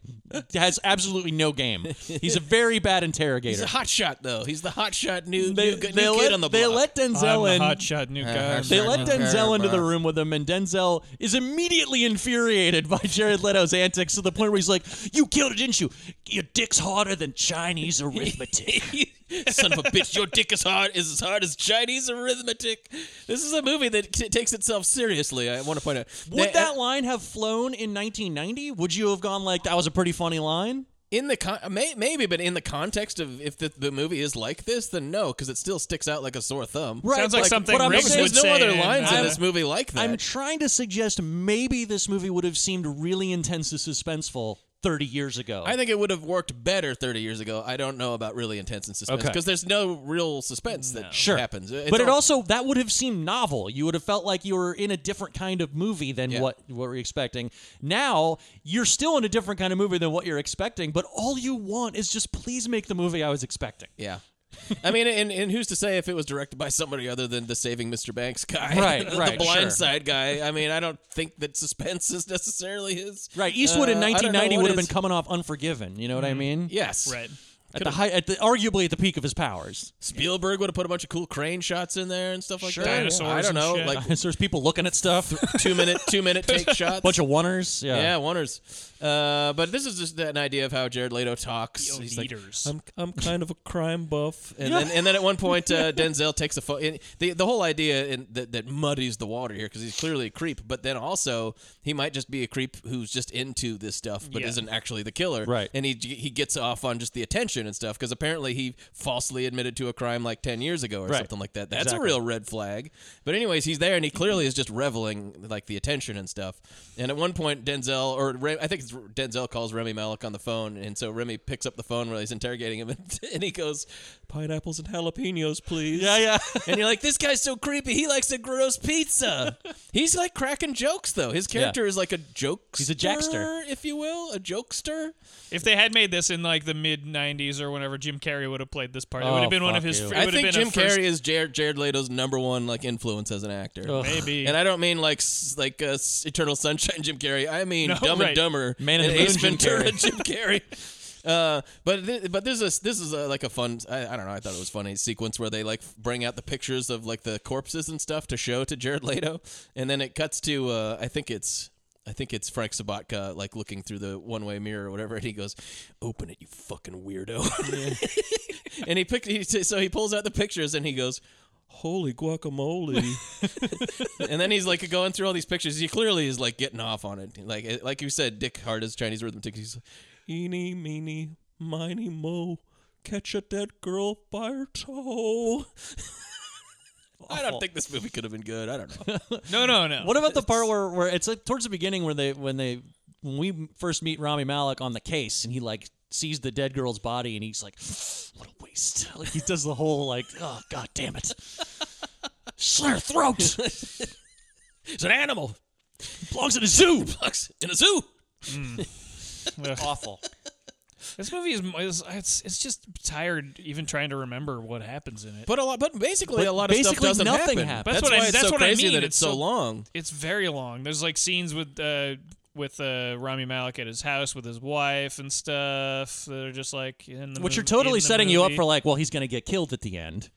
has absolutely no game. He's a very bad interrogator. He's a hot shot though. He's the hot shot new, new, they new kid let, on the block. They let Denzel I'm in. the hotshot new guy. They let Denzel into the room with him, and Denzel is immediately infuriated by Jared Leto's antics to the point where he's like, "You killed it, didn't you? Your dick's harder than Chinese arithmetic." Son of a bitch, your dick is hard is as hard as Chinese arithmetic. This is a movie that t- takes itself seriously. I want to point out. uh, Would They- that line have flown in 1990? Would you have gone like, "That was a pretty funny line"? in the con- may- maybe, but in the context of if the, the movie is like this, then no, because it still sticks out like a sore thumb. Right, Sounds like but- something what I'm Riggs saying is would no say other in, lines in uh, this movie like that. I'm trying to suggest maybe this movie would have seemed really intense and suspenseful 30 years ago. I think it would have worked better 30 years ago. I don't know about really intense and suspense Okay. because there's no real suspense that sure happens. It's but it all- also that would have seemed novel. You would have felt like you were in a different kind of movie than what what we're expecting. Now you're still in a different kind of movie than what you're expecting. But all you want is just please make the movie I was expecting. Yeah. I mean, and, and who's to say if it was directed by somebody other than the Saving Mr. Banks guy, Right, the, right, the Blind sure. Side guy? I mean, I don't think that suspense is necessarily his. Right. Eastwood in Uh, I don't know 1990 what would have been is- Mm. coming off Unforgiven. You know what I mean? Yes. Right. At the Could've- high, at the arguably at the peak of his powers. Spielberg would have put a bunch of cool crane shots in there and stuff like Sure. that. Dinosaurs I don't and know, shit. like There's people looking at stuff. two minute, two minute take shots. Bunch of oneers. Yeah. yeah, wonders. Uh, but this is just an idea of how Jared Leto talks. Yo, He's like, leaders. I'm I'm kind of a crime buff. And then, and then at one point, uh, Denzel takes a phone. The, the whole idea in, that, that muddies the water here because he's clearly a creep, but then also he might just be a creep who's just into this stuff but Yeah. isn't actually the killer. Right. And he, he gets off on just the attention and stuff because apparently he falsely admitted to a crime like 10 years ago or Right. something like that. That's Exactly. a real red flag. But, anyways, he's there and he clearly is just reveling like the attention and stuff. And at one point, Denzel, or Re- I think it's Denzel calls Remy Malik on the phone. And so Remy picks up the phone while he's interrogating him and, and he goes, Pineapples and jalapenos, please. Yeah. Yeah. and you're like, this guy's so creepy. He likes to gross pizza. He's like cracking jokes though. His character is like a jokester. He's a jackster. if you will, a jokester. If they had made this in like the mid '90s or whenever, Jim Carrey would have played this part. It Oh, would have been one of fuck his. you. it I would have think been Jim a first- Carrey is Jared, Jared Leto's number one like influence as an actor. Ugh. Maybe. And I don't mean like s- like uh, s- Eternal Sunshine Jim Carrey. I mean No, Dumb right. and Dumber, Man in and the Ace Moon Jim Ventura Carrey. Jim Carrey. Uh, but th- but this is this is a, like a fun I, I don't know I thought it was funny sequence where they like bring out the pictures of like the corpses and stuff to show to Jared Leto and then it cuts to uh, I think it's I think it's Frank Sabatka like looking through the one way mirror or whatever and he goes open it you fucking weirdo and he picked he, so he pulls out the pictures and he goes Holy guacamole. and then he's like going through all these pictures. He clearly is like getting off on it. Like like you said, Dick Hard is Chinese arithmetic. He's like, Eeny, meeny, miny, mo. Catch a dead girl by her toe. I don't think this movie could have been good. I don't know. No, no, no. What about the part where, where it's like towards the beginning where they when they when we first meet Rami Malik on the case and he like sees the dead girl's body and he's like, what a waste. Like he does the whole like, oh god damn it, slit her throat. it's an animal. Belongs in a zoo. Bucks in a zoo. Awful. This movie is is- it's it's just tired even trying to remember what happens in it. But a lot. But basically, But a lot of stuff basically doesn't nothing happen. happens. That's That's, what I- why it's that's so what I crazy mean. that it's, It's so so- long. it's very long. There's like scenes with uh with uh Rami Malik at his house with his wife and stuff. that are just like in the Which mov- you're totally in the setting you up movie. for like, well, he's gonna get killed at the end,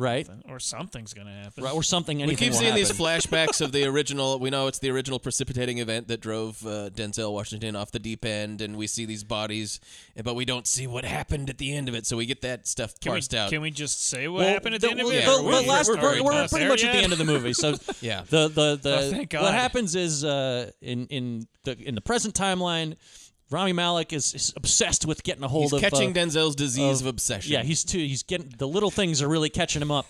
right? or something's gonna happen. Right, or something. We anything keep will seeing these happen. flashbacks of the original. We know it's the original precipitating event that drove uh, Denzel Washington off the deep end, and we see these bodies, but we don't see what happened at the end of it. So we get that stuff Can we, parsed out. can we just say what Well, happened at the end of well, it? the- Or the we're- last- we're- we're, we're we're not pretty there much at the yet? end of the movie. So Yeah. the the, the Oh, thank what God. happens is uh, in in the in the present timeline, Rami Malik is, is obsessed with getting a hold He's of catching uh, Denzel's disease of, obsession. Yeah, he's too. He's getting the little things are really catching him up,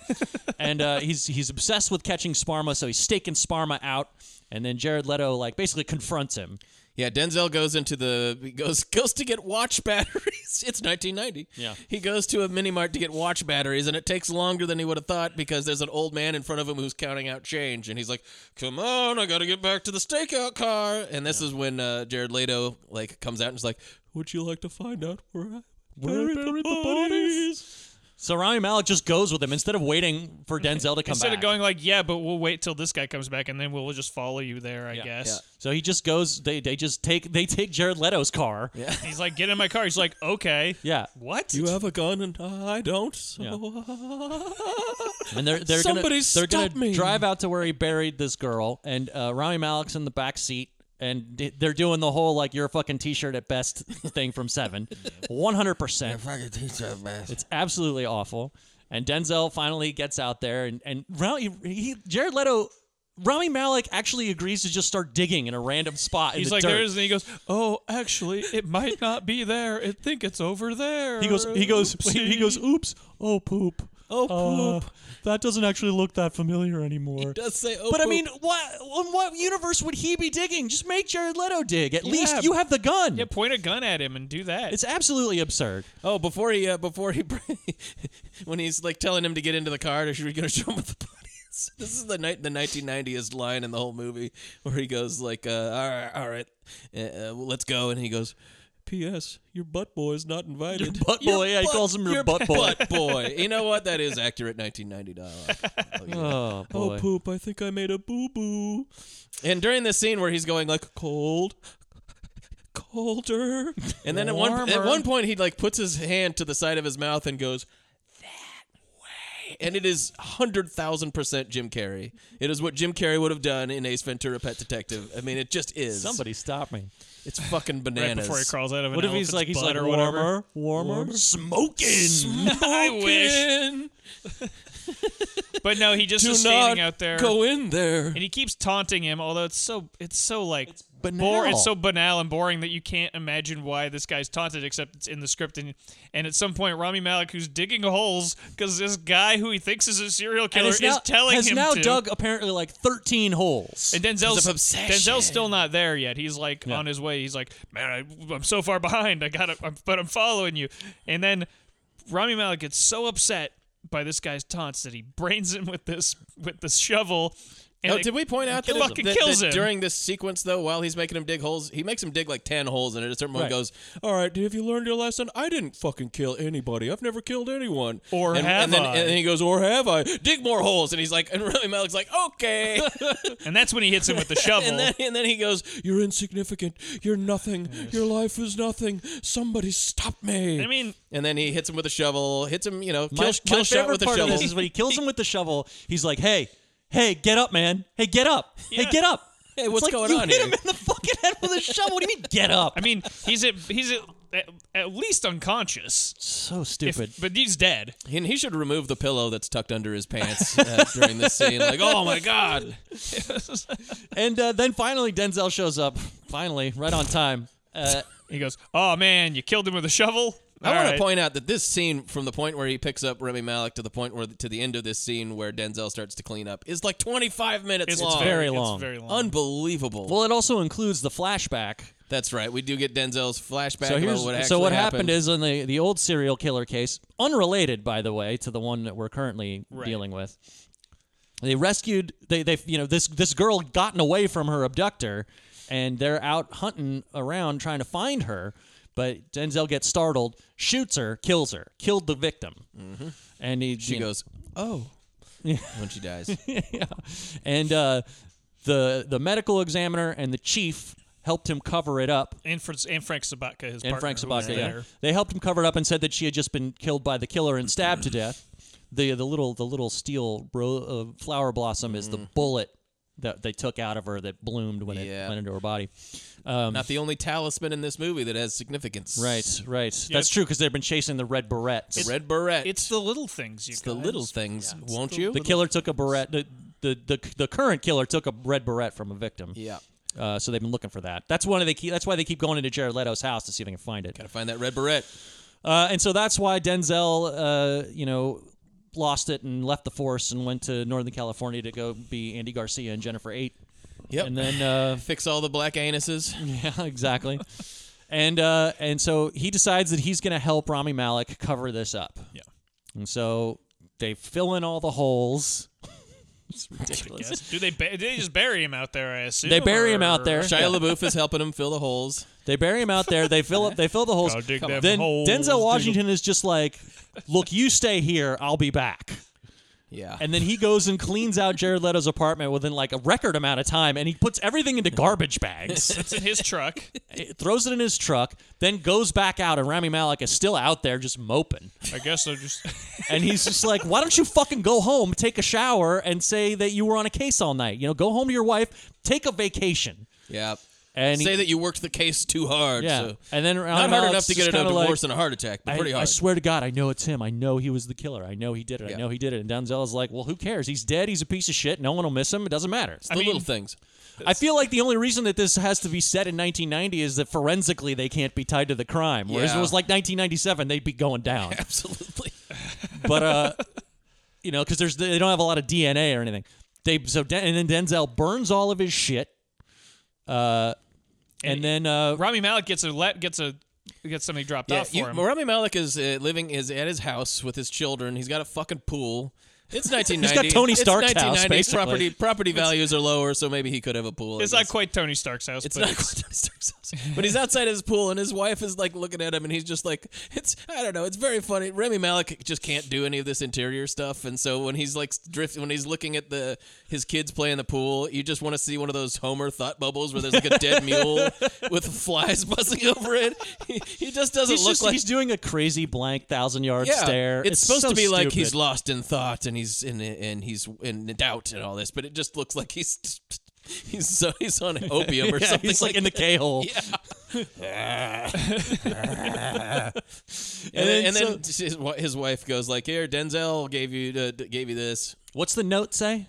and uh, he's he's obsessed with catching Sparma. So he's staking Sparma out, and then Jared Leto like basically confronts him. Yeah, Denzel goes into the he goes goes to get watch batteries. It's 1990. Yeah. He goes to a mini mart to get watch batteries, and it takes longer than he would have thought because there's an old man in front of him who's counting out change, and he's like, "Come on, I gotta get back to the stakeout car." And this is when uh, Jared Leto like comes out and is like, "Would you like to find out where I Where buried, buried the, the bodies?" So Rami Malik just goes with him instead of waiting for Denzel to come Instead back. of going like, yeah, but we'll wait till this guy comes back and then we'll just follow you there, I guess. so he just goes. They they just take they take Jared Leto's car. Yeah. He's like, get in my car. He's like, okay. Yeah. What? You have a gun and I don't. So And they're they're Somebody gonna they're gonna stop me. drive out to where he buried this girl, and uh, Rami Malek's in the back seat, and d- they're doing the whole like you're a fucking t-shirt at best thing from Seven, one hundred percent. Fucking teacher, man. It's absolutely awful. And Denzel finally gets out there, and and Rami, he, Jared Leto, Rami Malik actually agrees to just start digging in a random spot. In He's the like, dirt. there is, and he goes, oh, actually, it might not be there. I think it's over there. He goes. He goes. He goes. Oops. Oh poop. Oh Uh, poop. that doesn't actually look that familiar anymore. Does say, oh, but I poop. mean, what? In what universe would he be digging? Just make Jared Leto dig. At Yeah. least you have the gun. Yeah, point a gun at him and do that. It's absolutely absurd. Oh, before he, uh, before he, when he's like telling him to get into the car, or should we go to show him with the bodies? This is the night, the 1990s line in the whole movie where he goes like, uh, all right, all right, uh, uh, let's go, and he goes, P.S. Your butt boy is not invited. Butt boy. yeah, he calls him your, butt boy. butt boy. you know what? That is accurate 1990 dialogue. I'll give you that. Oh boy. Oh poop! I think I made a boo boo. And during this scene where he's going like cold, Colder. and then at one at Warmer. one point he like puts his hand to the side of his mouth and goes that way, and it is hundred thousand percent Jim Carrey. It is what Jim Carrey would have done in Ace Ventura: Pet Detective. I mean, it just is. Somebody stop me. it's fucking right bananas. before he crawls out of an What if he's elephant's like he's butt like or whatever. warmer, warmer, smoking. I wish. but no, he just Do is not standing out there. go in there. and he keeps taunting him, although it's so it's so like it's banal. it's so banal and boring that you can't imagine why this guy's taunted, except it's in the script. And and at some point, Rami Malik, who's digging holes because this guy who he thinks is a serial And killer, it's now- is telling has him now to. dug apparently like thirteen holes. and Denzel's, Because of obsession. Denzel's still not there yet. He's like on his way. He's like, man, I, I'm so far behind. I got, I'm, but I'm following you. And then Rami Malek gets so upset by this guy's taunts that he brains him with this with this shovel. And Now, it- Oh, did we point out that, it fucking that- kills that him during this sequence though? While he's making him dig holes, he makes him dig like ten holes, and at a certain point Right. goes, "All right, have you learned your lesson? I didn't fucking kill anybody. I've never killed anyone." Or and, have and then, I? And then he goes, "Or have I? Dig more holes." And he's like, and Rami Malek's like, "Okay." and that's when he hits him with the shovel. and then and then he goes, You're insignificant. You're nothing. Your life is nothing. Somebody stop me. I mean, and then he hits him with a shovel, hits him, you know, kill, my, kill my shot favorite with a part shovel. of this is when he kills him with the shovel. He's like, "Hey, hey, get up, man! Hey, get up! Hey, get up!" Hey, what's going you on hit here? him in the fucking head with a shovel. What do you mean, get up? I mean, he's at he's at, at, at least unconscious, so if, stupid. but he's dead. and he should remove the pillow that's tucked under his pants uh, during this scene. Like, oh my god, and uh, then finally, Denzel shows up. Finally, right on time. Uh, He goes, "Oh man, you killed him with a shovel." I All want right. to point out that this scene, from the point where he picks up Remy Malik to the point where to the end of this scene where Denzel starts to clean up, is like 25 minutes It's, long. very it's long. very long. Unbelievable. well, it also includes the flashback. That's right. We do get Denzel's flashback so about here's what actually so what happened. happened is in the the old serial killer case, unrelated by the way to the one that we're currently Right. dealing with. They rescued they they you know this this girl gotten away from her abductor, and they're out hunting around trying to find her, but Denzel gets startled, shoots her, kills her, killed the victim, and he Mm-hmm. she you know, goes, "Oh." when she dies. yeah. and uh, the the medical examiner and the chief helped him cover it up and, Fr- and Frank Sabatka, his and partner, Frank who was Sabaka. Yeah. there. They helped him cover it up and said that she had just been killed by the killer and stabbed to death. The the little the little steel ro- uh, flower blossom is the bullet that they took out of her that bloomed when Yeah. it went into her body. Um, Not the only talisman in this movie that has significance. Right, right. That's true because they've been chasing the red beret. The red beret. It's the little things. You It's the little things, won't you? the killer took a beret. The, the, the, the current killer took a red beret from a victim. yeah. Uh, so they've been looking for that. That's one of the key. That's why they keep going into Jared Leto's house to see if they can find it. Gotta find that red beret. Uh, and so that's why Denzel, uh, you know, lost it and left the force and went to Northern California to go be Andy Garcia and Jennifer Eight. Yep. And then uh, fix all the black anuses. Yeah, exactly. and uh, and so he decides that he's going to help Rami Malik cover this up. Yeah. And so they fill in all the holes. it's I ridiculous. guess. Do they ba- do they just bury him out there? I assume They bury him out or- there. Shia LaBeouf is helping him fill the holes. They bury him out there. They fill up. They fill the holes. Go dig Come them on. then holes, Denzel Washington is just like, "Look, you stay here. I'll be back." Yeah. And then he goes and cleans out Jared Leto's apartment within like a record amount of time, and he puts everything into garbage bags, It's in his truck. throws it in his truck, then goes back out, and Rami Malek is still out there just moping. I guess they're just. And he's just like, "Why don't you fucking go home, take a shower, and say that you were on a case all night? You know, go home to your wife, take a vacation." Yeah. And he- Say that you worked the case too hard. Yeah. So. And then not Rami hard Malek's enough to just get another kinda like, divorce and a heart attack, but I, pretty hard. I swear to God, I know it's him. I know he was the killer. I know he did it. Yeah. I know he did it. And Denzel's like, well, who cares? He's dead. He's a piece of shit. No one will miss him. It doesn't matter. the little things. I feel like the only reason that this has to be set in 1990 is that forensically they can't be tied to the crime. Whereas if Yeah. it was like 1997, they'd be going down. Absolutely. but uh, you know, because there's they don't have a lot of DNA or anything. They so Den- and then Denzel burns all of his shit. Uh, and then uh, Rami Malik gets a let gets a gets something dropped Yeah, off for you, him. Rami Malek is uh, living is at his house with his children. He's got a fucking pool. It's 1990. Tony It's Stark's house, 1990. basically. Property property values are lower, so maybe he could have a pool. I it's not guess. quite Tony Stark's house, It's but not it's- quite Tony Stark's house. But he's outside his pool, and his wife is like looking at him, and he's just like, "It's I don't know. It's very funny." Remy Malik just can't do any of this interior stuff, and so when he's like drift, when he's looking at the his kids play in the pool, you just want to see one of those Homer thought bubbles where there's like a dead mule with flies buzzing over it. He, he just doesn't he's, look just- like he's doing a crazy blank thousand yard stare. It's, supposed so to be like stupid. he's lost in thought and he's in and he's in doubt and all this, but it just looks like he's he's so he's on opium or Yeah, something. He's like, in the that. K hole. And, then, and And then then his, wi- his wife goes like, "Here, Denzel gave you uh, d- gave you this." What's the note say?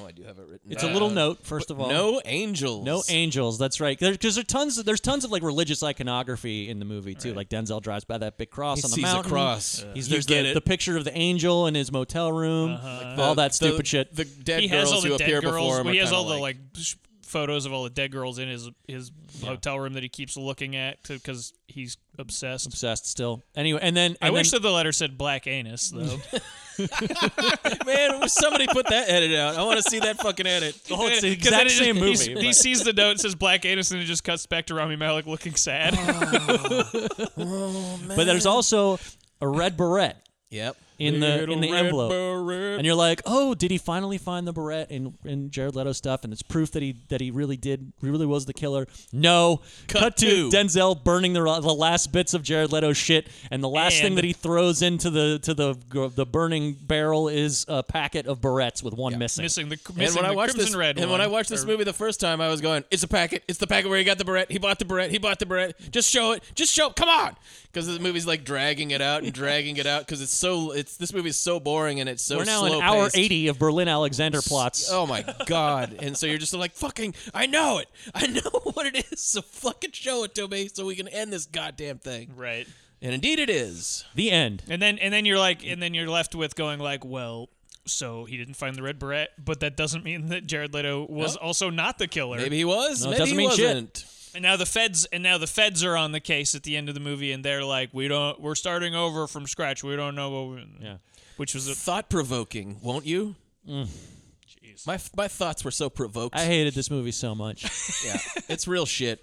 Oh, I do have it written. It's down. a little note, first of all. No angels. No angels. That's right. Because there's, tons. Of, there's tons of like religious iconography in the movie too. Like Denzel drives by that big cross He on the sees a mountain. cross. He's You there's get the, it. the picture of the angel in his motel room. all that stupid Uh-huh. the, shit. The dead he girls has all who the appear dead girls. before him. well, are he has kinda all the like sh- photos of all the dead girls in his his hotel room that he keeps looking at because he's obsessed. obsessed still. Anyway, and then I and wish then, that the letter said black anus though. man. Somebody put that edit out. I want to see that fucking edit. the Oh, whole it's the 'Cause then exact it just- same he's- movie. He sees the note, it says black anus, and it just cuts back to Rami Malik looking sad. but, but there's also a red beret Yep. in the in the red envelope. And you're like, oh, did he finally find the beret in, in Jared Leto stuff? And it's proof that he that he really did, he really was the killer. No, Cut to. Denzel burning the the last bits of Jared Leto's shit, and the last thing And- that he throws into the to the gr- the burning barrel is a packet of berets with one missing. missing the missing And when the I watched crimson this, red and one. when I watched this Or- movie the first time, I was going, "It's a packet. It's the packet where he got the beret. He bought the beret. He bought the beret. Just show it. Just show. Come on!" Because the movie's like dragging it out and dragging it out because it's so. It's this movie's so boring and it's so. We're now slow in hour paced. eighty of Berlin Alexander plots. Oh my god! and so you're just like, "Fucking! I know it. I know what it is. So fucking show it to me so we can end this goddamn thing." right, And indeed, it is. The end. and then and then you're like, and then you're left with going like, well. So he didn't find the red beret, but that doesn't mean that Jared Leto was also not the killer. Maybe he was. Er, No, it maybe doesn't he mean shit. wasn't. And now the feds and now the feds are on the case at the end of the movie and they're like we don't we're starting over from scratch. We don't know what we Yeah. which was a, Thought provoking, won't you? My my thoughts were so provoked. I hated this movie so much. yeah, it's real shit.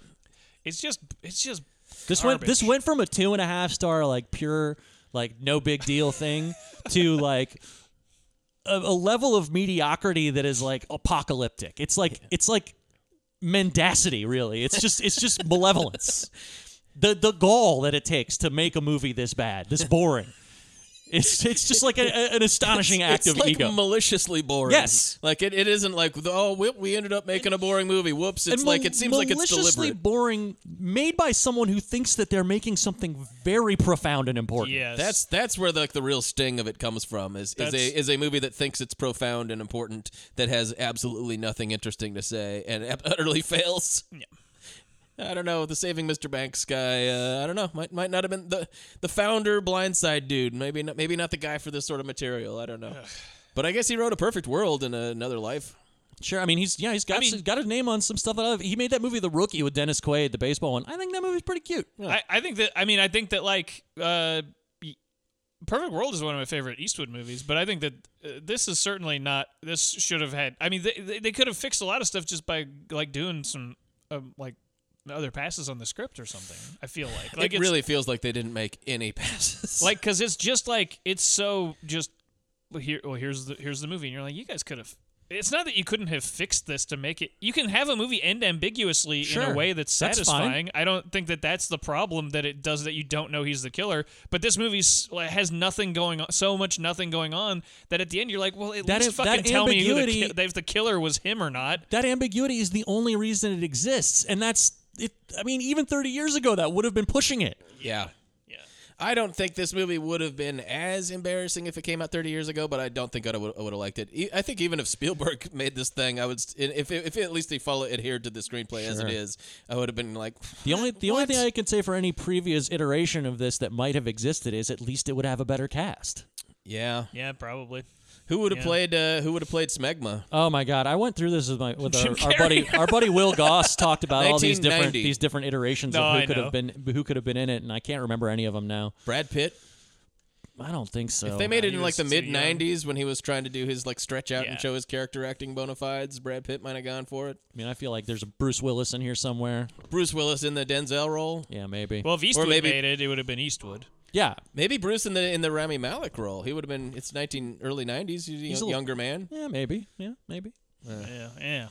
it's just it's just This went this went from a two and a half star like pure like no big deal thing to like a, a level of mediocrity that is like apocalyptic. It's like it's like mendacity really. It's just it's just malevolence. The the gall that it takes to make a movie this bad, this boring. It's it's just like a, a- an astonishing act it's of like ego. maliciously boring. Yes. like it, it isn't like oh we, we ended up making a boring movie. Whoops! It's And like mal- it seems like it's maliciously deliberate. boring, made by someone who thinks that they're making something very profound and important. yes. That's that's where like the real sting of it comes from is is That's- a is a movie that thinks it's profound and important that has absolutely nothing interesting to say and ab- utterly fails. I don't know the Saving Mr. Banks guy. Uh, I don't know. Might might not have been the the founder Blindside dude. Maybe not, maybe not the guy for this sort of material. I don't know. But I guess he wrote a perfect world in another life. Sure, I mean he's yeah he's got mean- he's got a name on some stuff that I love. He made that movie The Rookie with Dennis Quaid, the baseball one. I think that movie's pretty cute. I, I think that I mean I think that like uh, y- Perfect World is one of my favorite Eastwood movies, but I think that uh, this is certainly not. This should have had. I mean, they- they, they could have fixed a lot of stuff just by like doing some um, like other passes on the script or something. I feel like like it it's- really feels like they didn't make any passes. like because it's just like it's so just well, here. Well, here's the here's the movie, and you're like, you guys could have. It's not that you couldn't have fixed this to make it. You can have a movie end ambiguously in Sure. a way that's That's fine. satisfying. I don't think that that's the problem that it does that you don't know he's the killer. But this movie s- like, has nothing going on, so much nothing going on that at the end you're like, well, at That least is- fucking that tell me who the ambiguity- ki- that if the killer was him or not. That ambiguity is the only reason it exists, and that's it. I mean, even 30 years ago, that would have been pushing it. yeah. Yeah. I don't think this movie would have been as embarrassing if it came out 30 years ago, but I don't think I would, I would have liked it. E- I think even if Spielberg made this thing, I would st- if if at least he follow adhered to the screenplay as Sure. it is, I would have been like The only the only thing I can say for any previous iteration of this that might have existed is at least it would have a better cast. yeah. Yeah, probably. Who would have Yeah. played uh, who would have played Smegma? Oh my god, I went through this with my with our, Jim our buddy Carrey. our buddy Will Goss talked about all these different 1990. these different iterations No, of who I could know. have been who could have been in it, and I can't remember any of them now. Brad Pitt? I don't think so. If they made it in like the mid '90s. '90s when he was trying to do his like stretch out Yeah. and show his character acting bona fides, Brad Pitt might have gone for it. I mean, I feel like there's a Bruce Willis in here somewhere. Bruce Willis in the Denzel role. Yeah, maybe. Well, if Eastwood maybe- made it, it would have been Eastwood. Yeah, Maybe Bruce in the in the Rami Malek role. He would have been. It's 19 early 90s. He's a He's a young- l- younger man. Yeah, maybe. Yeah, maybe. Yeah, yeah.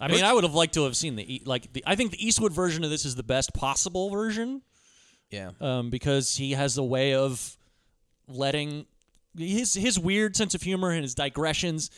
I mean, I would have liked to have seen the E- like the. I think the Eastwood version of this is the best possible version. Yeah. Um, because he has a way of letting his his weird sense of humor and his digressions,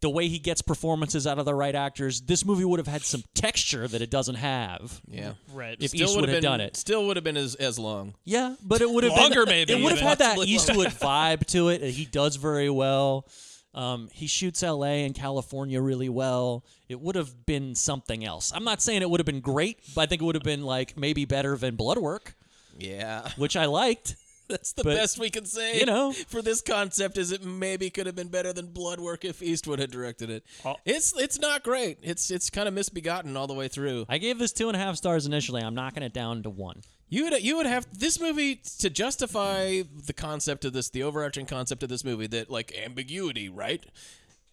the way he gets performances out of the right actors. This movie would have had some texture that it doesn't have. Yeah. Right. If Still Eastwood would have had been- done it. Still would have been as as long. Yeah, but it would have Longer, been, maybe, It would have even. had that Possibly Eastwood longer. vibe to it. He does very well. Um, he shoots L.A. and California really well. It would have been something else. I'm not saying it would have been great, but I think it would have been like maybe better than Blood Work, Yeah. which I liked. That's the But, best we can say. you know. for this concept, is it maybe could have been better than Blood Work if Eastwood had directed it. Oh. It's it's not great. It's it's kind of misbegotten all the way through. I gave this two and a half stars initially. I'm knocking it down to one. You would you would have this movie to justify the concept of this, the overarching concept of this movie that like ambiguity, right?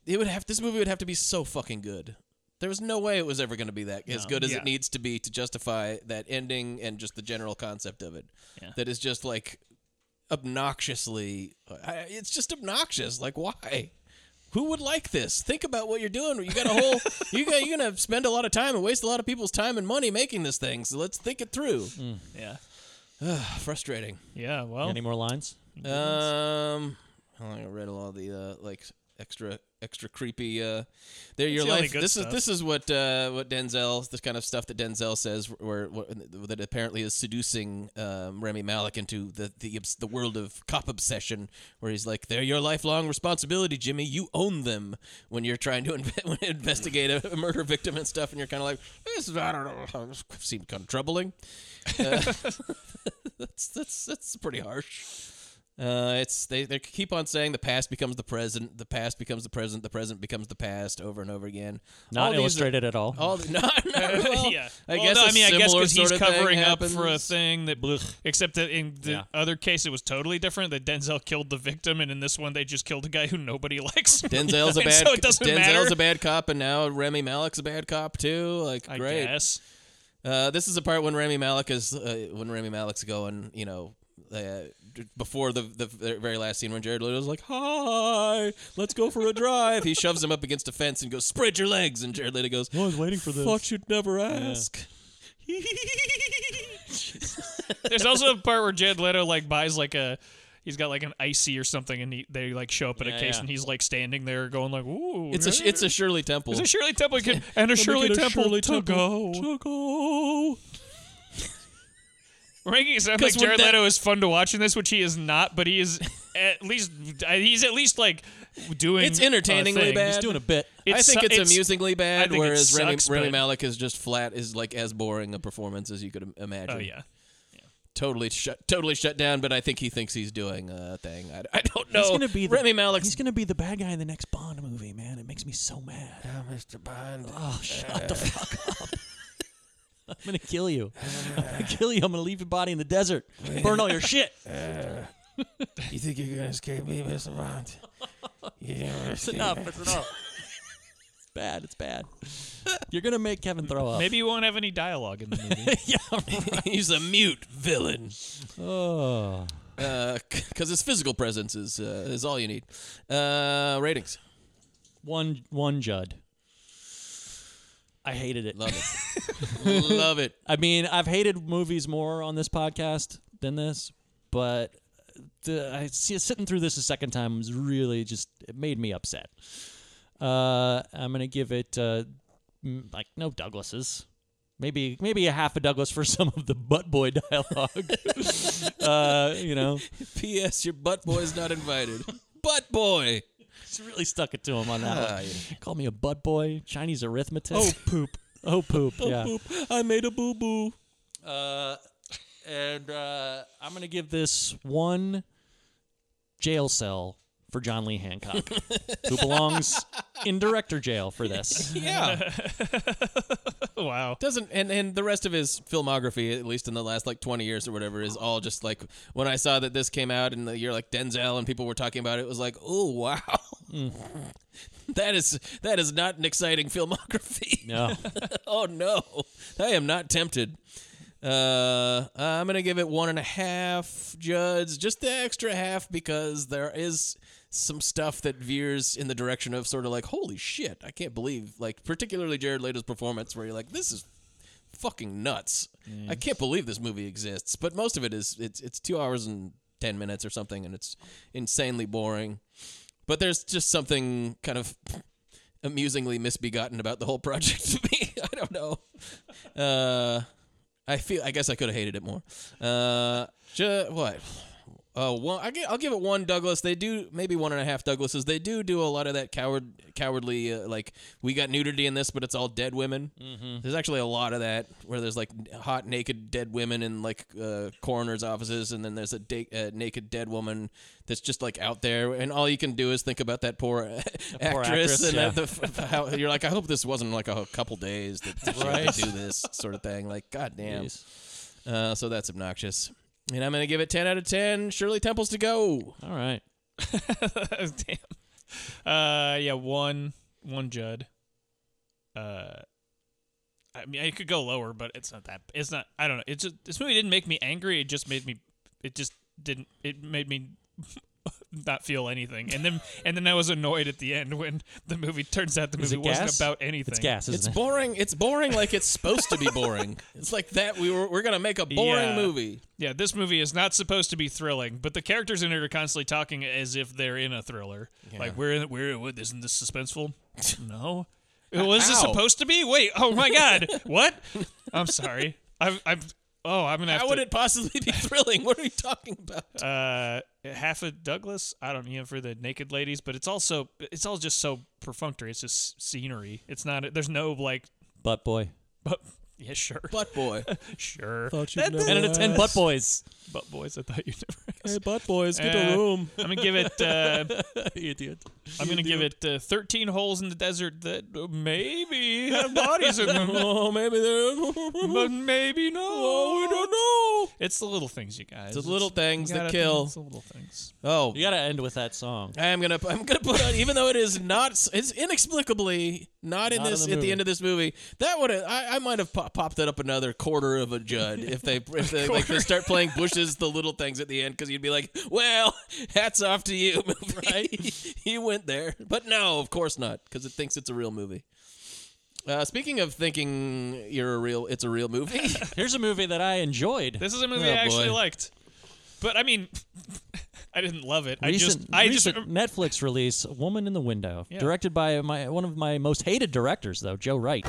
It would have this movie would have to be so fucking good. There was no way it was ever going to be that as No. good as Yeah. it needs to be to justify that ending and just the general concept of it. Yeah. That is just like obnoxiously. I, it's just obnoxious. Like why? Who would like this? Think about what you're doing. You got a whole. you got. You're gonna spend a lot of time and waste a lot of people's time and money making this thing. So let's think it through. Yeah. Frustrating. Yeah. Oh. Well. Any more lines? Um, I don't think I read a lot of the uh, like extra extra creepy. Uh, there, your the only life. good This stuff. is this is what uh, what Denzel. This kind of stuff that Denzel says, where, where that apparently is seducing um, Remy Malik into the the obs- the world of cop obsession, where he's like, "They're your lifelong responsibility, Jimmy. You own them." When you're trying to inve- when you investigate a murder victim and stuff, and you're kind of like, "This is I don't know. This seemed kind of troubling." Uh, that's that's that's pretty harsh. Uh, it's they, they keep on saying the past becomes the present, the past becomes the present, the present becomes the past over and over again. Not All these- illustrated at all. All the, not, not at all. yeah. I Well, guess. no, a I mean, I guess similar because he's sort of thing covering up for a happens. thing that, except that in the Yeah. other case it was totally different. That Denzel killed the victim, and in this one they just killed a guy who nobody likes. Denzel's a And bad. So it doesn't Denzel's matter. a bad cop, and now Remy Malik's a bad cop too. Like, I great. guess. Uh, this is the part when Remy Malik is uh, when Remy Malik's going, you know, uh, d- before the the very last scene when Jared Leto's like, "Hi, let's go for a drive." he shoves him up against a fence and goes, "Spread your legs," and Jared Leto goes, I was waiting for this. Thought you'd never Yeah. ask. There's also a part where Jed Leto like buys like a. He's got like an icy or something, and he, they like show up at a Yeah, case, yeah. and he's like standing there, going like, "Ooh, It's a it's a Shirley Temple. It's a Shirley Temple kid and a Let me Shirley get a Temple Shirley to go. Oh. Temple to go. We're making it sound 'Cause like when Jared that- Leto is fun to watch in this, which he is not, but he is at least he's at least like doing. It's entertainingly a thing. bad. He's doing a bit. I It's think su- it's, it's- amusingly I bad, think it whereas Remy, sucks, Remy but- Malik is just flat is like as boring a performance as you could im- imagine. Oh yeah. totally shut totally shut down. But I think he thinks he's doing a thing. I, I don't know. He's gonna be the, Oh. Remy Malek. He's gonna be the bad guy in the next Bond movie, man. It makes makes me so mad. Oh, Mr. Bond. Oh, shut the fuck up. I'm gonna kill you. I'm gonna kill you. I'm gonna leave your body in the desert. Burn all your shit. Uh, you think you're gonna escape me, Mr. Bond? You never It's escape enough. me. It's enough. It's bad. It's bad. You're gonna make Kevin throw up. Maybe you won't have any dialogue in the movie. yeah, right. He's a mute villain. Oh. Because his physical presence is uh, is all you need. Uh, ratings. One one Judd. I hated it. Love it. Love it. I mean, I've hated movies more on this podcast than this, but the, I see sitting through this a second time was really just it made me upset. Uh, I'm gonna give it uh, m- like no Douglases. Maybe maybe a half a Douglas for some of the butt boy dialogue. uh, you know, P.S. Your butt boy's not invited. butt boy. It's really stuck it to him on that Ah, one. yeah. Call me a butt boy, Chinese arithmetic. Oh, poop. oh poop. Oh, yeah. poop. I made a boo boo. Uh, and uh, I'm gonna give this one jail cell for John Lee Hancock, who belongs in director jail for this. Yeah. wow. Doesn't and and the rest of his filmography, at least in the last like twenty years or whatever, is all just like when I saw that this came out in the year like Denzel and people were talking about it, it was like, oh wow, that is that is not an exciting filmography. No. oh no, I am not tempted. Uh, I'm gonna give it one and a half Juds, just the extra half because there is some stuff that veers in the direction of sort of like, holy shit, I can't believe, like particularly Jared Leto's performance, where you're like, this is fucking nuts. I can't believe this movie exists. But most of it is it's it's two hours and ten minutes or something, and it's insanely boring. But there's just something kind of amusingly misbegotten about the whole project to me. I don't know. Uh, I feel. I guess I could have hated it more. Uh, ju- what? Oh, well, I will give it one Douglas. They do maybe one and a half Douglases. They do do a lot of that coward, cowardly, uh, like we got nudity in this, but it's all dead women. Mhm. There's actually a lot of that where there's like hot naked dead women in like uh, coroners' offices, and then there's a da- uh, naked dead woman that's just like out there, and all you can do is think about that poor, actress, actress, and yeah. that the f- how, you're like, I hope this wasn't like a couple days that she had Right. to do this sort of thing. Like, goddamn. Uh, so that's obnoxious. And I'm gonna give it 10 out of 10. Shirley Temples to go. All right. Uh, yeah, one one Judd. Uh, I mean, I could go lower, but it's not that. It's not. I don't know. It's just, this movie didn't make me angry. It just made me. It just didn't. It made me. Not feel anything, and then and then I was annoyed at the end when the movie turns out the Is movie it wasn't gas? about anything. It's gas, It's isn't it? boring. It's boring like it's supposed to be boring. It's like that. We were we're gonna make a boring Yeah. movie. Yeah, this movie is not supposed to be thrilling, but the characters in it are constantly talking as if they're in a thriller. Yeah. Like we're in, we're what, isn't this suspenseful? no, was this Ow. supposed to be? Wait, oh my god, what? I'm sorry. I'm I'm oh I'm gonna have How to, would it possibly be thrilling? What are you talking about? uh half a Douglas. I don't know for the naked ladies, but it's also it's all just so perfunctory. It's just scenery. It's not. There's no like. Butt boy. But yeah, sure, Butt boy. sure. Thought you'd never that- Ten out of ten butt boys. Butt boys. I thought you never. Hey, butt boys, get Uh, Eh. a room. I'm gonna give it. Uh, Idiot. I'm gonna give it uh, 13 holes in the desert that uh, maybe have bodies in them, Oh, maybe they're. but maybe no. Oh, we don't know. It's the little things, you guys. It's the little things you that gotta kill. think It's the little things. Oh, You gotta end with that song. I am gonna I'm gonna put on even though it is not it's inexplicably not in Not in this the at the movie. end of this movie that would I, I might have pop, popped it up another quarter of a Judd if they if they like they start playing Bush's the little things at the end because you'd be like well hats off to you movie right you went there but no of course not because it thinks it's a real movie. Uh, speaking of thinking you're a real, it's a real movie. Here's a movie that I enjoyed. This is a movie Oh, I actually boy. liked, but I mean, I didn't love it. recent, I just, I recent just, Netflix release, "A "Woman in the Window," Yeah. directed by my one of my most hated directors, though Joe Wright.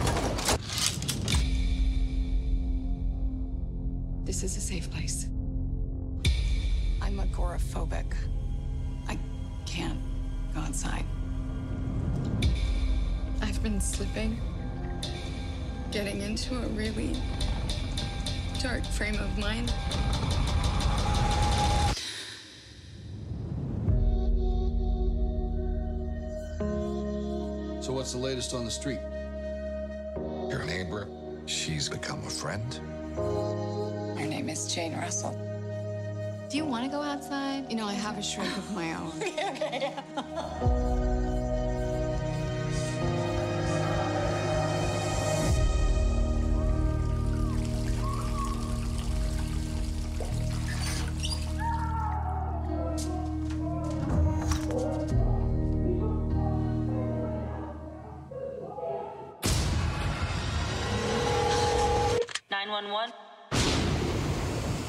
This is a safe place. I'm agoraphobic. I can't go outside. I've been slipping, getting into a really dark frame of mind. So So what's the latest on the street? Your neighbor, she's become a friend. Her name is Jane Russell. Do you want to go outside? You know, I have a shrink of my own. okay.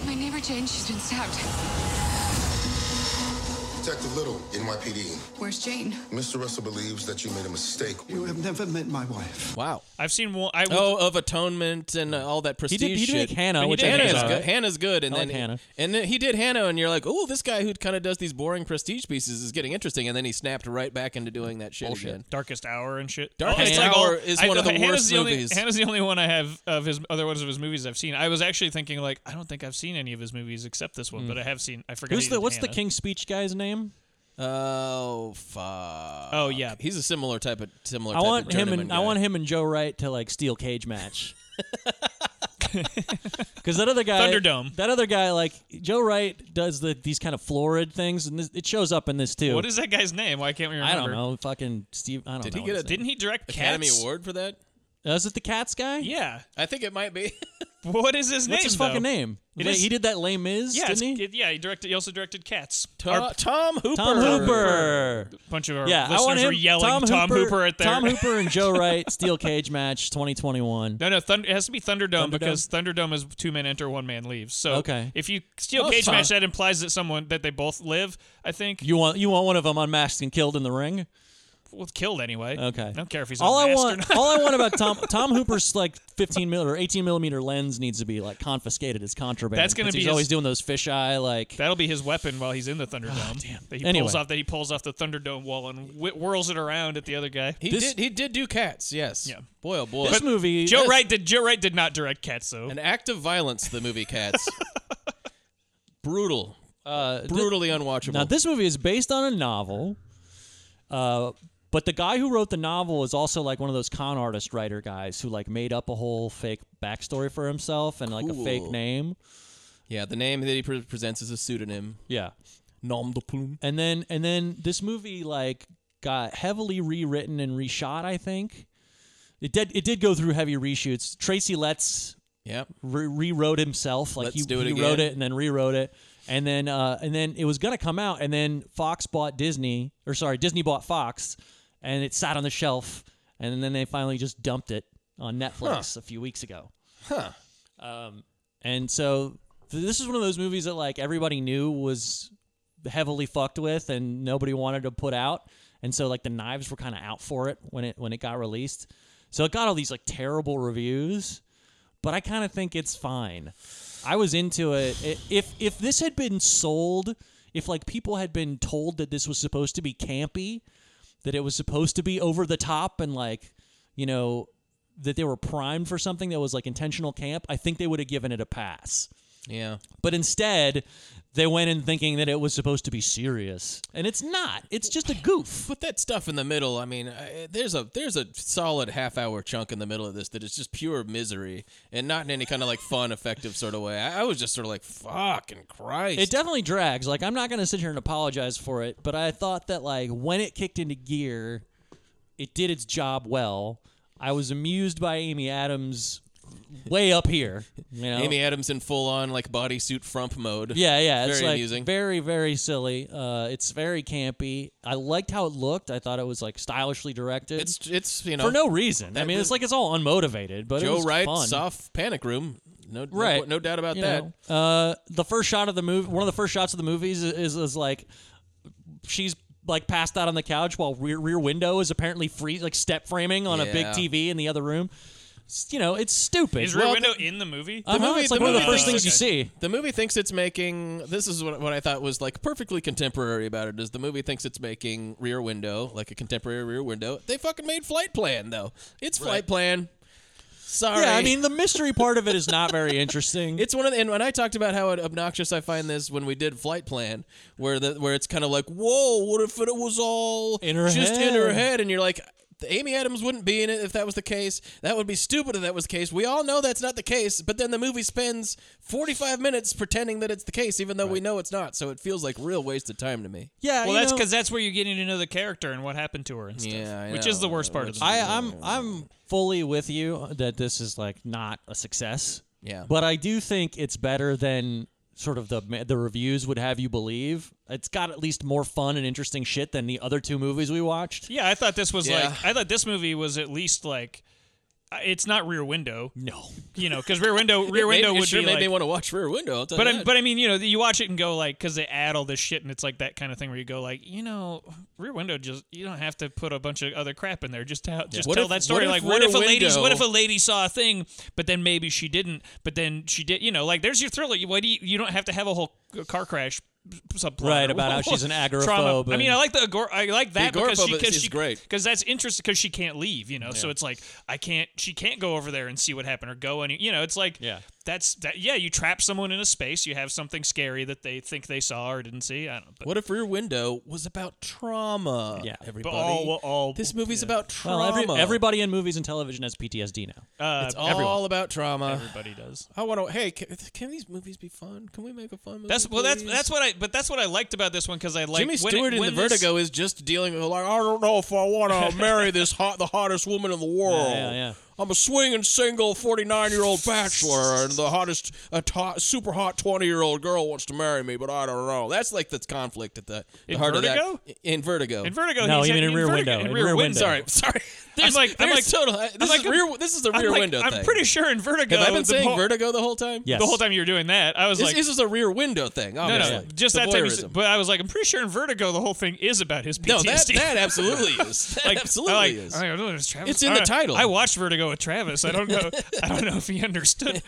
My neighbor Jane, she's been stabbed. Detective Little, NYPD. Where's Jane? Mr. Russell believes that you made a mistake. You have never met my wife. Wow. I've seen one. I oh, of Atonement and uh, all He that prestige did, he did shit. make Hannah, But which I Hannah think is is all good. right. Hannah's good, and I then like he, Hannah. and then he did Hannah, and you're like, oh, this guy who kind of does these boring prestige pieces is getting interesting, and then he snapped right back into doing that shit again. Darkest Hour and shit. Oh, Darkest it's Hour all- is I- one of the Hannah's worst the only- movies. Hannah's the only one I have of his other ones of his movies I've seen. I was actually thinking like I don't think I've seen any of his movies except this one, Mm. but I have seen. I forgot. Who's he the did what's the Hannah. King's Speech guy's name? Oh fuck. Oh yeah, he's a similar type of similar. I type want of him tournament and guy. I want him and Joe Wright to like steel cage match. Because that other guy, Thunderdome. That other guy, like Joe Wright, does the, these kind of florid things, and this, it shows up in this too. What is that guy's name? Why can't we I remember? don't know. Fucking Steve. I don't know. his name. Didn't he direct Academy Cats? Award for that? Uh, is it the Cats guy? Yeah. I think it might be. What is his name? What's his fucking though? name? It Like, is- he did that lame Miz, Yeah, didn't it's- he? it- yeah. He directed. He also directed Cats. Tom, Our- Tom Hooper. Tom Hooper. A bunch of our yeah, I want listeners him, were yelling Tom, Hooper, Hooper at their Tom Hooper and Joe Wright steel cage match 2021. No, no, Thunder, it has to be Thunderdome, Thunderdome? because Thunderdome is two men enter, one man leaves. So Okay. if you steal Oh, cage fine. match, that implies that someone that they both live. I think You want you want one of them unmasked and killed in the ring? well killed anyway. Okay. I don't care if he's all I unmasked want, Or not. all I want about Tom Tom Hooper's like 15 mil or 18 millimeter lens needs to be like confiscated as contraband. That's gonna 'cause be he's his- always doing those fisheye like. That'll be his weapon while he's in the Thunderdome. damn. That he Anyway. pulls off that he pulls off the Thunderdome wall and whi whirls it around at the other guy. He did. He did do Cats. Yes. Yeah. Boy, oh boy. This But movie- Joe this- Wright did. Joe Wright did not direct Cats though. An act of violence. The movie Cats. Brutal. Uh, Brutally unwatchable. Now this movie is based on a novel, uh, but the guy who wrote the novel is also like one of those con artist writer guys who like made up a whole fake backstory for himself and like a fake Cool. name. Yeah, the name that he pre- presents is a pseudonym. Yeah. Nom de plume. And then and then this movie like got heavily rewritten and reshot. I think it did. It did go through heavy reshoots. Tracy Letts. Yep. Re- rewrote himself. Like Let's he, do it he wrote again. it and then rewrote it. And then uh, and then it was gonna come out, and then Fox bought Disney, or sorry, Disney bought Fox, and it sat on the shelf, and then they finally just dumped it on Netflix a few weeks ago. Huh. Um, and so th- this is one of those movies that like everybody knew was heavily fucked with and nobody wanted to put out. And so like the knives were kind of out for it when it when it got released. So it got all these like terrible reviews, but I kind of think it's fine. I was into it. I- If if this had been sold, if like people had been told that this was supposed to be campy, that it was supposed to be over the top and like, you know, that they were primed for something that was like intentional camp, I think they would have given it a pass. Yeah. But instead, they went in thinking that it was supposed to be serious, and it's not. It's just a goof. But that stuff in the middle, I mean, I, there's a there's a solid half hour chunk in the middle of this that is just pure misery and not in any kind of like fun, effective sort of way. I, I was just sort of like, fucking Christ. It definitely drags. Like I'm not going to sit here and apologize for it, but I thought that like when it kicked into gear, it did its job well. I was amused by Amy Adams way up here. You know? Amy Adams in full on like bodysuit frump mode. Yeah, yeah. It's Very like amusing. very, very silly. Uh, it's very campy. I liked how it looked. I thought it was like stylishly directed. It's it's you know for no reason. I that mean, was- it's like it's all unmotivated, but it Joe was Wright fun. soft panic room. No, no- right? no, doubt about You that. know, uh, the first shot of the movie, one of the first shots of the movies is, is, is like she's like passed out on the couch while rear, rear window is apparently free, like step framing on a big Yeah. TV in the other room. S- You know, it's stupid. Is Rear Window in the movie? Uh-huh, it's like one of the first things you see. The movie thinks it's making. This is what, what I thought was like perfectly contemporary about it. Is the movie thinks it's making Rear Window like a contemporary Rear Window? They fucking made Flight Plan though. It's Flight Plan. Sorry. Yeah, I mean the mystery part of it is not very interesting. It's one of the, and when I talked about how obnoxious I find this when we did flight plan, where the where it's kind of like, whoa, what if it was all In her just in her head." head, and you're like, The Amy Adams wouldn't be in it if that was the case. That would be stupid if that was the case. We all know that's not the case, but then the movie spends 45 minutes pretending that it's the case, even though we know it's not. So it feels like real waste of time to me. Yeah, Well, you that's know- because that's where you're getting to know the character and what happened to her and stuff, Yeah, I which is know. the worst part of the movie. I, I'm I'm fully with you that this is like not a success. Yeah. But I do think it's better than sort of the the reviews would have you believe. It's got at least more fun and interesting shit than the other two movies we watched. Yeah, I thought this was Yeah. like I thought this movie was at least like I- it's not Rear Window. No, you know, because Rear Window, It Rear made- Window it would sure be made like, me want to watch Rear Window. I'll tell But you I, that. but I mean, you know, you watch it and go like because they add all this shit and it's like that kind of thing where you go like, you know, Rear Window just you don't have to put a bunch of other crap in there. Just tell just What tell if- that story. what like if what Rear if a lady what Window- if a lady saw a thing, but then maybe she didn't, but then she did. You know, like there's your thriller. You, what do you, you don't have to have a whole car crash. Subplot Right, or about how she's an trauma. agoraphobe I mean, and- I like the agor- I like The that because she agoraphobe because is she great. because that's interesting because she can't leave. You know, so Yeah. it's like I can't she can't go over there and see what happened or go any. You know, it's like yeah. That's that. Yeah, you trap someone in a space. You have something scary that they think they saw or didn't see. I don't. know. But what if Rear Window was about trauma? Yeah. But everybody. all- well, all- this movie's about trauma. Well, every, everybody in movies and television has PTSD now. Uh, it's all everyone. about trauma. Everybody does. I want to. Hey, can, can these movies be fun? Can we make a fun movie? That's well. That's please? that's what I. But that's what I liked about this one because I like Jimmy when it- Stewart in when the this- Vertigo is just dealing with like I don't know if I want to marry this hot the hottest woman in the world. Yeah, yeah, yeah. I'm a swinging single 49 year old bachelor, and the hottest a to- super hot 20 year old girl wants to marry me, but I don't know. That's like the conflict at the, the In heart of Vertigo? that. In Vertigo. In Vertigo, No, he's you mean had- in Rear Vertigo- Window, In in rear Rear window. Sorry, sorry. There's, like- I'm there's like- total. This I'm is like- rear. This is the I'm Rear like- Window I'm thing. pretty sure in Vertigo. Have I been the saying whole- Vertigo the whole time? The whole time you were doing that, I was This, like, this is a Rear Window thing. no, Obviously. no, just The that time. You voyeurism. said, but I was like, I'm pretty sure in Vertigo, the whole thing is about his PTSD. No, that- that absolutely is. That like, absolutely I like, is. I don't know, it's Travis. It's in the I- title. I watched Vertigo with Travis. I don't know. I don't know if he understood.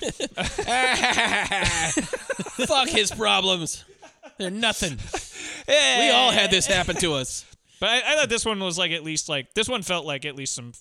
Fuck his problems. They're nothing. We all had this happen to us. But I, I thought this one was like at least like this one felt like at least some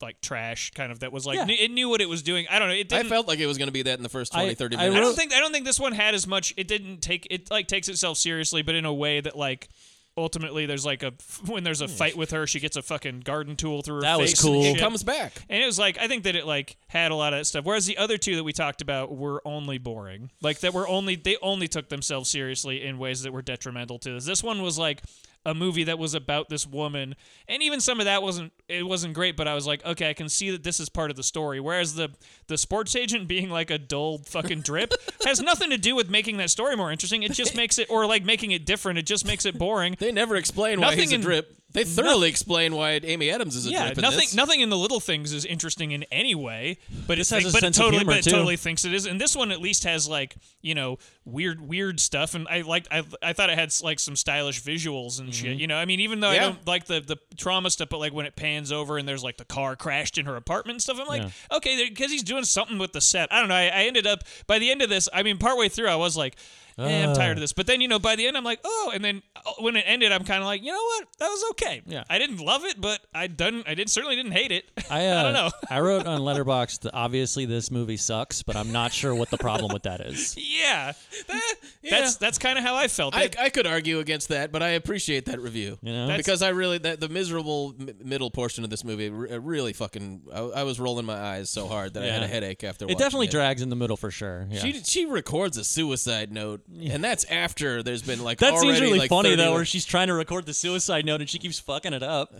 like trash kind of that was like Yeah. it knew what it was doing. I don't know. It I didn't. felt like it was going to be that in the first 20, 30 I, minutes. don't think I don't think this one had as much. It didn't take it like takes itself seriously, but in a way that like ultimately there's like a when there's a fight with her, she gets a fucking garden tool through her That was face cool. And It shit. comes back. and it was like I think that it like had a lot of that stuff. Whereas the other two that we talked about were only boring, like that were only they only took themselves seriously in ways that were detrimental to this. This one was like a movie that was about this woman, and even some of that wasn't it wasn't great. But I was like, okay, I can see that this is part of the story. Whereas the the sports agent being like a dull fucking drip has nothing to do with making that story more interesting. It just makes it or like making it different. It just makes it boring. They never explain why Nothing he's a in- drip. They thoroughly nothing- explain why Amy Adams is a yeah, drip. in nothing. this. Nothing in the little things is interesting in any way, but This it, has thi- a but sense it of totally, humor, but it too. totally thinks it is. And this one at least has like you know weird, weird stuff. And I liked. I, I thought it had like some stylish visuals and Mm-hmm. shit. You know, I mean, even though Yeah. I don't like the the trauma stuff, but like when it pans over and there's like the car crashed in her apartment and stuff, I'm like, okay, because he's doing something with the set. I don't know. I, I ended up by the end of this. I mean, partway through, I was like. eh, I'm Ah. tired of this, but then you know, by the end, I'm like, oh, and then uh, when it ended, I'm kind of like, you know what, that was okay. Yeah. I didn't love it, but I didn't. I did certainly didn't hate it. I, uh, I don't know. I wrote on Letterbox that obviously this movie sucks, but I'm not sure what the problem with that is. Yeah, That- that's that's kind of how I felt. I, It- I could argue against that, but I appreciate that review You know? That's- because I really that the miserable m- middle portion of this movie re- really fucking. I, I was rolling my eyes so hard that I had a Yeah. headache after. It watching definitely it. drags in the middle for sure. Yeah. She she records a suicide note, and that's after there's been like that already seems really like funny 30 though, where she's trying to record the suicide note and she keeps fucking it up.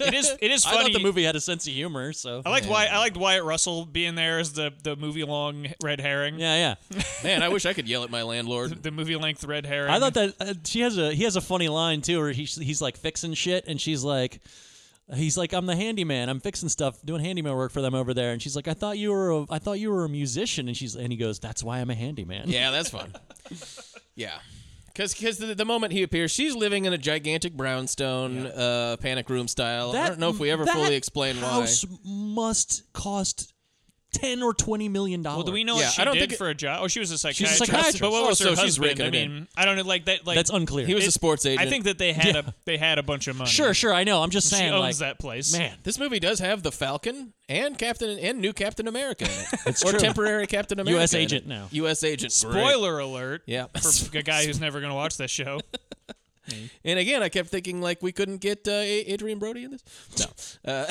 it is. It is I thought funny. the movie had a sense of humor, so I liked why I liked Wyatt Russell being there as the the movie long red herring. Yeah, yeah. Man, I wish I could yell at my landlord. The movie length red herring. I thought that uh, she has a he has a funny line too, where he's he's like fixing shit, and she's like, he's like, I'm the handyman, I'm fixing stuff, doing handyman work for them over there, and she's like, I thought you were a, I thought you were a musician, and she's and he goes, that's why I'm a handyman. Yeah, that's fun. yeah. Because the, the moment he appears, she's living in a gigantic brownstone, uh, panic room style. I don't know if we ever that fully explain why. house must cost ten or twenty million dollars. Well, do we know what she did for a job? Oh, she was a She's a psychiatrist. psychiatrist. But what was Oh, her so she's husband? raking I it in. mean, I don't know. Like that. Like That's unclear. He was a sports I agent. think that they had a they had a bunch of money. Sure, sure. I know. I'm just She saying. owns like, that place. man. This movie does have the Falcon and Captain and new Captain America in it. It's or true. temporary Captain America. US in agent it. now. U.S. agent. Great. Spoiler alert. Yeah. For a guy who's never going to watch this show. And again, I kept thinking like we couldn't get uh, A- Adrian Brody in this. No, uh,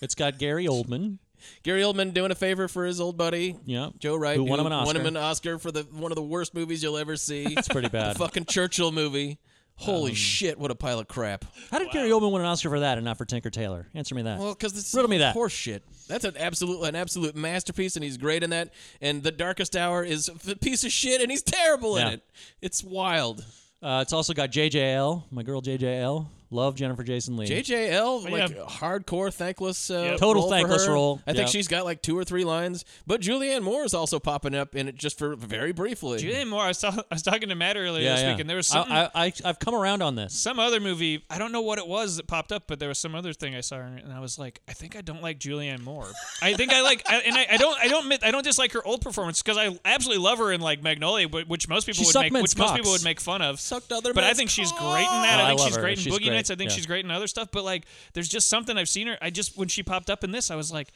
it's got Gary Oldman. Gary Oldman doing a favor for his old buddy, Yeah. Joe Wright, Who won him an Oscar. Oscar for the one of the worst movies you'll ever see. It's pretty bad. Um, The fucking Churchill movie. Holy shit! What a pile of crap. How did Gary Oldman win an Oscar for that and not for Tinker Tailor? Answer me that. Well, because it's riddle me that. horse shit. That's an absolute an absolute masterpiece, and he's great in that. And the Darkest Hour is a piece of shit, and he's terrible Yeah. in it. It's wild. Uh, it's also got JJL, my girl JJL. Love Jennifer Jason Lee. JJL, Oh, like yeah. hardcore thankless, uh, Yep. Total role for thankless her. role. I Yep. think she's got like two or three lines, but Julianne Moore is also popping up in it just for very briefly. Julianne Moore, I saw I was talking to Matt earlier Yeah, this yeah. week, and there was I- something, I, I, I've come around on this. some other movie. I don't know what it was that popped up, but there was some other thing I saw, her in, and I was like, I think I don't like Julianne Moore. I think I like, I, and I, I don't, I don't, mi- I don't dislike her old performance because I absolutely love her in like Magnolia, whi- which most people She would sucked make, men's which most people cocks. would make fun of. Sucked other but I men's think she's great in that. No, I Oh, I think love she's her. great in She's Boogie great. Nights. I think Yeah. she's great in other stuff. But like, there's just something I've seen her. I just when she popped up in this, I was like.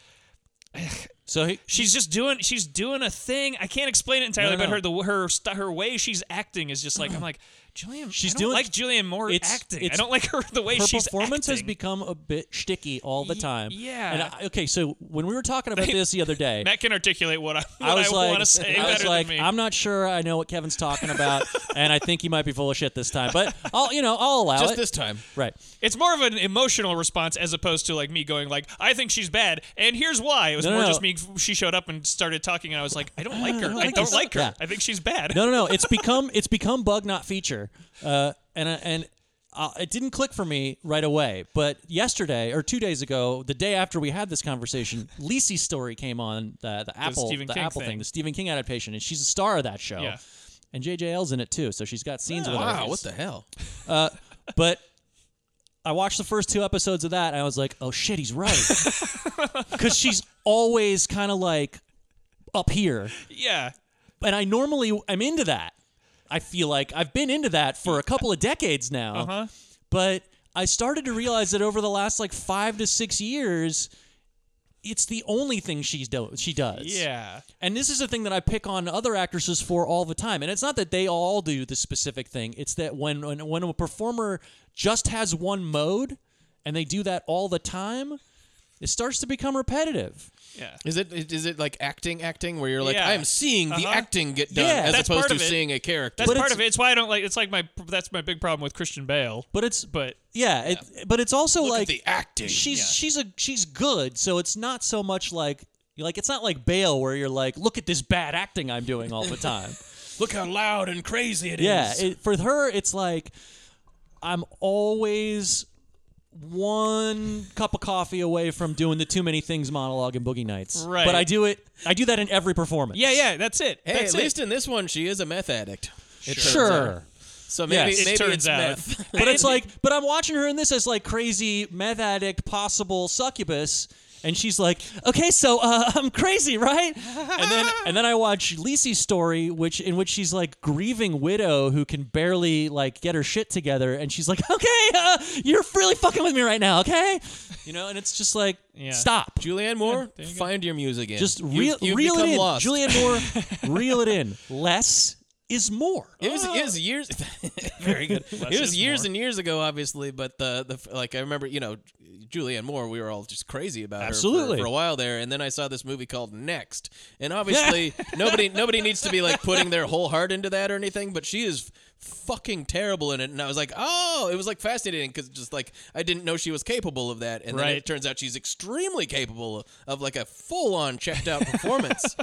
So he, She's just doing. She's doing a thing. I can't explain it entirely, No, no, but her the her st- her way she's acting is just like I'm like Julian. She's I don't doing- like Julian Moore it's- acting. I it's- don't like her the way her she's. performance has become a bit shticky all the time. yeah. And I, okay, so when we were talking about this the other day, Matt can articulate what I what I was want like, to say I better was like, than me. I'm not sure I know what Kevin's talking about, and I think he might be full of shit this time. But I'll, you know, I'll allow Just it. this time. right? it's more of an emotional response as opposed to like me going like I think she's bad and here's why. It was No, no, more no. just me. She showed up and started talking and I was like I don't like her. I like don't this. like her. Yeah. I think she's bad. No, no, no. It's become it's become bug not feature, uh, and I- and uh, it didn't click for me right away. But yesterday or two days ago, the day after we had this conversation, Lisi's story came on the the Apple Stephen the King Apple thing. thing. the Stephen King adaptation, and she's a star of that show. Yeah. And JJL's in it too, so she's got scenes with her. Wow, what the hell? Uh, but I watched the first two episodes of that, and I was like, "Oh shit, he's right," because she's always kind of like up here, Yeah. and I normally am into that. I feel like I've been into that for a couple of decades now, Uh-huh. but I started to realize that over the last like five to six years, it's the only thing she's do- she does. Yeah. And this is a thing that I pick on other actresses for all the time. And it's not that they all do the specific thing. It's that when when, when a performer just has one mode and they do that all the time, it starts to become repetitive. Yeah. Is it is it like acting acting where you're like Yeah. I am seeing the Uh-huh. acting get done Yeah. as That's opposed part to of it. seeing a character? That's part of it. It's why I don't like. It's like my. That's my big problem with Christian Bale. But it's but yeah, It, but it's also Look at like the acting. She's Yeah. she's a she's good, so it's not so much like like it's not like Bale where you're like, look at this bad acting I'm doing all the time. Look how loud and crazy it is. yeah, it, for her it's like I'm always one cup of coffee away from doing the too many things monologue in Boogie Nights. Right. But I do it. I do that in every performance. yeah, yeah. That's it. Hey, that's at it. least in this one, she is a meth addict. It turns out. Sure. So maybe, Yes. It maybe turns it's out. meth. But it's like, but I'm watching her in this as like crazy meth addict, possible succubus, and she's like, okay, so uh, I'm crazy, right? And then and then I watch Lisi's story, which in which she's like grieving widow who can barely like get her shit together, and she's like, okay, uh, you're really fucking with me right now, okay? You know, and it's just like, stop. Julianne Moore, find your muse again. Just You've- reel, you've reel it become in. lost. Julianne Moore, reel it in. Less is more. It was, it was years. very good. it was is years more. and years ago, obviously. But the the like I remember, you know, Julianne Moore. We were all just crazy about her Absolutely. for, for a while there, and then I saw this movie called Next, and obviously nobody nobody needs to be like putting their whole heart into that or anything. But she is fucking terrible in it, and I was like, oh, it was like fascinating because just like I didn't know she was capable of that, and then Right. it turns out she's extremely capable of like a full on checked out performance.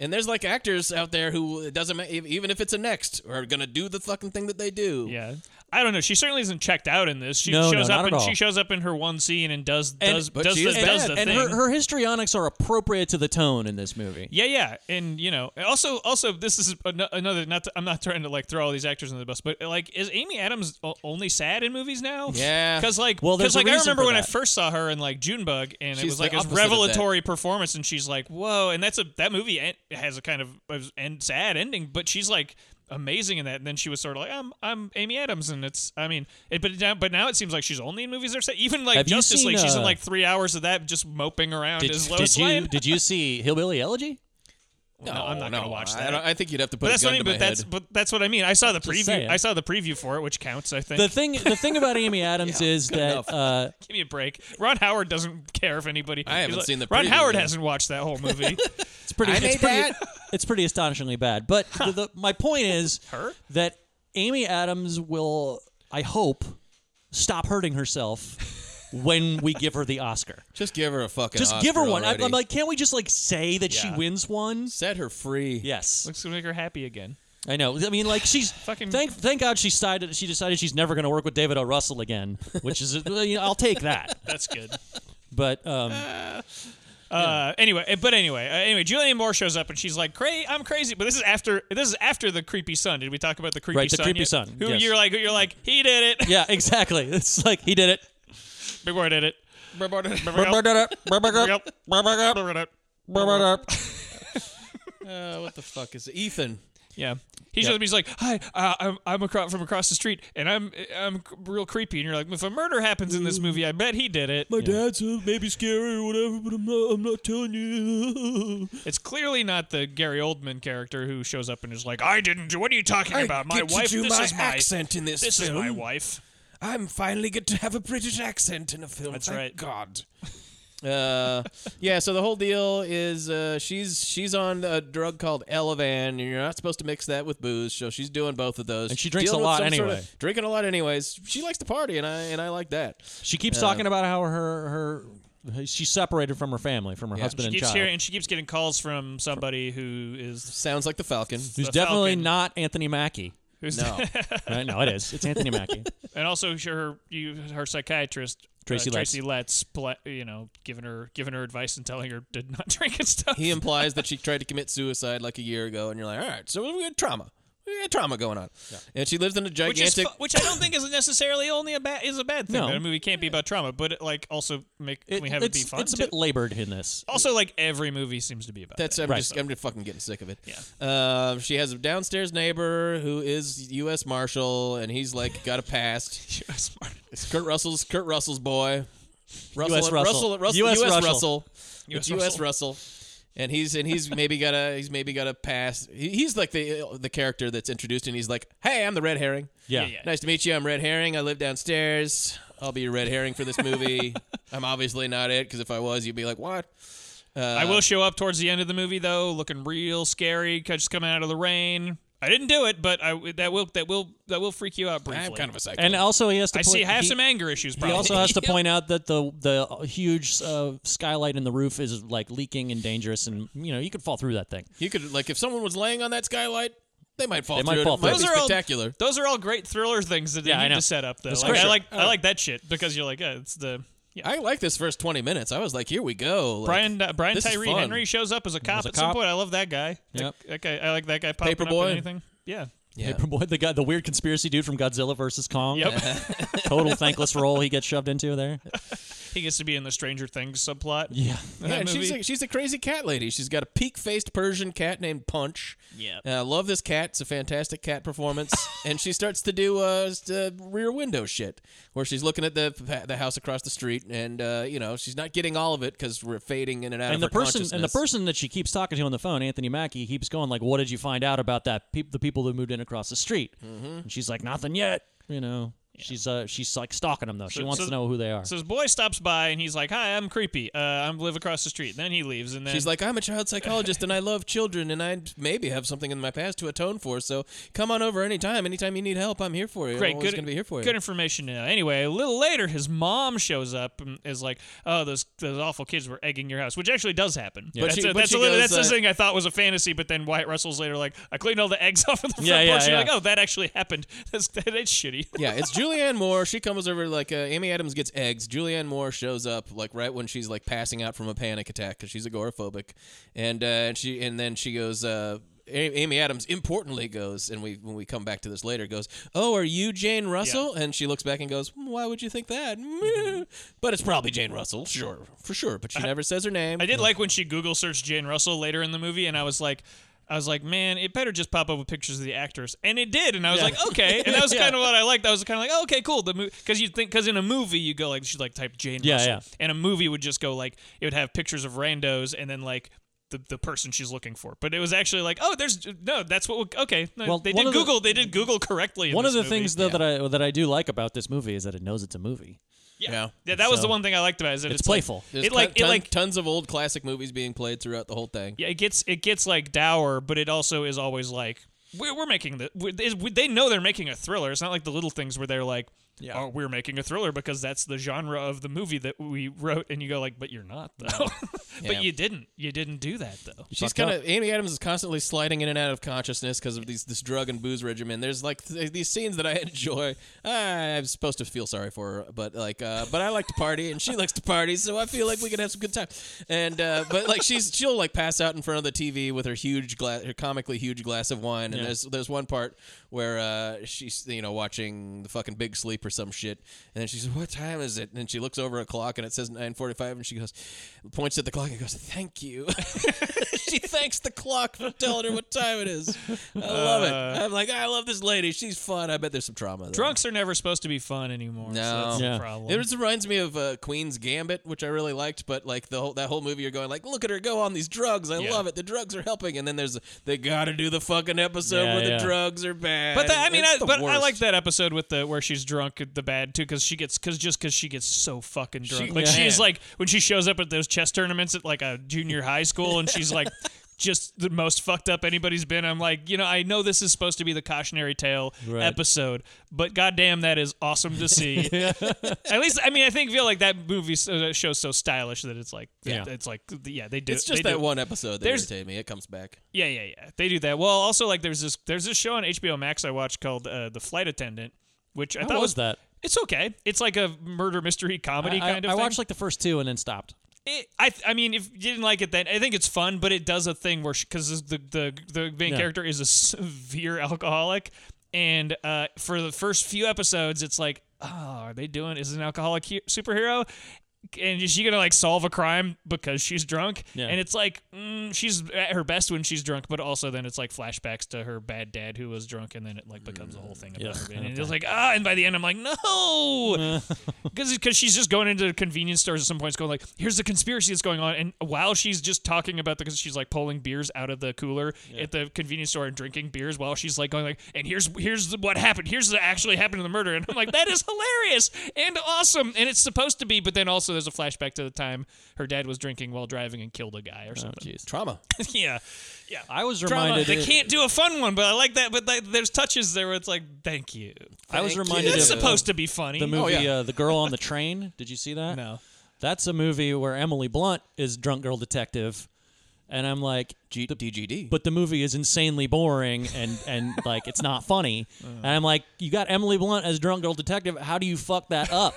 And there's like actors out there who it doesn't ma- ev- even if it's a next are gonna do the fucking thing that they do. Yeah, I don't know. She certainly isn't checked out in this. She No, no, shows not up at and all. she shows up in her one scene and does And- does but does, she the, is does bad. the and thing. her, her histrionics are appropriate to the tone in this movie. yeah, yeah, and you know, also, also, this is ano- another. Not, to, I'm not trying to like throw all these actors in the bus, but like, is Amy Adams o- only sad in movies now? Yeah. because like, Well, because there's a like, I reason remember for when I that. first saw her in like Junebug, and it She's was like the a opposite of that. revelatory performance, and she's like, whoa, and that's a that movie en- has a kind of of end sad ending, but she's like amazing in that and then she was sort of like i'm i'm amy adams and it's i mean it, but now but now it seems like she's only in movies that are sad even like Have you justice seen, league she's in uh, like three hours of that just moping around Did, as lois did you lane did you see Hillbilly Elegy? Well, no, I'm not gonna no, watch I that. don't- I think you'd have to put But a that's gun not to even- my but that's head. but that's what I mean. I saw the Just preview. saying. I saw the preview for it, which counts. I think The thing, the thing about Amy Adams Yeah, is good that enough. uh, Give me a break. Ron Howard doesn't care if anybody. I he's haven't like- seen the Ron preview Howard yet. hasn't watched that whole movie. it's pretty. I it's made pretty, that. It's pretty astonishingly bad. But the, the, my point is Her? that Amy Adams will, I hope, stop hurting herself when we give her the Oscar. Just give her a fucking. Just Oscar give her one. I'm, already. I'm like, can't we just like say that she Yeah. wins one? Set her free. Yes. Looks to make her happy again. I know. I mean, like she's fucking. Thank, thank God she decided she decided she's never going to work with David O. Russell again, which is well, you know, I'll take that. That's good. But um, Uh, anyway, eh, but anyway, uh, anyway, Julianne Moore shows up and she's like, "Cray, I'm crazy." But this is after this is after the creepy son. Did we talk about the creepy Right, the son? creepy yet? son, Who yes. you're like, you're like, he did it. yeah, exactly. It's like he did it. Big boy did it. Uh, what the fuck is it? Ethan? Yeah. He Yep. shows up. He's like, "Hi, uh, I'm I'm across, from across the street, and I'm I'm c- real creepy." And you're like, "If a murder happens in this movie, I bet he did it." My Yeah. dad's uh, maybe scary or whatever, but I'm not. I'm not telling you. It's clearly not the Gary Oldman character who shows up and is like, "I didn't do. What are you talking I about? My get to wife. do this my is my accent in this This is my film." wife." I'm finally get to have a British accent in a film. That's thank right. God. Uh, yeah. So the whole deal is uh, she's she's on a drug called Elavan, and you're not supposed to mix that with booze. So she's doing both of those, And she drinks Dealing a with lot some sort of- anyway. drinking a lot, anyways. She likes to party, and I and I like that. She keeps Uh, talking about how her her she's separated from her family, from her husband She and keeps child, hearing, and she keeps getting calls from somebody who is sounds like the Falcon. who's the definitely Falcon. not Anthony Mackie. Who's No. right? No, it is. It's Anthony Mackie. and also her you her psychiatrist Tracy uh, Tracy Letts, pla you know, giving her giving her advice and telling her to not drink and stuff. He implies that she tried to commit suicide like a year ago, and you're like, all right, so we got trauma, we got trauma going on, and she lives in a which is gigantic. fu- which I don't think is necessarily only a bad is a bad thing. No. That a movie can't be about trauma, but it, like also make It- we have it it's, be fun. it's a too. bit labored in this. also, like every movie seems to be about That's that. I'm just I'm just fucking getting sick of it. Yeah. she has a downstairs neighbor who is U.S. Marshal, and he's like got a past. U.S. Marshal. It's Kurt Russell's Kurt Russell's boy. Russell US Russell. Russell, Russell- US US Russell. Russell. US It's U.S. Russell. And he's and he's maybe got a he's maybe got a past. He- He's like the the character that's introduced, and he's like, "Hey, I'm the red herring. Yeah. Yeah, yeah. nice to meet you. I'm red herring. I live downstairs. I'll be your red herring for this movie. I'm obviously not it because if I was, you'd be like, what? Uh, I will show up towards the end of the movie though, looking real scary, 'cause just coming out of the rain. I didn't do it, but I that will that will that will freak you out briefly. kind of a psycho. And also, he has to. I point- see. I have he- some anger issues. Probably. He also has to point out that the the huge uh, skylight in the roof is like leaking and dangerous, and you know you could fall through that thing. You could like if someone was laying on that skylight, they might fall They through. might it. fall It through. might be Those are all- spectacular. Those are all great thriller things that they Yeah, I need know. to set up though. That's Like, great. I like Oh. I like that shit because you're like, yeah, it's the I like this first twenty minutes. I was like, here we go. Like, Brian uh, Brian this is Tyree fun. Henry shows up as a cop a at some cop. point. I love that guy. Yep. That, that guy, I like that guy popping up Paperboy. in anything. Yeah. Yeah. Paperboy, the guy, the weird conspiracy dude from Godzilla versus Kong. Yep. Total thankless role he gets shoved into there. He gets to be in the Stranger Things subplot. Yeah. in Yeah, that and she's movie. a, she's a crazy cat lady. She's got a peak faced Persian cat named Punch. Yep. and I love this cat. It's a fantastic cat performance. and she starts to do uh, s- uh, rear window shit, where she's looking at the the house across the street, and uh, you know she's not getting all of it because we're fading in and out. And of the her person and the consciousness. person that she keeps talking to on the phone, Anthony Mackie, keeps going like, "What did you find out about that? Peop the people who moved in across the street?" Mhm. And she's like, "Nothing yet." You know, she's uh, she's like stalking them though. she So- wants so- to know who they are. So this boy stops by and he's like, "Hi, I'm creepy. Uh, I live across the street." Then he leaves, and then She's like, I'm a child psychologist and I love children and I maybe have something in my past to atone for. So come on over anytime. Anytime you need help, I'm here for you. Great, I'm always good, going to be here for you. Good information. Now. Anyway, a little later, his mom shows up and is like, "Oh, those those awful kids were egging your house," which actually does happen. Yeah. But that's she- a, but that's, she a little, goes, that's the uh, thing I thought was a fantasy, but then Wyatt Russell's later like, "I cleaned all the eggs off of the front Yeah, yeah, porch." and you're yeah. like, "Oh, that actually happened. That's that, that's shitty." yeah, it's Julianne Moore. She comes over like uh, Amy Adams gets eggs. Julianne Moore shows up like right when she's like passing out from a panic attack because she's agoraphobic, and uh, and she and then she goes. Uh, A- Amy Adams importantly goes, and we when we come back to this later goes. Oh, are you Jane Russell? And she looks back and goes, "Hmm, Why would you think that? But it's probably Jane Russell, sure, for sure. But she never says her name. I did like when she Google searched Jane Russell later in the movie, and I was like. I was like, man, it better just pop up with pictures of the actors, and it did. And I was Yeah. like, okay, and that was Yeah. kind of what I liked. I was kind of like, oh, okay, cool. The because you think because in a movie you go like she'd like type Jane Yeah, Russell, yeah. and a movie would just go like it would have pictures of randos, and then like the- the, the person she's looking for. But it was actually like, oh, there's no, that's what. Okay, no, well, they did Google. The, they did Google correctly. One of the movie. things though that I that I do like about this movie is that it knows it's a movie. Yeah. yeah, that was So- the one thing I liked about it. Is that It's it's, like- playful. There's it like ton- it like tons of old classic movies being played throughout the whole thing. yeah, it gets it gets like dour, but it also is always like we're, we're making the we they- we- they know they're making a thriller. It's not like the little things where they're like. Yeah. Oh, we're making a thriller because that's the genre of the movie that we wrote, and you go like, "But you're not though." Yeah. but you didn't. You didn't do that though. She's kind of Amy Adams is constantly sliding in and out of consciousness because of these this drug and booze regimen. There's like th- these scenes that I enjoy. Ah, I'm supposed to feel sorry for her, but like, uh, but I like to party and she likes to party, so I feel like we can have some good time. And uh, but like she's she'll like pass out in front of the TV with her huge glass, her comically huge glass of wine. And Yeah. there's there's one part where uh, she's you know watching the fucking Big Sleep or some shit, and then she says, "What time is it?" And she looks over at a clock and it says 9:45, and she goes, points at the clock and goes, "Thank you." she thanks the clock for telling her what time it is. I love it. Uh, I'm like, I love this lady. She's fun. I bet there's some trauma. There. Drunks are never supposed to be fun anymore. so No, that's the problem. it just reminds me of uh, Queen's Gambit, which I really liked. But like the whole that whole movie, you're going like, look at her go on these drugs. I Yeah. love it. The drugs are helping. And then there's they got to do the fucking episode Yeah, where yeah. the drugs are bad. But the, I mean, It's I, the but I worst. like that episode with the where she's drunk, at the bad too, because she gets because just because she gets so fucking drunk. She- like yeah. she's Man. like when she shows up at those chess tournaments at like a junior high school, and she's like. Just the most fucked up anybody's been. I'm like, you know, I know this is supposed to be the cautionary tale Right. episode, but goddamn, that is awesome to see. At least, I mean, I think feel like that movie so, that show's so stylish that it's like, Yeah. it's like, yeah, they do. It's just they do that it. one episode that There's- irritated me. It comes back. yeah, yeah, yeah. They do that. Well, also like there's this there's this show on HBO Max I watched called uh, The Flight Attendant, which I How thought was that? It's okay. It's like a murder mystery comedy I, I- kind of I thing. watched like the first two and then stopped. It, Eh, I th- I mean, if you didn't like it, then I think it's fun, but it does a thing where because the the the main Yeah. character is a severe alcoholic, and uh, for the first few episodes, it's like, oh, are they doing? Is an alcoholic he- superhero? And is she gonna like solve a crime because she's drunk? Yeah. And it's like mm, she's at her best when she's drunk, but also then it's like flashbacks to her bad dad who was drunk, and then it like becomes a whole thing about Yeah, her. And okay. it's like ah, and by the end I'm like no, because she's just going into convenience stores at some points, going like, here's the conspiracy that's going on, and while she's just talking about the, because she's like pulling beers out of the cooler at the convenience store and drinking beers while she's like going like, and here's here's the, what happened, here's what actually happened in the murder, and I'm like that is hilarious and awesome, and it's supposed to be, but then also there's a flashback to the time her dad was drinking while driving and killed a guy or Oh, something. Trauma. yeah, yeah. I was Drama. reminded They can't do a fun one, but I like that. But like, there's touches there where it's like, thank you. I was Thank you. reminded It's of supposed to be funny. The movie, Oh, yeah. uh, The Girl on the Train. Did you see that? No. That's a movie where Emily Blunt is drunk girl detective, and I'm like, G- DGD. But the movie is insanely boring and and like it's not funny. Uh-huh. And I'm like, you got Emily Blunt as drunk girl detective. How do you fuck that up?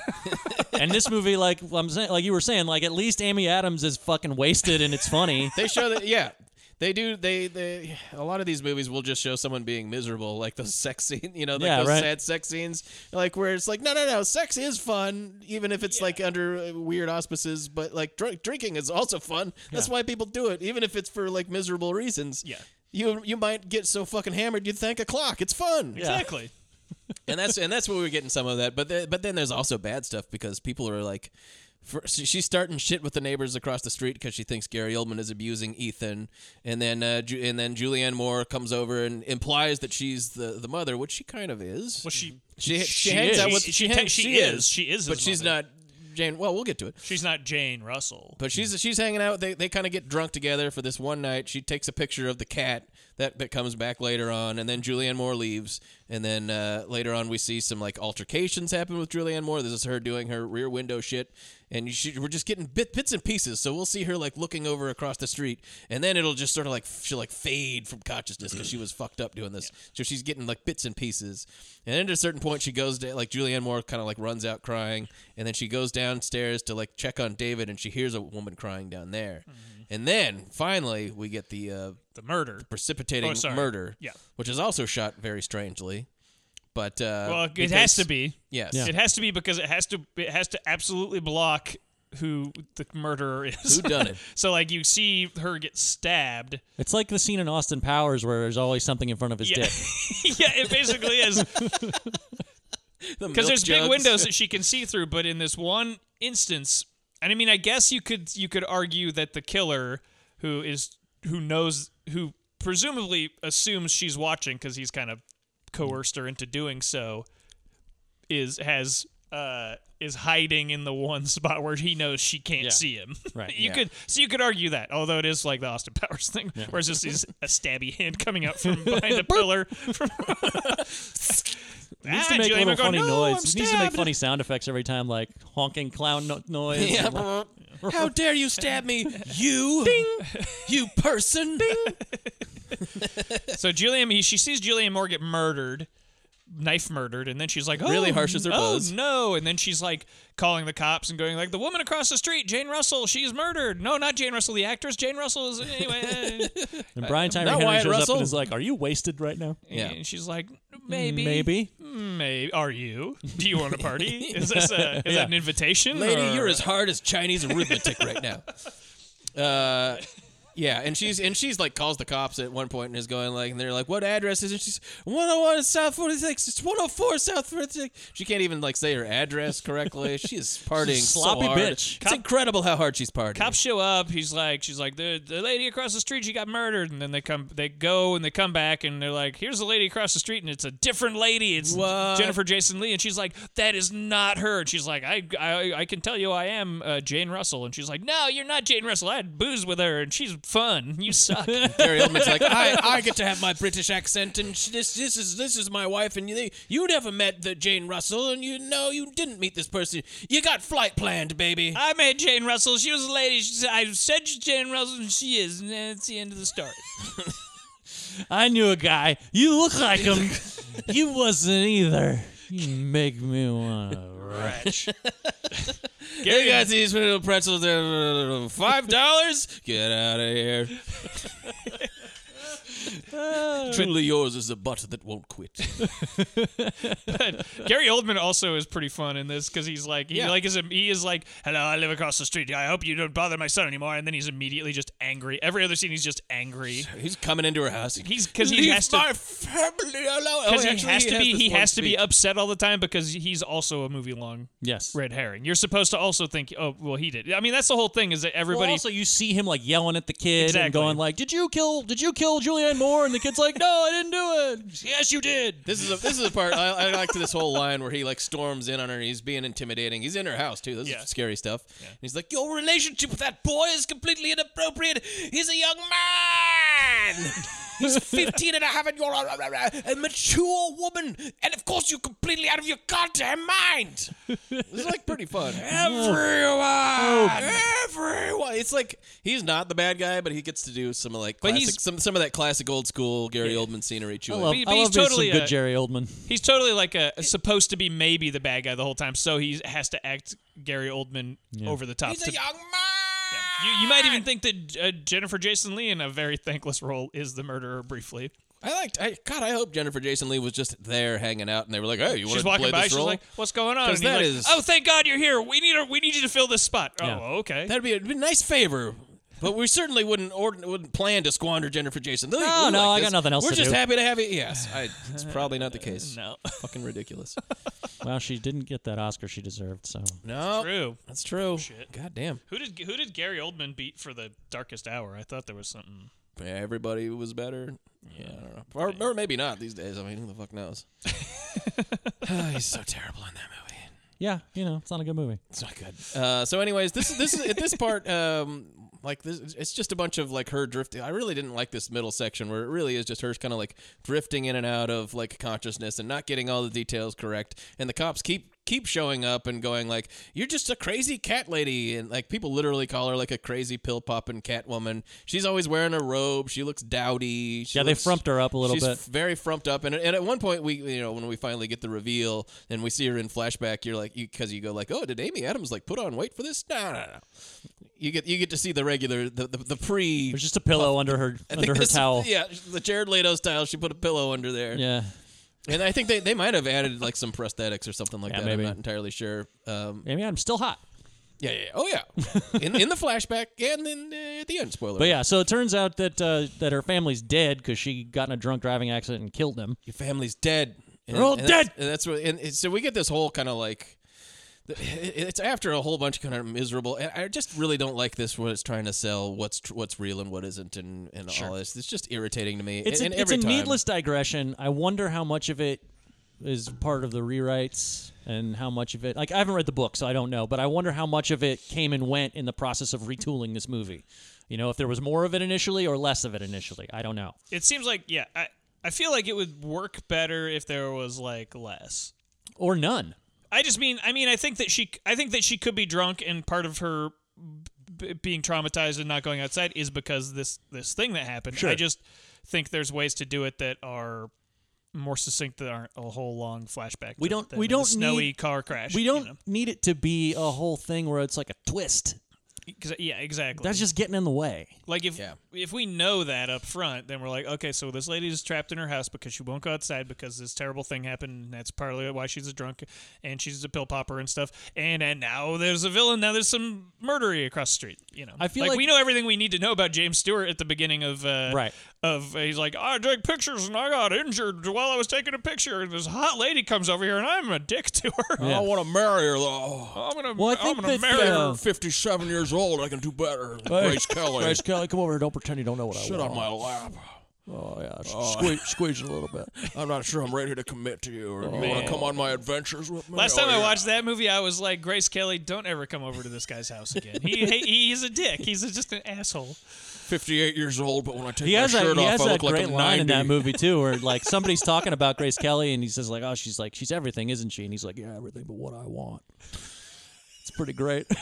and this movie, like I'm saying, like you were saying, like at least Amy Adams is fucking wasted and it's funny. they show that yeah they do they they a lot of these movies will just show someone being miserable like those sex scene you know like Yeah, those right. sad sex scenes like where it's like no no no sex is fun even if it's like under uh, weird auspices but like dr- drinking is also fun that's why people do it even if it's for like miserable reasons yeah you you might get so fucking hammered you'd thank a clock it's fun Exactly. and that's and that's where we're getting some of that. But the, but then there's also bad stuff because people are like, for, she- she's starting shit with the neighbors across the street because she thinks Gary Oldman is abusing Ethan, and then uh, Ju- and then Julianne Moore comes over and implies that she's the, the mother, which she kind of is. Well, she she, she hangs is. out with She- she, she hangs- te- she she is. She is but his she's mother. not Jane. Well, we'll get to it. She's not Jane Russell. But she's she's hanging out. They they kind of get drunk together for this one night. She takes a picture of the cat that that comes back later on, and then Julianne Moore leaves. And then uh, later on, we see some like altercations happen with Julianne Moore. This is her doing her rear window shit, and she, we're just getting bit, bits and pieces. So we'll see her like looking over across the street, and then it'll just sort of like she'll like fade from consciousness Mm-hmm. because she was fucked up doing this. So she's getting like bits and pieces, and then at a certain point, she goes to like Julianne Moore kind of like runs out crying, and then she goes downstairs to like check on David, and she hears a woman crying down there, Mm-hmm. and then finally we get the uh, the murder, precipitating Oh, sorry. murder, Yeah. which is also shot very strangely, but uh, well, it because- has to be. yes, It has to be because it has to it has to absolutely block who the murderer is. Who done it? so like you see her get stabbed. It's like the scene in Austin Powers where there's always something in front of his Yeah. dick. yeah, it basically is. The Because milk there's jugs. big windows that she can see through, but in this one instance, and I mean, I guess you could you could argue that the killer, who is who knows who presumably assumes she's watching because he's kind of coerced her into doing so is has uh is hiding in the one spot where he knows she can't Yeah. see him. Right, you yeah. could so you could argue that, although it is like the Austin Powers thing, Yeah. where it's just is a stabby hand coming out from behind a pillar. From It needs Ah, to make Julia little Moore going, funny "No, noise. I'm It needs to make stabbed." funny sound effects every time, like honking clown no- noise. Yeah. and like- How dare you stab me, you, you person! so Julian, he, she sees Julian Moore get murdered, knife murdered, and then she's like, oh, Really harshes her oh, buzz. no, and then she's like calling the cops and going like, the woman across the street, Jane Russell, she's murdered. No, not Jane Russell, the actress. Jane Russell is anyway. eh." And Brian Tyree Not Henry Wyatt shows up Russell. and is like, "Are you wasted right now?" And she's like, maybe, Maybe. maybe. Are you? Do you want to party? Is this a, is Yeah. that an invitation? Lady, Hmm. or- you're as hard as Chinese arithmetic right now. Uh, yeah, and she's and she's like calls the cops at one point and is going like, and they're like, "What address is it?" She's 101 South 46. It's 104 South 46. She can't even like say her address correctly. She is partying She's a so sloppy hard. bitch. It's incredible how hard she's partying. Cops show up. He's like, she's like, the the lady across the street, she got murdered. And then they come, they go, and they come back, and they're like, here's the lady across the street, and it's a different lady. It's What? Jennifer Jason Lee, and she's like, that is not her. And she's like, I I, I can tell you, I am uh, Jane Russell. And she's like, no, you're not Jane Russell. I had booze with her, and she's fun. You suck. Gary Oldman's like, I, I get to have my British accent, and sh- this this is this is my wife, and you you never met the Jane Russell, and you know you didn't meet this person. You got flight planned, baby. I met Jane Russell. She was a lady. She said, I said she's Jane Russell, and she is. And that's the end of the story. I knew a guy. You look like him. you wasn't either. You make me want to retch. Gary you got these little pretzels, uh, they're five dollars. Get out of here. Truly yours is the butter that won't quit. but Gary Oldman also is pretty fun in this because he's like he Yeah. like is a, he is like hello I live across the street I hope you don't bother my son anymore and then he's immediately just angry every other scene he's just angry He's coming into her house. he's because he Leave has to my family alone. because he Oh, actually, has to be this he one has to be speech. upset all the time because he's also a movie long Yes. red herring you're supposed to also think oh well he did I mean that's the whole thing is that everybody Well, also, you see him like yelling at the kid Exactly. and going like, "Did you kill? Did you kill Julianne Moore?" And the kid's like, "No, I didn't do it." Yes, you did. This is a, this is a part I, I like to this whole line where he like storms in on her and he's being intimidating. He's in her house too. This Yeah. is scary stuff. And he's like, "Your relationship with that boy is completely inappropriate. He's a young man. He's 15 and a half, and you're a, a mature woman. And of course, you're completely out of your goddamn mind." This is like pretty fun. Oh, Everyone, everyone. It's like he's not the bad guy, but he gets to do some like But classic, he's- some some of that classic old school Gary Oldman scenery. I chewing. love, But- but I he's love me some totally good a- Jerry Oldman. he's totally like a supposed to be maybe the bad guy the whole time so he has to act Gary Oldman over the top He's "Ah!" to- a young You, you might even think that uh, Jennifer Jason Lee in a very thankless role is the murderer briefly. I liked. I, God, I hope Jennifer Jason Lee was just there hanging out, and they were like, "Hey, you want She's to play walking by. this She's role?" like, "What's going on?" 'Cause And he's that like, is- "Oh, thank God you're here. We need her. We need you to fill this spot." Yeah. Oh, okay. That'd be a, be a nice favor, but we certainly wouldn't ord- wouldn't plan to squander Jennifer Jason Lee. No, We no, like I got this. nothing else We're to just do. happy to have you. Yes, I, it's probably not the case. no, fucking ridiculous. Well, she didn't get that Oscar she deserved, so No, true. that's true. Shit. God damn. Who did who did Gary Oldman beat for the Darkest Hour? I thought there was something. Everybody was better. Yeah, I don't know, or, or maybe not these days. I mean, who the fuck knows? He's so terrible in that movie. yeah, you know, it's not a good movie. It's not good. Uh, so, anyways, this is this is at this part. Um, like this, it's just a bunch of like her drifting. I really didn't like this middle section where it really is just her kind of like drifting in and out of like consciousness and not getting all the details correct. And the cops keep keep showing up and going like, "You're just a crazy cat lady," and like people literally call her like a crazy pill popping cat woman. She's always wearing a robe. She looks dowdy. She yeah, they looks- frumped her up a little she's bit. f- very frumped up, and, and at one point we, you know, when we finally get the reveal and we see her in flashback, you're like, because you, go like, oh, did Amy Adams like put on weight for this? No, no, no. You get you get to see the regular the the, the pre. There's just a pillow under her I think under her this- towel. Yeah, the Jared Leto style. She put a pillow under there. Yeah. And I think they, they might have added like some prosthetics or something like Yeah, that. maybe. I'm not entirely sure. Um, Amy Adams still hot. yeah, yeah, yeah. oh yeah, in in the flashback and then uh, at the end spoiler. But yeah, so it turns out that uh, that her family's dead because she got in a drunk driving accident and killed them. Your family's dead. They're all that's- dead. and that's what. And, and so we get this whole kind of like It's after a whole bunch of kind of miserable. and I just really don't like this. What it's trying to sell, what's tr- what's real and what isn't, and, and Sure. all this. It's just irritating to me. It's a, and, and it's every a time- needless digression. I wonder how much of it is part of the rewrites and how much of it like I haven't read the book so I don't know, but I wonder how much of it came and went in the process of retooling this movie. You know, if there was more of it initially or less of it initially. I don't know. It seems like yeah, I I feel like it would work better if there was like less. Or none. I just mean I mean I think that she I think that she could be drunk and part of her b- being traumatized and not going outside is because this this thing that happened. Sure. I just think there's ways to do it that are more succinct that aren't a whole long flashback. We to- don't than we don't the snowy need, car crash. We don't need it to be a whole thing where it's like a twist. Exa- yeah, exactly. That's just getting in the way. Like if if we know that up front, then we're like, okay, so this lady is trapped in her house because she won't go outside because this terrible thing happened. And that's partly why she's a drunk and she's a pill popper and stuff. And and now there's a villain. Now there's some murdery across the street. You know, I feel like- we know everything we need to know about James Stewart at the beginning of uh, Right. Of he's like, I took pictures and I got injured while I was taking a picture. And this hot lady comes over here and I'm a dick to her. Yeah. I want to marry her though. I'm gonna. Well, I I'm think gonna that, marry uh, her. 57 years old. I can do better. than Hey, Grace Kelly. Grace Kelly, come over here. Don't pretend you don't know what Sit I want. on my lap. Oh yeah, Oh. squeeze, squeeze a little bit. I'm not sure I'm ready to commit to you. Or you want Man. to come on my adventures with me? Last Oh, time I yeah. watched that movie, I was like, Grace Kelly, don't ever come over to this guy's house again. He, he he's a dick. He's a, just an asshole. 58 years old, but when I take he my has shirt a, he off, has I that look great like a 90. line in that movie too, where like somebody's talking about Grace Kelly and he says like, "Oh, she's like she's everything, isn't she?" And he's like, "Yeah, everything but what I want." It's pretty great.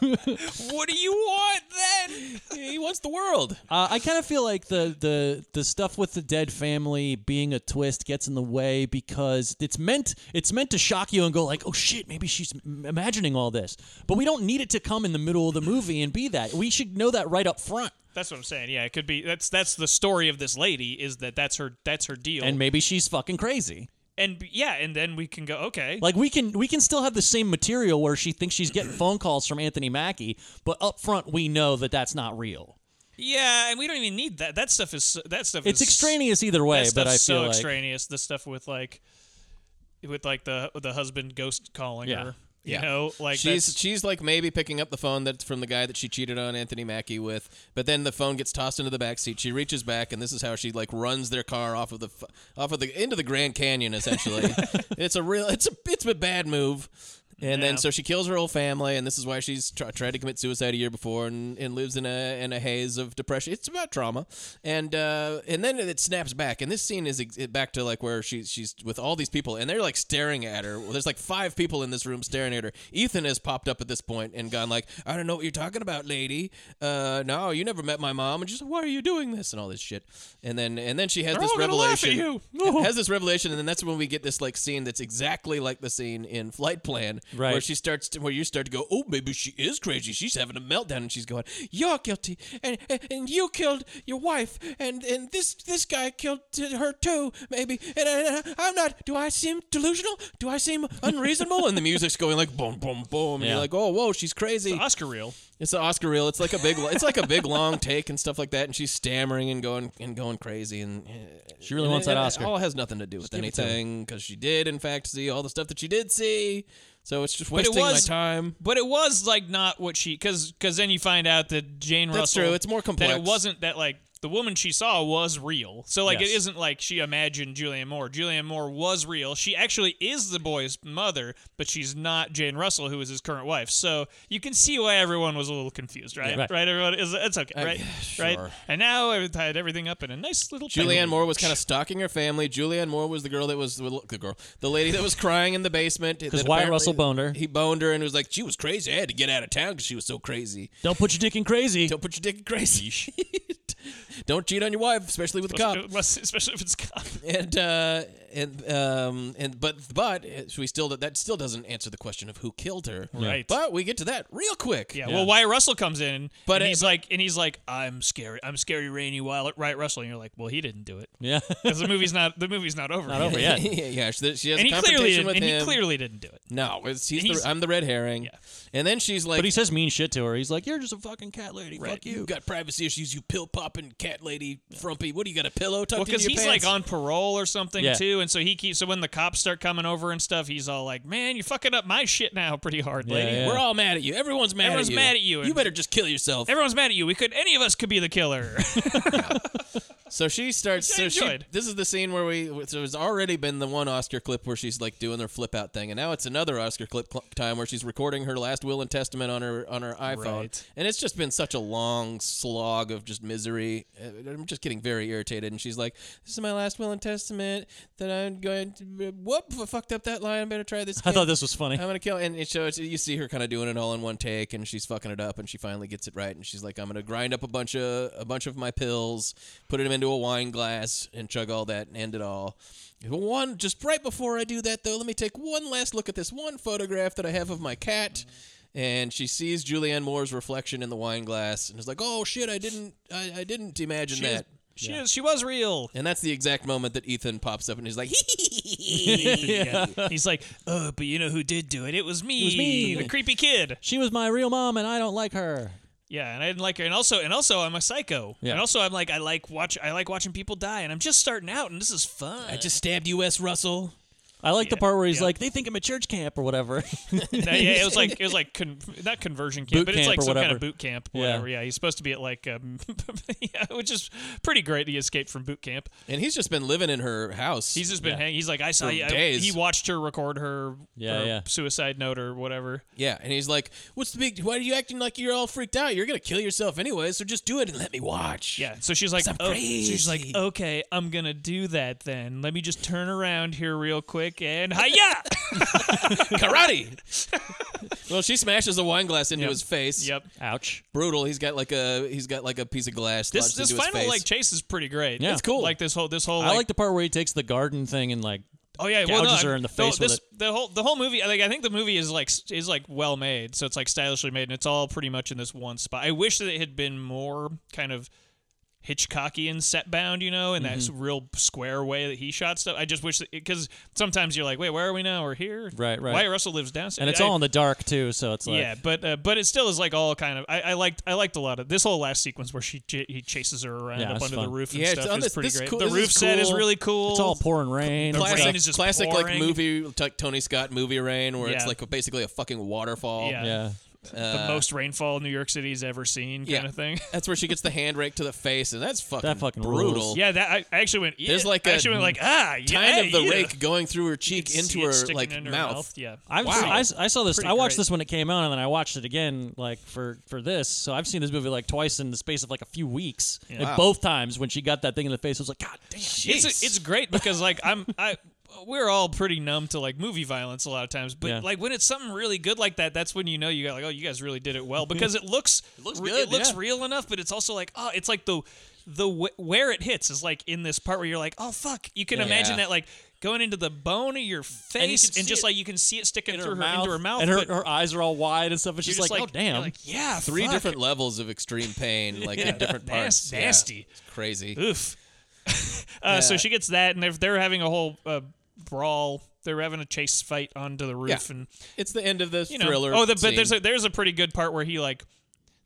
What do you want then? He wants the world. Uh, I kind of feel like the, the the stuff with the dead family being a twist gets in the way because it's meant it's meant to shock you and go like, oh shit, maybe she's m- imagining all this. But we don't need it to come in the middle of the movie and be that. We should know that right up front. That's what I'm saying. Yeah, it could be. That's that's the story of this lady is that that's her that's her deal. And maybe she's fucking crazy. and b- yeah, and then we can go okay. Like we can we can still have the same material where she thinks she's getting phone calls from Anthony Mackie, but up front we know that that's not real. yeah, and we don't even need that. That stuff is so- that stuff. It's is, extraneous either way, that but stuff's I so feel like- extraneous. The stuff with like with like the the husband ghost calling Yeah. her. You Yeah. know, like that's- she's she's like maybe picking up the phone that's from the guy that she cheated on Anthony Mackie with, but then the phone gets tossed into the back seat. She reaches back, and this is how she like runs their car off of the f- off of the into the Grand Canyon. Essentially, it's a real it's a it's a bad move. And Yeah. then so she kills her whole family, and this is why she's tr- tried to commit suicide a year before, and, and lives in a in a haze of depression. It's about trauma, and uh, and then it snaps back, and this scene is ex- back to like where she's she's with all these people, and they're like staring at her. Well, there's like five people in this room staring at her. Ethan has popped up at this point and gone like, I don't know what you're talking about, lady. Uh, no, you never met my mom, and she's like, Why are you doing this and all this shit? And then and then she has They're this all gonna laugh at revelation. you. ha- has this revelation, and then that's when we get this like scene that's exactly like the scene in Flight Plan, Right. where she starts to, where you start to go, oh, maybe she is crazy. She's having a meltdown, and she's going, you're guilty, and and, and you killed your wife, and and this this guy killed t- her too, maybe. And, I- I- I'm not. Do I seem delusional? Do I seem unreasonable? and the music's going like boom, boom, boom, and Yeah. you're like, oh, whoa, she's crazy. it's Oscar reel. It's the Oscar reel. It's like a big, it's like a big long take and stuff like that. And she's stammering and going and going crazy. And She really and wants it- that and it Oscar. All has nothing to do with give it to her. anything because she did, in fact, see all the stuff that she did see. So it's just But it wasting was my time. But it was like not what she because because then you find out that Jane That's Russell. true. It's more complex. That it wasn't that like the woman she saw was real. So like Yes. it isn't like she imagined Julianne Moore. Julianne Moore was real. She actually is the boy's mother, but she's not Jane Russell, who is his current wife. So you can see why everyone was a little confused, right? Yeah. Right. Right. Everyone is. It's okay. I- Right. sure. Right. And now I've tied everything up in a nice little. Julianne tangle. Moore was kind of stalking her family. Julianne Moore was the girl that was the the girl, the lady that was crying in the basement. Because that Wyatt apparently- Russell boned her. He boned her and was like, she was crazy. I had to get out of town because she was so crazy. Don't put your dick in crazy. Don't put your dick in crazy. Don't cheat on your wife, especially with a cop. Unless, especially if it's cop. and uh, and um, and but but uh, we still that still doesn't answer the question of who killed her. Right. But we get to that real quick. Yeah, Well, Wyatt Russell comes in, But but it- he's like, and he's like, I'm scary. I'm scary, rainy Wyatt Wyatt Russell. And you're like, well, he didn't do it. Yeah. because the movie's not the movie's not over. Not over yeah, yet. yeah, yeah. She, she has And a he clearly confrontation didn't, with and him. he clearly didn't do it. No, it's, he's, He's- the, I'm the red herring. And then she's like, but he says mean shit to her. He's like, "You're just a fucking cat lady. Right. Fuck you." You've got privacy issues, you pill popping cat lady frumpy. What do you got a pillow tucked Well, into because your he's pants? like on parole or something Yeah. too, and so he keeps. So when the cops start coming over and stuff, he's all like, "Man, you're fucking up my shit now, pretty hard, lady. We're all mad at you. Everyone's mad Everyone's at you. mad at you. You better just kill yourself. Everyone's mad at you. We could any of us could be the killer. So she starts. Which I So she, enjoyed. this is the scene where we. So it's already been the one Oscar clip where she's like doing her flip out thing, and now it's another Oscar clip cl- time where she's recording her last will and testament on her on her iPhone, Right. and it's just been such a long slog of just misery. Uh, I'm just getting very irritated, and she's like, "This is my last will and testament that I'm going to. Whoop! I fucked up that line. I better try this." I thought again. this was funny. I'm gonna kill, and it shows you see her kind of doing it all in one take, and she's fucking it up, and she finally gets it right, and she's like, "I'm gonna grind up a bunch of a bunch of my pills, put them into a wine glass, and chug all that, and end it all." One just right before I do that though, let me take one last look at this one photograph that I have of my cat, and she sees Julianne Moore's reflection in the wine glass, and is like, "Oh shit, I didn't, I, I didn't imagine She is- that." she is- she was real, and that's the exact moment that Ethan pops up and he's like, He's like, "Oh, but you know who did do it? It was me. It was me. the creepy kid." She was my real mom, and I don't like her. Yeah, and I didn't like her, and also, and also, I'm a psycho, Yeah. and also, I'm like, I like watch, I like watching people die, and I'm just starting out, and this is fun. "I just stabbed U.S. Russell." I like the Yeah, part where he's yeah. like, "They think I'm at church camp or whatever." No, yeah, it was like it was like con- not conversion camp, Boot but it's camp like or some kind whatever. of boot camp, Yeah. whatever. Yeah, he's supposed to be at like, um, yeah, which is pretty great. He escaped from boot camp. And he's just been living in her house. He's just been Yeah. hanging. He's like, I saw For you. I- days. he watched her record her, Yeah, her yeah. suicide note or whatever. Yeah, and he's like, "What's the big? Why are you acting like you're all freaked out? You're gonna kill yourself anyway. So just do it and let me watch." Yeah. So she's like, 'Cause I'm oh, so she's like, crazy. okay, I'm gonna do that then. Let me just turn around here real quick and hiya! karate. well, she smashes a wine glass into his face. Yep. Ouch. Brutal. He's got like a he's got like a piece of glass. This lodged this into his final face. like chase is pretty great. Yeah. It's cool. Like this whole this whole I like, like the part where he takes the garden thing and like, Oh yeah, gouges well, no, her I'm- in the no, face with this- it. The whole the whole movie, I think I think the movie is like is like well made, so it's like stylishly made, and it's all pretty much in this one spot. I wish that it had been more kind of Hitchcockian set bound, you know, in that Mhm. real square way that he shot stuff. I just wish that because sometimes you're like, wait, where are we now? We're here, Right, right. Wyatt Russell lives downstairs, and it's I- all in the dark too. So it's like, yeah, but uh, but it still is like all kind of. I, I liked I liked a lot of this whole last sequence where she ch- he chases her around Yeah, up it's under the fun. roof and Yeah, it's stuff on is this- pretty this great. cool- the this is roof set is cool. really cool. It's all pouring rain. The and rain stuff. is just classic like pouring. movie like Tony Scott movie rain where it's Yeah. like basically a fucking waterfall. Yeah. Yeah. Uh, the most rainfall New York City's ever seen, kind yeah. of thing. That's where she gets the hand rake to the face, and that's fucking, That fucking brutal. rules. Yeah, that I, I actually went. Yeah. There's like I a actually went like ah, kind yeah, of the yeah. rake going through her cheek It's- into yeah, her sticking like into her mouth. mouth, yeah. I've wow. seen, I, s- I saw this. Pretty I watched great. this when it came out, and then I watched it again, like for for this. So I've seen this movie like twice in the space of like a few weeks. Yeah. And Wow. both times when she got that thing in the face, I was like, God damn! It's jeez." it's great because like I'm I we're all pretty numb to like movie violence a lot of times, but Yeah. like when it's something really good like that, that's when you know you got like oh you guys really did it well because it looks it looks good, it looks yeah. real enough, but it's also like oh it's like the the w- where it hits is like in this part where you're like oh fuck you can Yeah. imagine Yeah. that like. Going into the bone of your face, can and, see just it like you can see it sticking in through her, into her mouth, and her, but her eyes are all wide and stuff. And You're she's just like, like- Oh damn! you're like, yeah, three fuck. different levels of extreme pain, like in different Nas- parts. Yeah. nasty. It's crazy. Oof. Uh, So Yeah. she gets that, and they're, they're having a whole uh, brawl. They're having a chase fight onto the Yeah. roof, and It's the end of the you know, thriller. oh, the, but there's scene. a, there's a pretty good part where he like,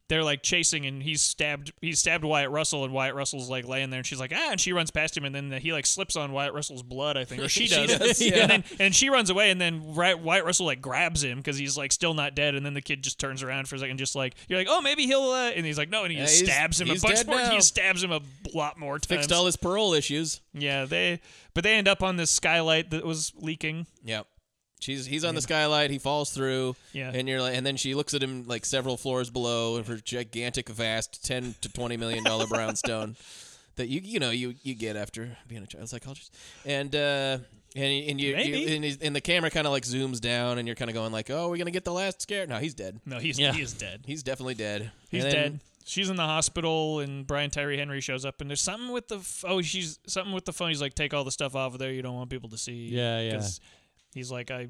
they're like chasing, and he's stabbed. He stabbed Wyatt Russell, and Wyatt Russell's like laying there, and she's like ah, and she runs past him, and then he like slips on Wyatt Russell's blood, I think, or she She does, does, yeah. and then and she runs away, and then Ry- Wyatt Russell like grabs him because he's like still not dead, and then the kid just turns around for a second, just like you're like oh maybe he'll, uh, and he's like no, and he Yeah, just he's- stabs him a he's bunch dead more. now. He stabs him a lot more times. fixed all his parole issues. Yeah, they but they end up on this skylight that was leaking. Yep. She's he's on the skylight. He falls through. Yeah. And you're like, and then she looks at him like several floors below of her gigantic, vast ten to twenty million dollar brownstone that you you know you you get after being a child psychologist. And uh, and and you, Maybe. you and, he's- and the camera kind of like zooms down, and you're kind of going like, oh, we're gonna get the last scare. No, he's dead. No, he's he is dead. He's definitely dead. He's And then- dead. She's in the hospital, and Brian Tyree Henry shows up, and there's something with the f- oh, she's something with the phone. He's like, take all the stuff off of there. You don't want people to see. Yeah, yeah. 'Cause He's like, I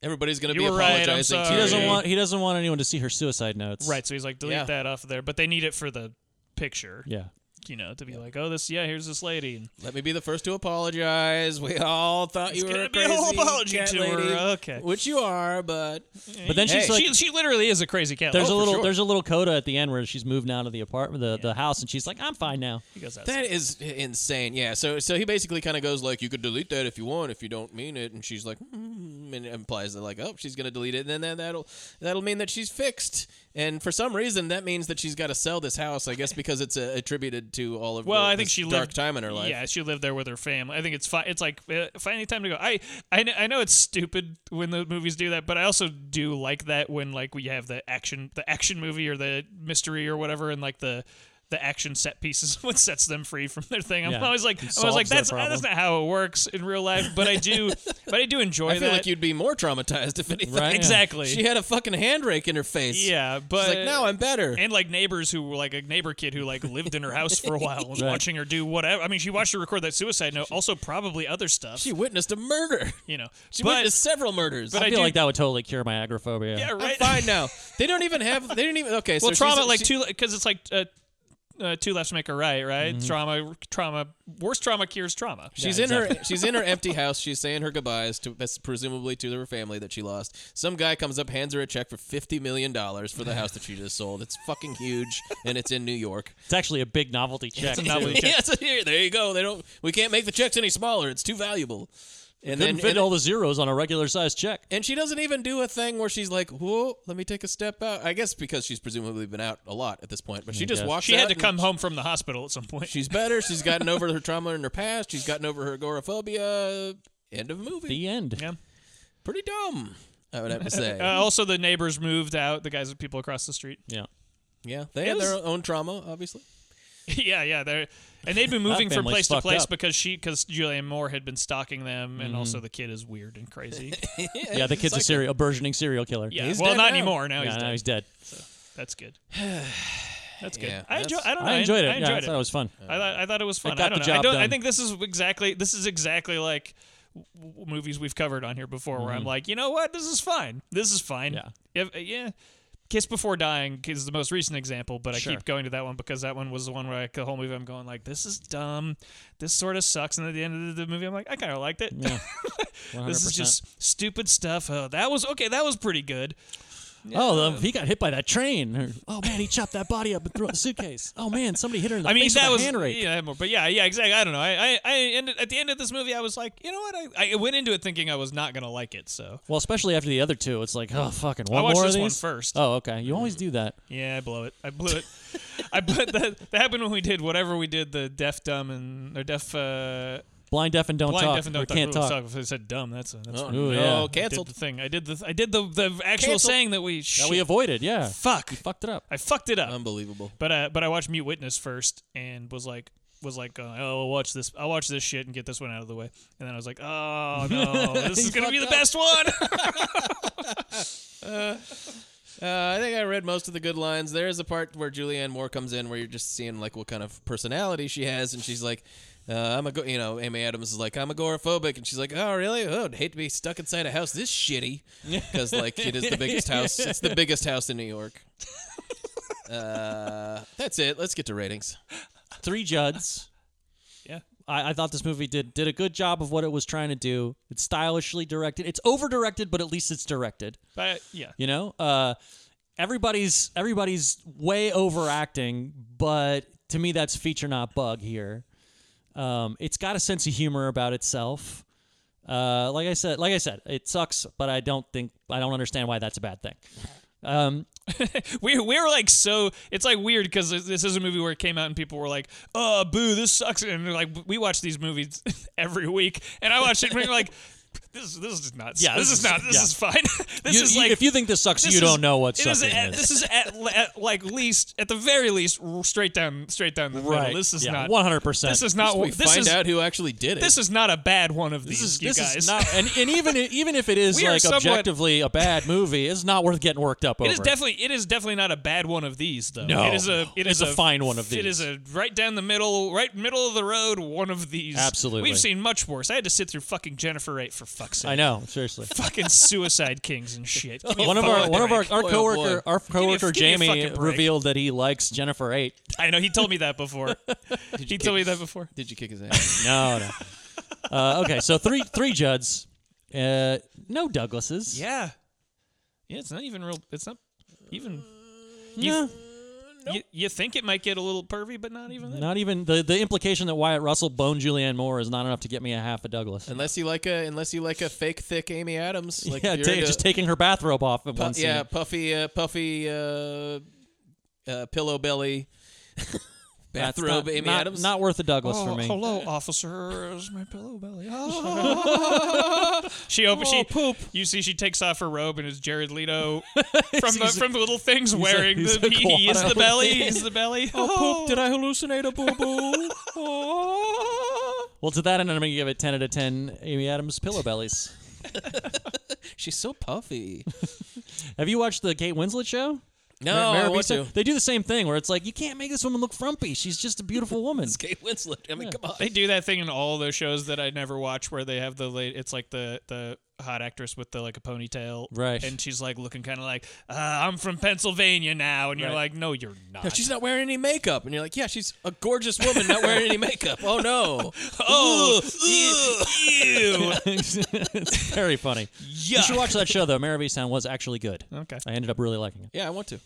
Everybody's gonna You be were right, I'm apologizing. to sorry. he you. doesn't want he doesn't want anyone to see her suicide notes. right. So he's like, delete Yeah. that off of there. But they need it for the picture. Yeah. you know, to be like, oh, this, yeah, here's this lady. And Let me be the first to apologize. We all thought you It's gonna were a be a crazy whole apology cat to her, lady, okay. which you are, but But then she's Hey, like- she, oh, she literally is a crazy cat. There's lady. a little there's a little coda at the end where she's moved out of the apartment the, the house and she's like I'm fine now. That is insane. Yeah. So so he basically kind of goes like, you could delete that if you want, if you don't mean it, and she's like, mm, and it implies that like, oh, she's gonna delete it, and then that- that'll that'll mean that she's fixed. And for some reason, that means that she's got to sell this house. I guess because it's uh, attributed to all of Well, the- I think this she dark lived time in her life. Yeah, she lived there with her family. I think it's fine. It's like uh, finding time to go. I I know, I know it's stupid when the movies do that, but I also do like that when like we have the action the action movie or the mystery or whatever, and like the the action set pieces what sets them free from their thing. I'm Yeah. always like It I was like solves their that's that's problem. not how it works in real life, but I do but I do enjoy I feel that. like you'd be more traumatized if anything. Right? Exactly. She had a fucking hand rake in her face. Yeah, but she's like, no, I'm better. And like neighbors who were like a neighbor kid who like lived in her house for a while was Right. watching her do whatever. I mean, she watched her record that suicide note, also probably other stuff. She witnessed a murder. You know, She but, witnessed several murders. But I, I feel do- like that would totally cure my agoraphobia. Yeah, right. fine now. They don't even have. They didn't even. Okay, well, so trauma she's- like she- two because it's like uh, uh, two lefts make a right, right? Mm-hmm. Trauma, trauma, worse trauma cures trauma. She's in her she's in her empty house. She's saying her goodbyes to that's presumably to her family that she lost. Some guy comes up, hands her a check for fifty million dollars for the house that she just sold. It's fucking huge, and it's in New York. It's actually a big novelty check. It's a too. novelty check. Yeah, so here, there you go. They don't. We can't make the checks any smaller. It's too valuable. And Couldn't then fit and, all the zeros on a regular sized check. and she doesn't even do a thing where she's like, "Whoa, let me take a step out." I guess because she's presumably been out a lot at this point, but she I just guess. walks. She had out to and- come home from the hospital at some point. She's better. She's gotten over her trauma in her past. She's gotten over her agoraphobia. End of movie. The end. Yeah. Pretty dumb, I would have to say. uh, also, the neighbors moved out. The guys with people across the street. Yeah. yeah, they had their own trauma, obviously. yeah, yeah. They're and they've been moving from place family's to fucked place up. because she because Julianne Moore had been stalking them, and Mhm. also the kid is weird and crazy. Yeah, the kid's a serial, a burgeoning serial killer. Yeah, He's well, dead not now. anymore. Now Yeah, he's now dead. he's dead. That's good. That's good. Yeah, I, enjoy, that's- I don't know. I enjoyed it. I Yeah, I enjoyed it. thought it was fun. I thought, I thought it was fun. got I don't the know. I, job don't, I done. think this is exactly this is exactly like w- w- movies we've covered on here before, where I'm Mhm. like, you know what, this is fine. This is fine. Yeah. If, uh, yeah. Kiss Before Dying is the most recent example, but Sure. I keep going to that one because that one was the one where like, the whole movie I'm going like, this is dumb, this sort of sucks, and at the end of the the movie I'm like, I kind of liked it. this is 100%. just stupid stuff. Oh, that was okay. That was pretty good. Oh, the, he got hit by that train. Or, oh man, he chopped that body up and threw it in the suitcase. Oh man, somebody hit her in the I mean, face that with was a hand rake. yeah, more, but yeah, yeah, exactly. I don't know. I, I, I ended at the end of this movie. I was like, you know what? I, I went into it thinking I was not gonna like it. So Well, especially after the other two, it's like, oh fucking, I one watched more this of one these? first. Oh, okay. You always do that. yeah, I blew it. I blew it. I blew that. That happened when we did whatever we did. The deaf, dumb, and or deaf. Uh, Blind deaf and don't blind, talk. deaf, and or don't can't Ooh, talk. If I said dumb, that's that's Oh, fine. Ooh, yeah. I did canceled. the thing. I did the I did the the actual Canceled. saying that we That we shit. avoided. Yeah. Fuck. You fucked it up. I fucked it up. Unbelievable. But uh, but I watched Mute Witness first and was like was like uh, oh I'll watch this I'll watch this shit and get this one out of the way and then I was like oh no this is You gonna be the fucked best one. Uh, uh, I think I read most of the good lines. There is a part where Julianne Moore comes in where you're just seeing like what kind of personality she has, and she's like, uh, "I'm a," you know, Amy Adams is like, "I'm agoraphobic," and she's like, "Oh, really? Oh, I'd hate to be stuck inside a house this shitty," because like it is the biggest house. It's the biggest house in New York. Uh, that's it. Let's get to ratings. Three Judds. Yeah. I, I thought this movie did did a good job of what it was trying to do. It's stylishly directed. It's over directed, but at least it's directed. But yeah. You know, uh, everybody's everybody's way overacting, but to me, that's feature not bug here. Um, it's got a sense of humor about itself. Uh, like I said, like I said, it sucks, but I don't think I don't understand why that's a bad thing. Um, we we're like so it's like weird because this is a movie where it came out and people were like oh boo this sucks and they're like we watch these movies every week and I watched it and we're like this this is not Yeah, this, is, this is- not this yeah. is fine this You- is you- like if you think this sucks, this you is- don't know what it sucking at, is. this is at, at like least at the very least r- straight down straight down the Right. middle this is Yeah, not 100%. this is not we Oh, this find is out who actually did it. this is not a bad one of these this is you this guys is not, and, and even even if it is We are like somewhat- objectively a bad movie, it's not worth getting worked up over. It is definitely it is definitely not a bad one of these though. No. it is a it is It's a fine one of It is these. a right down the middle, right middle of the road one of these. Absolutely. we've seen much worse. I had to sit through fucking Jennifer Eight for fuck's sake. I know, seriously. Fucking suicide kings and shit. Give me a one of our fucking one of our break. our Boy, oh coworker boy. our Give me a- coworker give me a Jamie fucking break. revealed that he likes Jennifer Eight. I know he told me that before. he told me that before. Did you kick his ass? No, no. Uh, okay, so three three Judds, uh, no Douglases. Yeah. Yeah, it's not even real. It's not even. Yeah. You, you think it might get a little pervy, but not even that. Not even the, the implication that Wyatt Russell boned Julianne Moore is not enough to get me a half a Douglas. Unless you like a unless you like a fake thick Amy Adams, like yeah, if you're ta- into just taking her bathrobe off at pu- one scene. yeah, puffy uh, puffy uh, uh, pillow belly That's bathrobe not- Amy not- Adams. not worth a Douglas oh, for me. Hello, officer. Is my pillow belly? Ah. she opens. Oh, she poop. You see, she takes off her robe, and it's Jared Leto from the He's a- from the little things he's a- wearing he's the a he, he is koala. the belly. He's the belly. Oh, poop, did I hallucinate a boo boo? oh. Well, to that end, I'm going to give it 10 out of 10 Amy Adams pillow bellies. She's so puffy. Have you watched the Kate Winslet show? No, Mara- Mara I want Beeson? to. They do the same thing where it's like, you can't make this woman look frumpy. She's just a beautiful woman. Kate Winslet. I mean, come on. They do that thing in all those shows that I never watch, where they have the late. It's like the the hot actress with the like a ponytail, Right. And she's like looking kind of like, uh, I'm from Pennsylvania now, and you're Right. like, no, you're not. No, she's not wearing any makeup, and you're like, yeah, she's a gorgeous woman not wearing any makeup. Oh no. Oh, ew. it's very funny. You should watch that show, though. Mary Sound was actually good. Okay. I ended up really liking it. Yeah, I want to.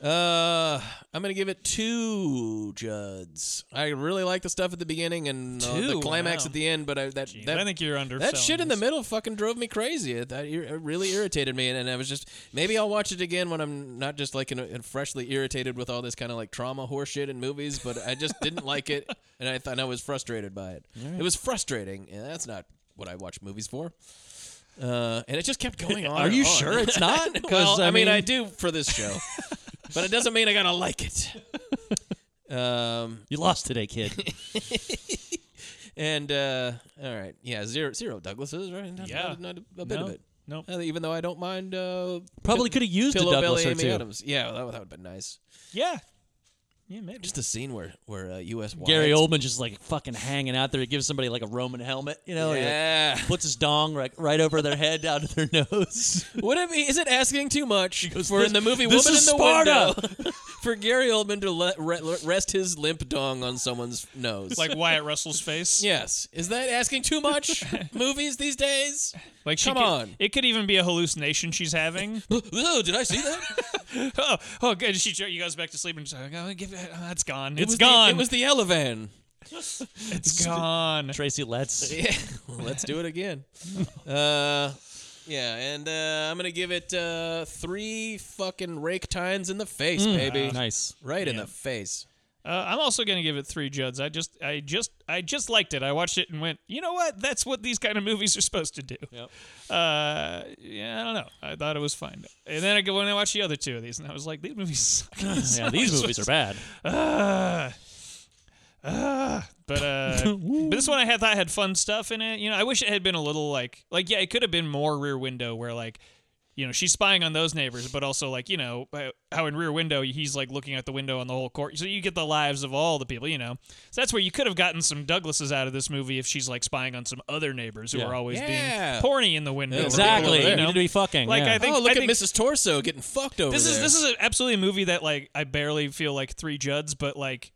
Uh, I'm gonna give it two Juds. I really like the stuff at the beginning and uh, the Two? climax Wow. at the end, but I, that, that I think you're under that shit in the middle fucking drove me crazy. It, that, ir- it really irritated me, and, and I was just maybe I'll watch it again when I'm not just like in a, and freshly irritated with all this kind of like trauma horseshit in movies. But I just didn't like it, and I thought I was frustrated by it. right. It was frustrating, and that's not what I watch movies for. Uh, and it just kept going on. Are and you on. sure it's not? 'Cause, well, I I mean, mean- I do for this show, but it doesn't mean I gotta like it. Um, You lost today, kid. and uh, all right, yeah, zero zero Douglases, right? Not, Yeah. not, not a, a bit No. of it. Nope. Uh, even though I don't mind. Uh, Probably could have used a Pillow Douglas Belly or Amy two. Adams. Yeah, that, would- that would have been nice. Yeah. Yeah, maybe. Just a scene where where uh, U.S. Gary Wyatt- Oldman just like fucking hanging out there. He gives somebody like a Roman helmet, you know? he, like, Yeah. puts his dong right, right over their head, down to their nose. Would it be? Is it asking too much for "This- in the movie this Woman is in Sparta!" the Window for Gary Oldman to let, re- rest his limp dong on someone's nose? like Wyatt Russell's face. yes, is that asking too much? Movies these days. Like she come could- on. it could even be a hallucination she's having. Oh, did I see that? oh, oh, good. She he goes back to sleep and she's like, oh, give it. Oh, it's gone. It It's was the- gone. it was the Elevan. It's gone. Tracy Letts. Yeah, let's do it again. Uh, yeah, and uh, I'm gonna give it uh, three fucking rake tines in the face, Mm. baby. Wow. Nice. right in Ah, Yeah. the face. Uh, I'm also gonna give it three Juds. I just, I just, I just liked it. I watched it and went, you know what? That's what these kind of movies are supposed to do. Yep. Uh, yeah, I don't know. I thought it was fine. And then I go when I watched the other two of these, and I was like, these movies suck. This Yeah, these was- movies are bad. Ah. Ah. but uh, but this one I had thought had fun stuff in it. You know, I wish it had been a little like like yeah, it could have been more Rear Window where like. You know, she's spying on those neighbors, but also like you know uh, how in Rear Window he's like looking out the window on the whole court, so you get the lives of all the people. You know, so that's where you could have gotten some Douglases out of this movie if she's like spying on some other neighbors who Yeah. are always being Yeah. porny in the window. or Exactly. whatever, You you need know? to be fucking. Like, yeah. I think- oh, look at think- Mrs. Torso getting fucked over this there. is this is a, absolutely a movie that like I barely feel like three Juds, but like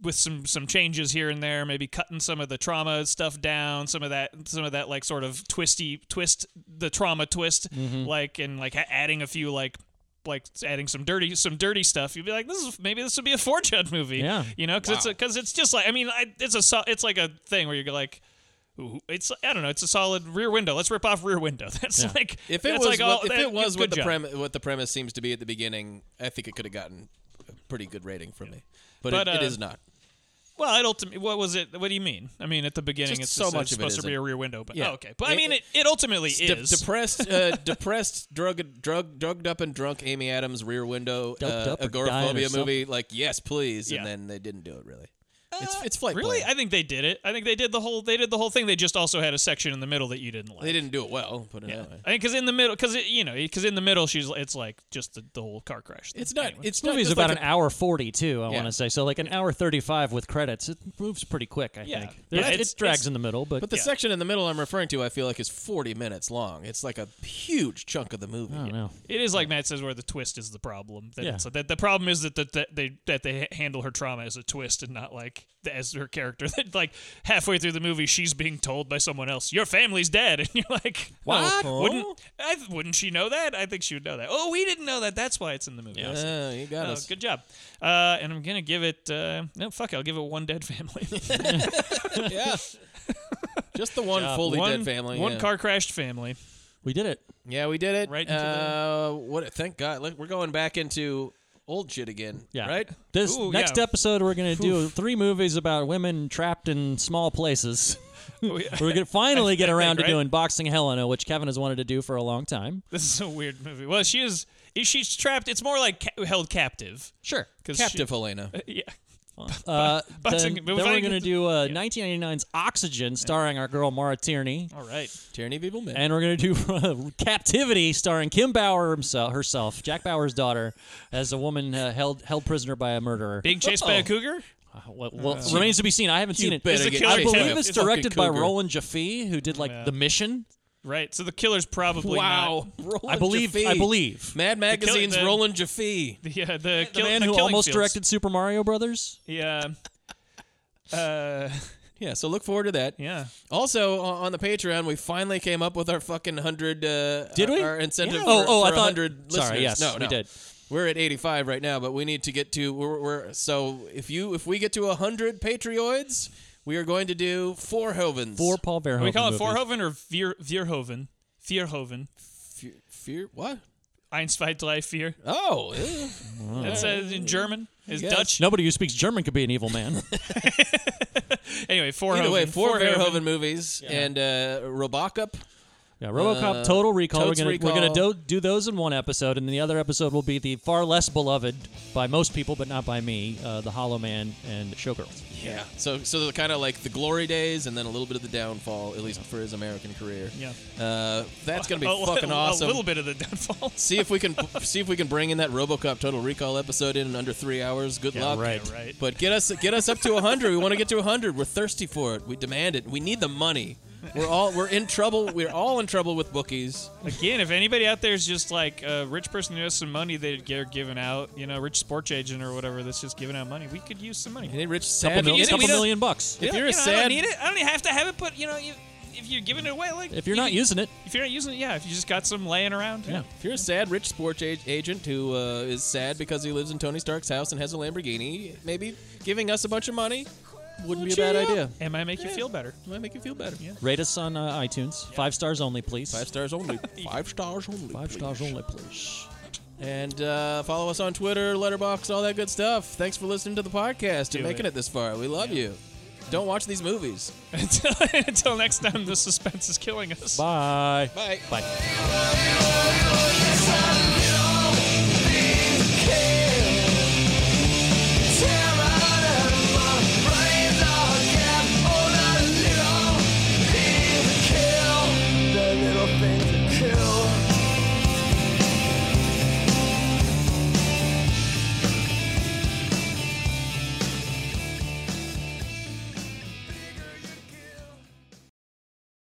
with some some changes here and there, maybe cutting some of the trauma stuff down, some of that some of that like sort of twisty twist the trauma twist, Mm-hmm. like and like a- adding a few like like adding some dirty some dirty stuff you'd be like this is maybe this would be a four chud movie Yeah. you know because it's because it's just like i mean I, it's a so- it's like a thing where you're like ooh, it's i don't know it's a solid rear window let's rip off rear window that's Yeah. like if it that's was like what, all- if that- it was good what the job. premise what the premise seems to be at the beginning, I think it could have gotten a pretty good rating from me. But, But, it, it uh, is not. Well, it ultimately. What was it? What do you mean? I mean, at the beginning, Just it's so just- much it's of it supposed to be isn't. a rear window, but Yeah. oh, okay. But I It- mean, it, it ultimately De- is. depressed, uh, depressed, drug, drug, drugged up and drunk Amy Adams, Rear Window, Doped uh, up or dying or agoraphobia something. movie. Like, yes, please. Yeah. And then they didn't do it really. It's it's flight. Really? plan. I think they did it. I think they did the whole. They did the whole thing. They just also had a section in the middle that you didn't like. They didn't do it well. Put it that way. I think because in the middle, because you know, because in the middle, she's it's like just the, the whole car crash. Thing. It's not. Anyway. It's This movie's not just about like an hour forty two. I Yeah. want to say so, like an hour thirty five with credits. It moves pretty quick. I Yeah. think Yeah, There's- it's- it drags it's- in the middle, but, But the yeah. section in the middle I'm referring to, I feel like, is 40 minutes long. It's like a huge chunk of the movie. I don't know. It is like Matt says, where the twist is the problem. That Yeah. it's, that the problem is that, that that they that they ha- handle her trauma as a twist and not like the- as her character. That like halfway through the movie, she's being told by someone else, "Your family's dead," and you're like, What? "Oh, Wouldn't I, wouldn't she know that? I think she would know that. Oh, we didn't know that. That's why it's in the movie. Yeah. I see. Yeah, you got Oh, us. Good job. Uh, and I'm gonna give it. Uh, no, fuck. it, I'll give it one dead family. yeah. Just the one Job. fully One- dead family. One yeah. car crashed family. We did it. Yeah, we did it. Right into uh, what? Thank God. Look, we're going back into old shit again. Yeah. Right. This Ooh, next yeah. episode, we're gonna do three movies about women trapped in small places. we're gonna finally I- get I around think, to right? doing Boxing Helena, which Kevin has wanted to do for a long time. This is a weird movie. Well, she is. Is she's trapped? It's more like ca- held captive. Sure. 'Cause Captive she- Helena. Uh, yeah. Uh, Bo- boxing- then, but then if I we're can- going to do uh, 1999's Oxygen, starring our girl Mara Tierney. All right. Tyranny of Evil Men. And we're going to do uh, Captivity, starring Kim Bauer himself, herself, Jack Bauer's daughter, as a woman uh, held held prisoner by a murderer. Being chased by a Uh-oh. cougar. Uh, well, well, Uh, remains to be seen. I haven't You seen it. better Is the get killer I chased by believe a it's fucking directed by cougar. Roland Jaffe, who did like Yeah. The Mission. Right. So the killer's probably wow. Not. Roland I believe. Jaffe. I believe. Mad kill- Magazine's the- Roland Jaffe. Yeah, the, The kill- man the who killing almost fields. directed Super Mario Brothers. Yeah. Uh, Yeah. So look forward to that. yeah. Also o- on the Patreon, we finally came up with our fucking hundred. Uh, Did we? Our incentive. Yeah. For, Oh, oh, I for thought- 100 sorry, listeners. yes, no, we no. did. We're at eighty-five right now, but we need to get to. We're, we're so if you if we get to hundred Patreoids, we are going to do four Hovens. Four Paul Verhoeven. Are we call it movies. Vorhoven or Vier, Vierhoven? Vierhoven. Fear, fear what? Einzweitlife Vier. Oh, eh. That's uh, in German. Is Yes. Dutch. Nobody who speaks German could be an evil man. Anyway, four either way, Hoven. four Verhoeven Verhoeven. movies and uh, Robocup. Yeah, RoboCop, Uh, Total Recall. We're Totes gonna we're gonna Recall. do, do those in one episode, and the other episode will be the far less beloved by most people, but not by me, uh, the Hollow Man and Showgirls. Yeah. So so kind of like the glory days and then a little bit of the downfall, at least for his American career. Yeah. Uh, that's gonna be a, fucking a, awesome. A little bit of the downfall. see if we can see if we can bring in that RoboCop Total Recall episode in, in under three hours. Good Yeah, luck. right. Yeah, right. But get us get us up to hundred. we want to get to hundred. We're thirsty for it. We demand it. We need the money. We're all we're in trouble. We're all in trouble with bookies. Again, if anybody out there is just like a rich person who has some money that they're giving out, you know, rich sports agent or whatever that's just giving out money, we could use some money. Any rich Couple, sad. mil- you know, couple we don't- million bucks. if Yeah, you're a you know, I sad don't need it. I don't even have to have it, but you know, you, if you're giving it away, like If you're you not can- using it, if you're not using it, yeah, if you just got some laying around, Yeah. If you're a sad rich sports ag- agent who uh, is sad because he lives in Tony Stark's house and has a Lamborghini, maybe giving us a bunch of money wouldn't be a bad idea. it might make you Yeah. feel better. Might make you feel better. Yeah. rate us on uh, iTunes. Five stars only, please. Five stars only. Five stars only. Five please. stars only, please. And uh, follow us on Twitter, Letterbox, all that good stuff. Thanks for listening to the podcast and Do making it. it this far. We love you. Don't watch these movies. until, until next time, the suspense is killing us. Bye. Bye. Bye. Yes, I am.